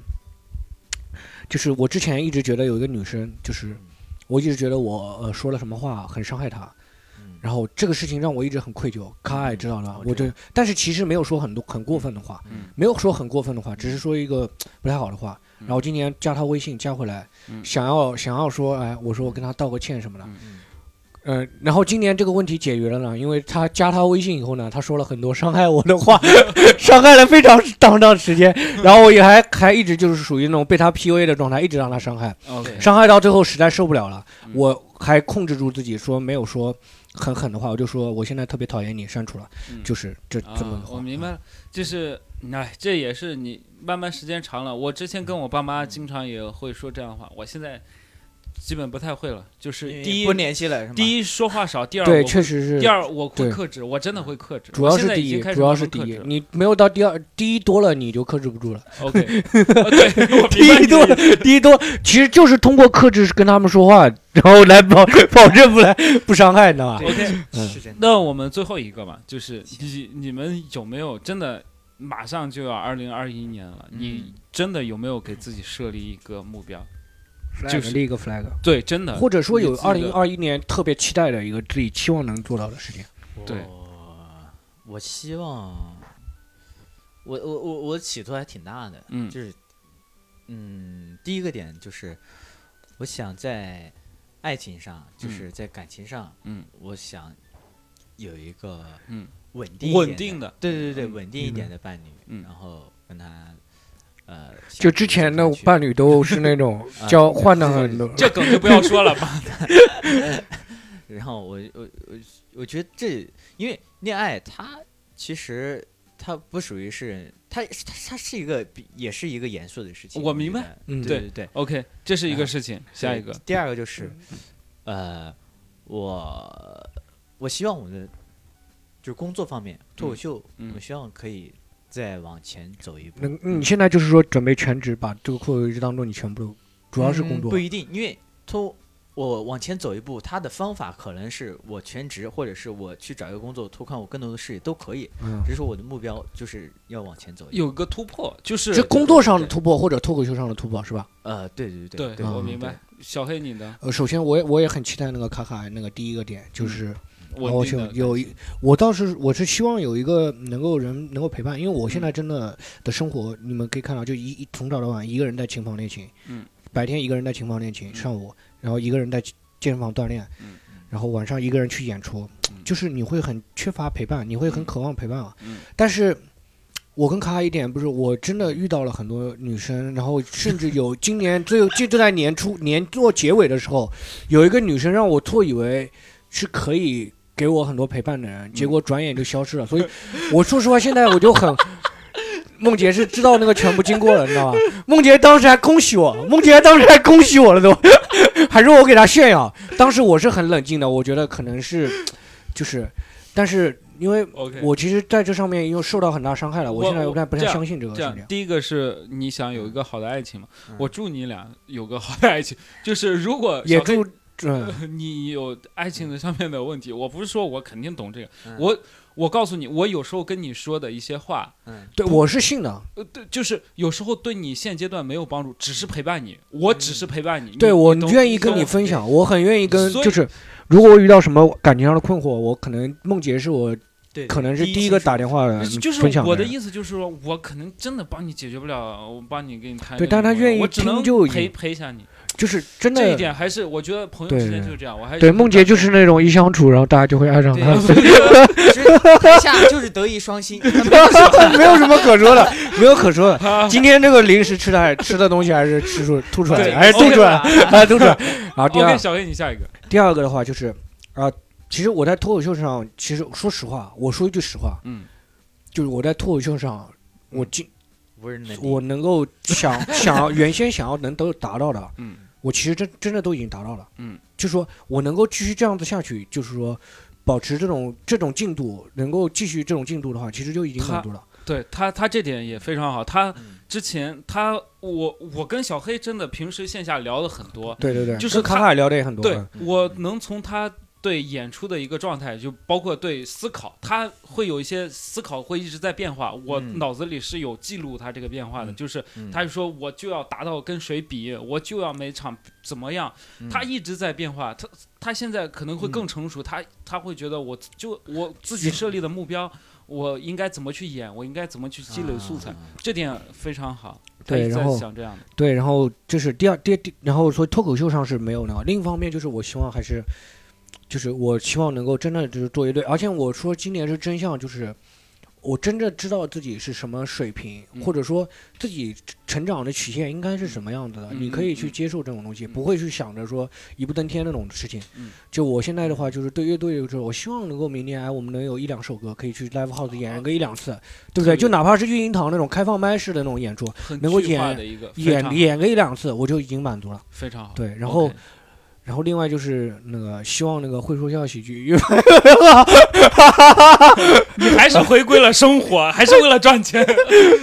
C: 就是我之前一直觉得有一个女生，就是我一直觉得我呃说了什么话很伤害她，
B: 嗯
C: 然后这个事情让我一直很愧疚。咔，知道了
B: 我，
C: 我
B: 知
C: 就但是其实没有说很多很过分的话，
A: 哦嗯
C: 没有说很过分的话，只是说一个不太好的话。
A: 嗯
C: 然后今年加她微信加回来，
A: 嗯
C: 想要想要说，哎，我说我跟她道个歉什么的。
B: 嗯
C: 嗯、然后今年这个问题解决了呢，因为他加他微信以后呢，他说了很多伤害我的话， 伤害了非常长长时 间，然后我也还还一直就是属于那种被他 PUA 的状态，一直让他伤害，
A: ，OK，
C: 伤害到最后实在受不了了，
A: 嗯
C: 我还控制住自己说没有说很狠的话，我就说我现在特别讨厌你，删除了，
A: 嗯
C: 就是这
A: 啊
C: 这么、
A: 我明白，了，就是，哎，这也是你慢慢时间长了。我之前跟我爸妈经常也会说这样的话，我现在基本不太会了。就是第一
B: 不，联系了是吗？
A: 第一说话少，第二
C: 对，
A: 我
C: 确实是
A: 第。二我会
C: 对
A: 克制，我真的会克制。
C: 主要
A: 我现
C: 是
A: 在
C: 第
A: 已经
C: 一
A: 开，始
C: 主要
A: 慢
C: 是
A: 慢
C: 第
A: 克
C: 一
A: 制，了
C: 你没有到第二，第一多了你就克制不 住了。
A: OK，呃 对，我
C: 第
A: 明白
C: 一
A: 你
C: 多
A: 的意思，
C: 第一多，其实就是通过克制跟他们说话，然后来保保证不来不伤害，你知道吧？
B: 对
A: OK，
C: 嗯
B: 是真的。
A: 那我们最后一个吧，就是你你们有没有真的马上就要二零二一年了？你
B: 嗯
A: 真的有没有给自己设立一个目标？
C: 就
A: 就是是
C: 立一个 flag，
A: 对，真的，
C: 或者说有
A: 你自己
C: 二
A: 的
C: 零二一年特别期待的一个自己期望能做到的事情。
A: 对
B: 我，我希望，我我我我企图还挺大的，
A: 嗯
B: 就是，嗯，第一个点就是，我想在爱情上，就是在感情上，
A: 嗯，
B: 我想有一个
A: 嗯
B: 稳定一
A: 稳
B: 点
A: 定
B: 的，
A: 的
B: 对对对，
A: 嗯
B: 稳定一
C: 嗯
B: 点的伴侣，
A: 嗯
B: 然后跟他，呃，
C: 就之前的伴
B: 侣，
C: 侣都是 那种
B: 啊
C: 交换的很多，
A: 这梗就不要说了吧。
B: 然后我我我我觉得这，因为恋爱它其实它不属于是它它它是一个比也是一个严肃的事情，
A: 我
B: 觉
A: 明白
B: 得，
C: 嗯
B: 对对对，
A: OK，这是一个
B: 啊
A: 事情，下一
B: 对
A: 个，
B: 第二个就是，
C: 嗯
B: 呃，我我希望我的就是工作方面，脱口秀，
A: 嗯
B: 我希望可以再往前走一步。
C: 能你现在就是说准备全职把这个课一直当做你全部都主要是工
B: 嗯
C: 作
B: 不，一定，因为脱我往前走一步，他的方法可能是我全职，或者是我去找一个工作，拓宽我更多的视野都可以。
C: 嗯，
B: 只是说我的目标就是要往前走一步。
A: 有个突破，就是
C: 这工作上的突破或者脱口秀上的突破是吧？
B: 呃，对对对
A: 对，
B: 对，
A: 我
C: 嗯
A: 明白。小黑，你的
C: 呃，首先我也我也很期待那个卡卡那个第一个点就是
A: 稳定
C: 就
A: 的
C: 哦有一，我倒是我是希望有一个能够人能够陪伴，因为我现在
A: 嗯
C: 真的的生活，你们可以看到，就一一从早到晚一个人在琴房练琴，
A: 嗯，
C: 白天一个人在琴房练琴，
A: 嗯
C: 上午然后一个人在健身房锻炼，
A: 嗯
C: 然后晚上一个人去演出，
A: 嗯
C: 就是你会很缺乏陪伴，你会
A: 嗯
C: 很渴望陪伴啊，
A: 嗯
C: 但是。我跟卡卡一点不是，我真的遇到了很多女生，然后甚至有今年最就就在年初年做结尾的时候，有一个女生让我错以为是可以给我很多陪伴的
A: 嗯
C: 人，结果转眼就消失了。所以我说实话，现在我就 很。梦洁是知道那个全部经过了，你知道吧？梦洁当时还恭喜我，梦洁当时还恭喜我了都， 还说我给她炫耀。当时我是很冷静的，我觉得可能是，就是，但是因为
A: OK。
C: 我其实在这上面又受到很大伤害了，我
A: 我
C: 现在又
A: 我
C: 不太不太
A: 这样
C: 相信这个
A: 这
C: 事
A: 样
C: 情，。
A: 第一个是你想有一个好的爱情嘛？
B: 嗯
A: 我祝你俩有个好的爱情。就是如果
C: 也
A: 小黑
C: 祝嗯，
A: 你有爱情的上面的问题，我不是说我肯定懂这个，
B: 嗯
A: 我我告诉你，我有时候跟你说的一些话，
B: 嗯
C: 对我是信的，
A: 呃，对，就是有时候对你现阶段没有帮助，只是陪伴你，我只是陪伴你。
C: 嗯对
A: 你
C: 我
A: 你懂
C: 愿意跟
A: 懂
C: 你
A: 我
C: 分享，我很愿意跟，
A: 所以
C: 就是如果我遇到什么感情上的困惑，我可能梦洁是
A: 呃
C: 我
B: 对，
C: 可能是
B: 第
C: 第一
B: 亲
C: 个
B: 属
C: 打电话的
A: 就是
C: 分享
A: 我的
C: 人
A: 意思就是说，我可能真的帮你解决不了，我帮你给你谈。
C: 对但他愿意
A: 我只能
C: 听就已
A: 陪
C: 经
A: 陪一下你。
C: 就是真
A: 这一
C: 的
A: 点还是我觉得朋友
C: 对
A: 之间就是这样。我还
C: 对梦洁就是那种一相处，然后大家就会爱上
B: 对，
C: 她。
B: 我觉得台下就是德艺双 馨，他没有什么
C: 没有什么可说的，没有可说的。今天这个零食吃的还吃的东西还是吃出吐出来
A: 对
C: 的，还是吐
A: OK
C: 出来的，还是吐出来的。然后第
A: OK，
C: 二
A: 小黑，你下一个。
C: 第二个的话就是，啊，其实我在脱口秀上，其实说实话，我说一句实话，
A: 嗯
C: 就是我在脱口秀上，我
B: 嗯
C: 今
B: 无人能敌
C: 我能够想 想要原先想要能都达到的，
A: 嗯
C: 我其实真真的都已经达到了。
A: 嗯，
C: 就说我能够继续这样子下去，就是说保持这种这种进度，能够继续这种进度的话，其实就已经
A: 他
C: 很多了。
A: 对他，他这点也非常好。他
B: 嗯
A: 之前他我我跟小黑真的平时线下聊了很多，
C: 对对对，
A: 就是
C: 跟卡
A: 他
C: 卡聊的也很多。
A: 对
C: 嗯
A: 我能从他对演出的一个状态，就包括对思考，他会有一些思考会一直在变化。我
B: 嗯
A: 脑子里是有记录他这个变化的，
B: 嗯
A: 就是
B: 嗯
A: 他就说我就要达到跟谁比，我就要每场怎么样，
B: 嗯
A: 他一直在变化。他他现在可能会更成
C: 嗯
A: 熟，他他会觉得我就我自己设立的目标。我应该怎么去演？我应该怎么去积累素材？
B: 啊
A: 这点非常好。他
C: 对
A: 一直
C: 然
A: 在
C: 后
A: 想这样的，
C: 对，然后这是第二第第，然后说脱口秀上是没有的。另一方面就是我希望还是，就是我希望能够真的就是做一对，而且我说今年是真相，就是我真正知道自己是什么水平，
A: 嗯
C: 或者说自己成长的曲线应该是什么样子的，
A: 嗯
C: 你可以去接受这种东西，不会去想着说一步登天那种事情。
A: 嗯
C: 就我现在的话，就是对乐队就是我希望能够明年哎，我们能有一两首歌可以去 live house 演个一两次，对
A: 啊可
C: 不对？
A: 以
C: 就哪怕是育婴堂那种开放麦式的那种演出，
A: 很
C: 能够
A: 具化
C: 演
A: 的一个，非
C: 演
A: 常
C: 演个一两次，我就已经满足了。
A: 非常好。
C: 对然后
A: OK
C: 然后另外就是那个希望那个会说笑喜剧， 因为
A: 你还是回归了生活，还是为了赚钱。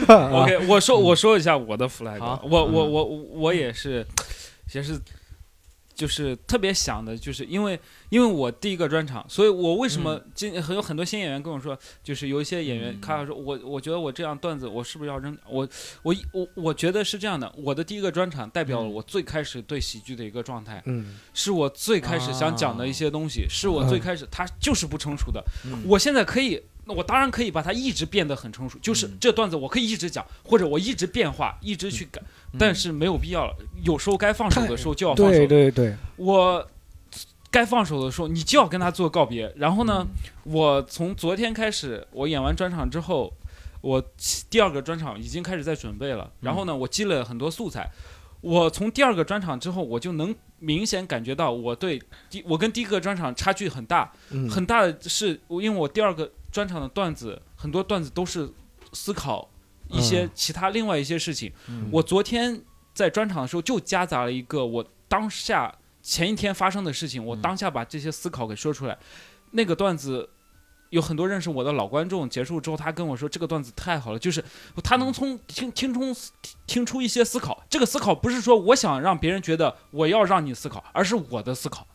A: OK，我说我说一下我的 flag，
B: 好
A: 我我
B: 嗯
A: 我我也是，也是，就是特别想的，就是因为因为我第一个专场，所以我为什么今很有很多新演员跟我说，就是有一些演员
B: 嗯
A: 他说我我觉得我这样段子我是不是要扔？我我我我觉得是这样的，我的第一个专场代表了
B: 嗯
A: 我最开始对喜剧的一个状态，
C: 嗯，
A: 是我最开始想讲
B: 啊
A: 的一些东西，是我最
C: 嗯
A: 开始他就是不成熟的。
B: 嗯
A: 我现在可以，那我当然可以把它一直变得很成熟，就是
B: 嗯
A: 这段子我可以一直讲，或者我一直变化，一直去改，
B: 嗯
A: 但是没有必要了。有时候该放手的时候就要放
C: 对
A: 手，
C: 对对，
A: 我该放手的时候你就要跟他做告别。然后呢，我从昨天开始，我演完专场之后，我第二个专场已经开始在准备了。然后呢，我积累了很多素材。我从第二个专场之后，我就能明显感觉到我对第我跟第一个专场差距很大。
C: 嗯，
A: 很大的是，我因为我第二个专场的段子，很多段子都是思考一些
C: 嗯
A: 其他另外一些事情。
B: 嗯
A: 我昨天在专场的时候就夹杂了一个我当下前一天发生的事情，我
B: 嗯
A: 当下把这些思考给说出来。那个段子有很多认识我的老观众，结束之后他跟我说这个段子太好了，就是他能从听听出听出一些思考。这个思考不是说我想让别人觉得我要让你思考，而是我的思考，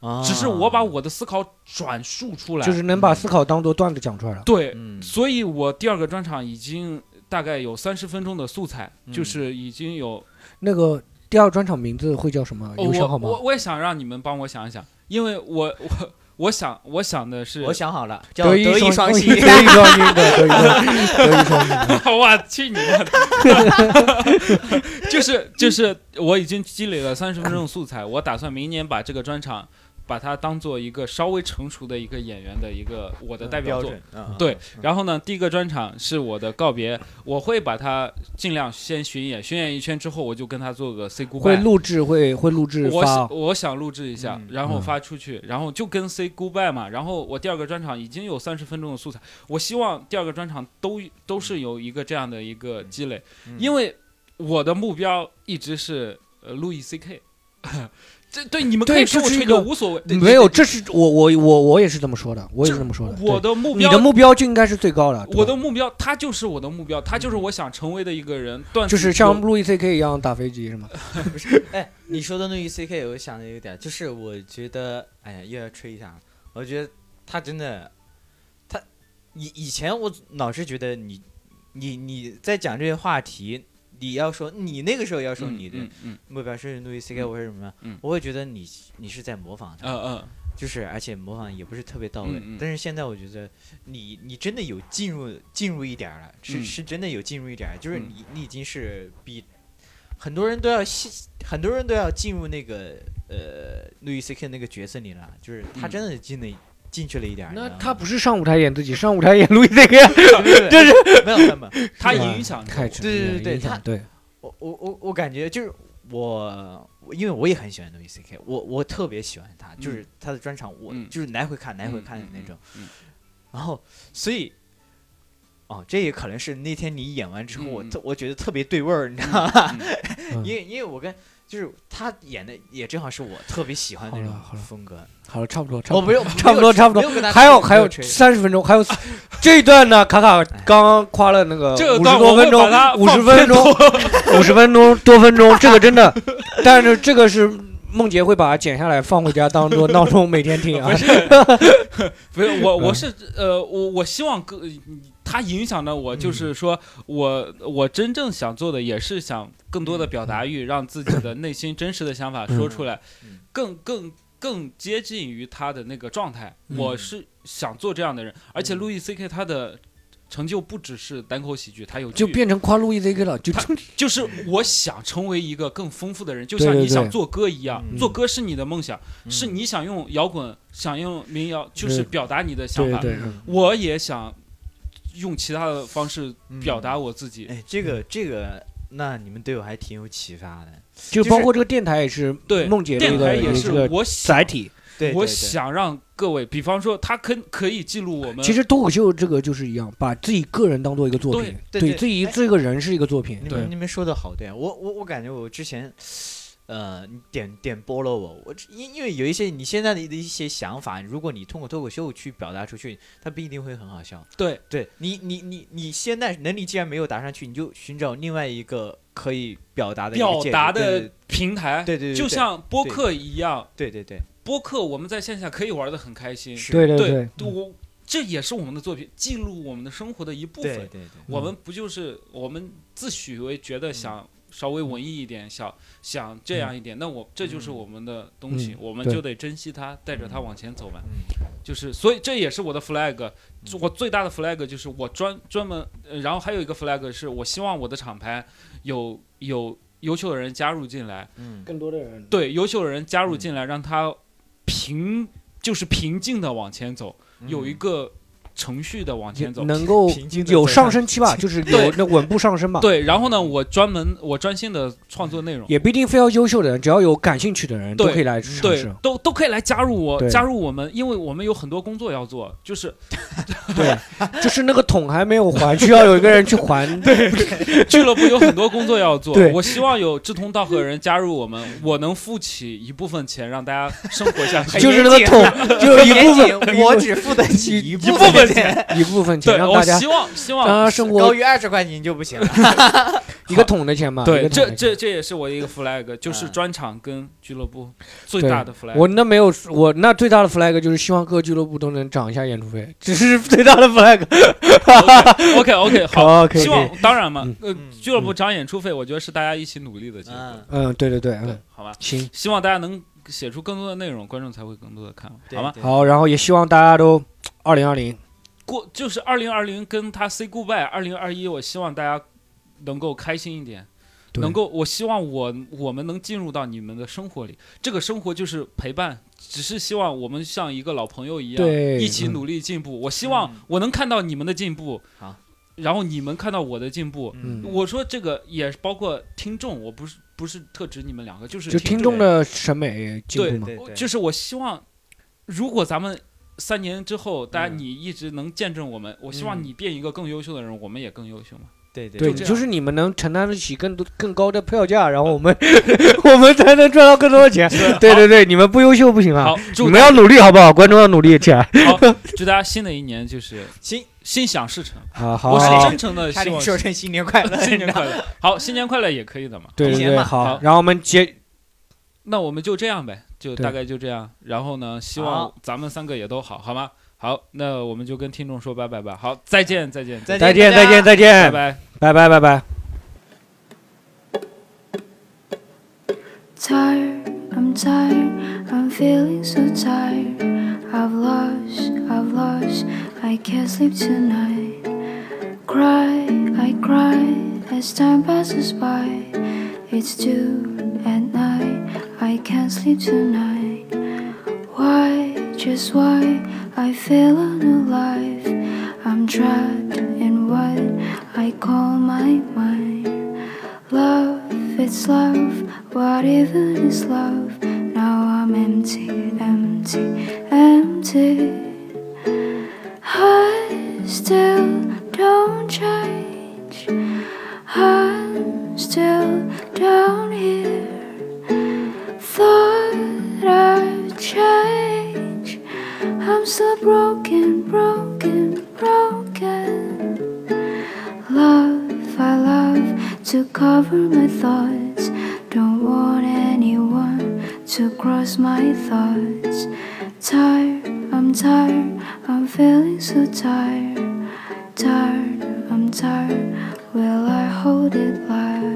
B: 啊
A: 只是我把我的思考转述出来。
C: 就是能把思考当做段子讲出来了。
A: 对，
B: 嗯
A: 所以我第二个专场已经大概有三十分钟的素材，
B: 嗯
A: 就是已经有。
C: 那个第二专场名字会叫什么？
A: 哦
C: 有想好
A: 我
C: 吗？
A: 我我也想让你们帮我想一想，因为我我我想我想的是，
B: 我想好了，叫
C: 德
B: 德
C: 艺
B: 艺双
C: 馨，
B: 馨。
C: 德艺双馨对，德艺双馨，德艺双馨。
A: 我去你 妈的！就是就是，我已经积累了三十分钟的素材，我打算明年把这个专场，把它当做一个稍微成熟的一个演员的一个我的代表
B: 标
A: 作。
B: 准，嗯
A: 对，
B: 嗯
A: 然后呢，第一个专场是我的告别，我会把它尽量先巡演，巡演一圈之后，我就跟他做个 say
C: 会
A: goodbye。
C: 录制，会会录制
A: 我
C: 发
A: 想。我想录制一下，
B: 嗯
A: 然后发出去，然后就跟 say goodbye 嘛。然后我第二个专场已经有三十分钟的素材，我希望第二个专场都都是有一个这样的一个积累，
B: 嗯
A: 因为我的目标一直是呃路易 C K。这对你们可
C: 对
A: 以说
C: 这
A: 我
C: 是
A: 吹
C: 一个
A: 牛无所谓，对
C: 没有，这是我我我我也是这么说的，我也是这么说的。
A: 我
C: 对
A: 的目
C: 你
A: 标
C: 的目标就应该是最高的，啊对吧
A: 我的目标，他就是我的目标，他就是我想成为的一个人。段子
C: 就是像路易 C K 一样打飞机是吗？
B: 不是，哎，你说的那个 C K，我想的有点，就是我觉得，哎呀，又要吹一下了，我觉得他真的，他以以前我老是觉得你，你你在讲这些话题，你要说你那个时候要
A: 有
B: 说你的
A: 嗯嗯
B: 目标是路易 C K，
A: 嗯
B: 我是什么
A: 嗯，
B: 我会觉得你你是在模仿他，
A: 嗯嗯
B: 就是而且模仿也不是特别到位。
A: 嗯嗯
B: 但是现在我觉得你你真的有进入进入一点儿了，是、
A: 嗯
B: 是真的有进入一点儿，就是
A: 嗯
B: 你你已经是比很多人都要细，很多人都要进入那个呃路易 C K 那个角色里了，就是他
A: 嗯
B: 真的进了、进去了一点儿。
C: 那
B: 你知道
C: 他
B: 吗
C: 不是上舞台演自己，上舞台演路易 C K，啊
B: 对是没有没有没有，
A: 嗯，他
C: 是吧
A: 影响着
C: 太
A: 我
C: 沉
B: 对对
C: 迷了
B: 对对
C: 影响
B: 他
C: 对，
B: 我我我我感觉就是我，我因为我也很喜欢 Louis C K，我我特别喜欢他，就是他的专场，我
A: 嗯
B: 就是来回看来回
A: 嗯
B: 看的那
A: 嗯
B: 种
A: 嗯嗯。
B: 然后，所以哦，这也可能是那天你演完之后，我
A: 嗯
B: 特我觉得特别对味儿，你知道吗？
C: 嗯
B: 因为因为我跟就是他演的也正好是我特别喜欢的那
C: 好了好
B: 种
C: 了
B: 风格。
C: 好了，差不多，差
B: 我
C: 不
B: 不
C: 多，
B: 用，
C: 差不多，差不多。
B: 没有跟他
C: 还有还
B: 没
C: 有
B: 吹
C: 三十分钟，还有这一段呢。卡卡刚刚夸了那个
A: 哎这
C: 五
A: 段
C: 十
A: 我
C: 多
A: 会
C: 分钟
A: 把它，
C: 五十
A: 放
C: 分
A: 片
C: 钟， 五十分钟多分钟，这个 真的，但是这个是梦洁会把它剪下来放回家当做闹钟每天听啊
A: 不。是，不是 我，
C: 嗯
A: 我是呃，我我希望歌，它影响了我，
C: 嗯
A: 就是说我我真正想做的也是想更多的表达欲，让自己的内心真实的想法说出来
B: 嗯嗯，
A: 更更更接近于他的那个状态。
C: 嗯
A: 我是想做这样的人，而且
B: 嗯
A: 路易 C K 他的。成就不只是单口喜剧，他有
C: 就
A: 剧
C: 变成夸路易 C K 了，就
A: 他就是我想成为一个更丰富的人，就
C: 对
A: 像
C: 对
A: 你想
C: 对
A: 做歌一样，
B: 嗯
A: 做歌是你的梦想，是
B: 嗯
A: 你想用摇滚，想用民谣，就是
C: 对
A: 表达你的想
C: 对
A: 法。
C: 对，
B: 嗯
A: 我也想用其他的方式表达我自己。
B: 哎，这个这个，那你们对我还挺有启发的。
C: 就
B: 就是
C: 包括这个电台也是
A: 对，
C: 梦洁这
A: 电台
C: 个
A: 也
C: 有
A: 是
C: 这个
A: 我
C: 载
A: 想，
C: 体。
B: 对，
A: 我
B: 对对
A: 想让各位，比方说，他可可以记录我们。
C: 其实脱口秀这个就是一样，把自己个人当做一个作品，
B: 对对对
C: 自己
B: 哎
C: 这个人是一个作品
B: 你。
A: 对
B: 们你们说的好对，我我我感觉我之前，呃，你点点拨了我，我因因为有一些你现在的一些想法，如果你通过脱口秀去表达出去，它不一定会很好笑。
A: 对，
B: 对你你你你现在能力既然没有达上去，你就寻找另外一个可以表达的一个
A: 表
B: 介质
A: 达
B: 对
A: 的平台，
B: 对对对，
A: 就
B: 对
A: 像播客一样，
B: 对对对
A: 播客我们在线下可以玩的很开心。
B: 是
C: 对对
A: 对
C: 对，
A: 我这也是我们的作品，记录我们的生活的一部
B: 对
A: 分
B: 对。对，
A: 我
C: 嗯
A: 们不就是我们自诩为觉得想稍微文艺一点，想想这样一点，那我这就是我们的东西，
C: 嗯
A: 我们
C: 对
A: 就得珍惜它，带着它往前走嘛。
B: 嗯
A: 就是，所以这也是我的 flag，我
C: 嗯
A: 最大的 flag 就是我专专门，呃然后还有一个 flag 是我希望我的厂牌有有优秀的人加入进来，
B: 嗯
C: 更多的人
A: 对，优秀的人加入
C: 嗯
A: 进来，让他平就是平静的往前走，
B: 嗯
A: 有 一个程序的往前走，
C: 嗯能够
B: 平均地
C: 有
B: 走
C: 上
B: 上
C: 升期吧，就是有那稳步上升吧。，
A: 对，然后呢，我专门我专心的创作内容，
C: 啊也不一定非要优秀的人，只要有感兴趣的人都
A: 对
C: 可以来尝
A: 对
C: 试。，
A: 都都可以来加入我，
C: 对
A: 加入我们，因为我们有很多工作要做，就是
C: 对，就是那个桶还没有还，需要有一个人去还。 对，
A: 俱乐部有很多工作要做
C: 对。
A: 我希望有志同道合的人加入我们，我能付起一部分钱让大家生活下去。
C: 就是那个桶， 就有一部分，
B: 我只付得起一
A: 部分
B: 钱，
C: 一部分钱
A: 对，
C: 让
A: 我
C: 大家
A: 希望希
C: 让
A: 望
C: 他生
B: 高
C: 活
B: 于二十块钱就不行了。
C: 一个桶的钱嘛。一
A: 对，
C: 个桶
A: 这
C: 的
A: 这
C: 钱。
A: 这也是我的一个 flag，就是专场跟俱乐部最
C: 对
A: 大的 flag。
C: 我那没有，我那最大的 flag 就是希望各俱乐部都能涨一下演出费，这是最大的 flag。
A: OK OK 好，
C: 好，可以。
A: 希
C: 可以
A: 望当然嘛
C: 嗯，
A: 呃，
B: 嗯
A: 俱乐部涨演出费，我觉得是大家一起努力的结果
B: 嗯，，
C: 嗯，对对对，
A: 对
C: 嗯，，
A: 好吧。
C: 行。
A: 希望大家能写出更多的内容，观众才会更多的看，
B: 对
A: 好吗？？
B: 对
C: 好，然后也希望大家都二零二零
A: 过就是二零二零跟他 say goodbye，二零二一我希望大家能够开心一点，
C: 对
A: 能够我希望我我们能进入到你们的生活里，这个生活就是陪伴，只是希望我们像一个老朋友一样，
C: 对
A: 一起
C: 嗯
A: 努力进步。我希望
B: 嗯
A: 我能看到你们的进步，
B: 好
A: 然后你们看到我的进步。
C: 嗯
A: 我说这个也包括听众，我不是不是特指你们两个，就是
C: 就听众的审美进
A: 对
C: 步嘛。
B: 对对，
A: 嗯就是我希望，如果咱们三年之后，大家
B: 嗯
A: 你一直能见证我们，我希望你变一个更优秀的人，我们也更优秀嘛。
B: 对对
C: 对，
A: 就这样
C: 就是你们能承担得起更多更高的票价，然后我们 我们才能赚到更多的钱。对对对，你们不优秀不行啊
A: 好！，
C: 你
A: 祝
C: 们
A: 大
C: 要
A: 家
C: 努力好不好？观众要努力起来
A: 好，祝大家新的一年就是
B: 新
A: 心想事成。
C: 啊！好好
A: 我是
C: 好
A: 真，诚的
B: 差
A: 希
B: 点
A: 望
B: 说成新年快乐，
A: 新年快乐。好，新年快乐也可以的嘛。
C: 对
B: 提
C: 对
B: 前
C: 对，
B: 嘛
C: 好
A: 好。
C: 然后我们结
A: 那我们就这样呗，就
C: 对
A: 大概就这样。然后呢，希望咱们三个也都好，好吗？好，那我们就跟听众说拜拜吧。好，再见，再见，
B: 再
C: 再
B: 见
C: 见
B: 大家
C: 再见再
A: 拜
C: 见，
A: 拜。
C: 拜拜拜拜。
D: Tired, I'm tired, I'm feeling so tired. I've lost, I've lost, I can't sleep tonight. Cry, I cry as time passes by. It's two at night, I can't sleep tonight. Why, just why, I feel unalive. I'm trapped in what I call my mind. Love, it's love, what even is love? Now I'm empty, empty, empty. I still don't so broken, broken, broken. Love, I love to cover my thoughts. Don't want anyone to cross my thoughts. Tired, I'm tired, I'm feeling so tired. Tired, I'm tired, will I hold it live?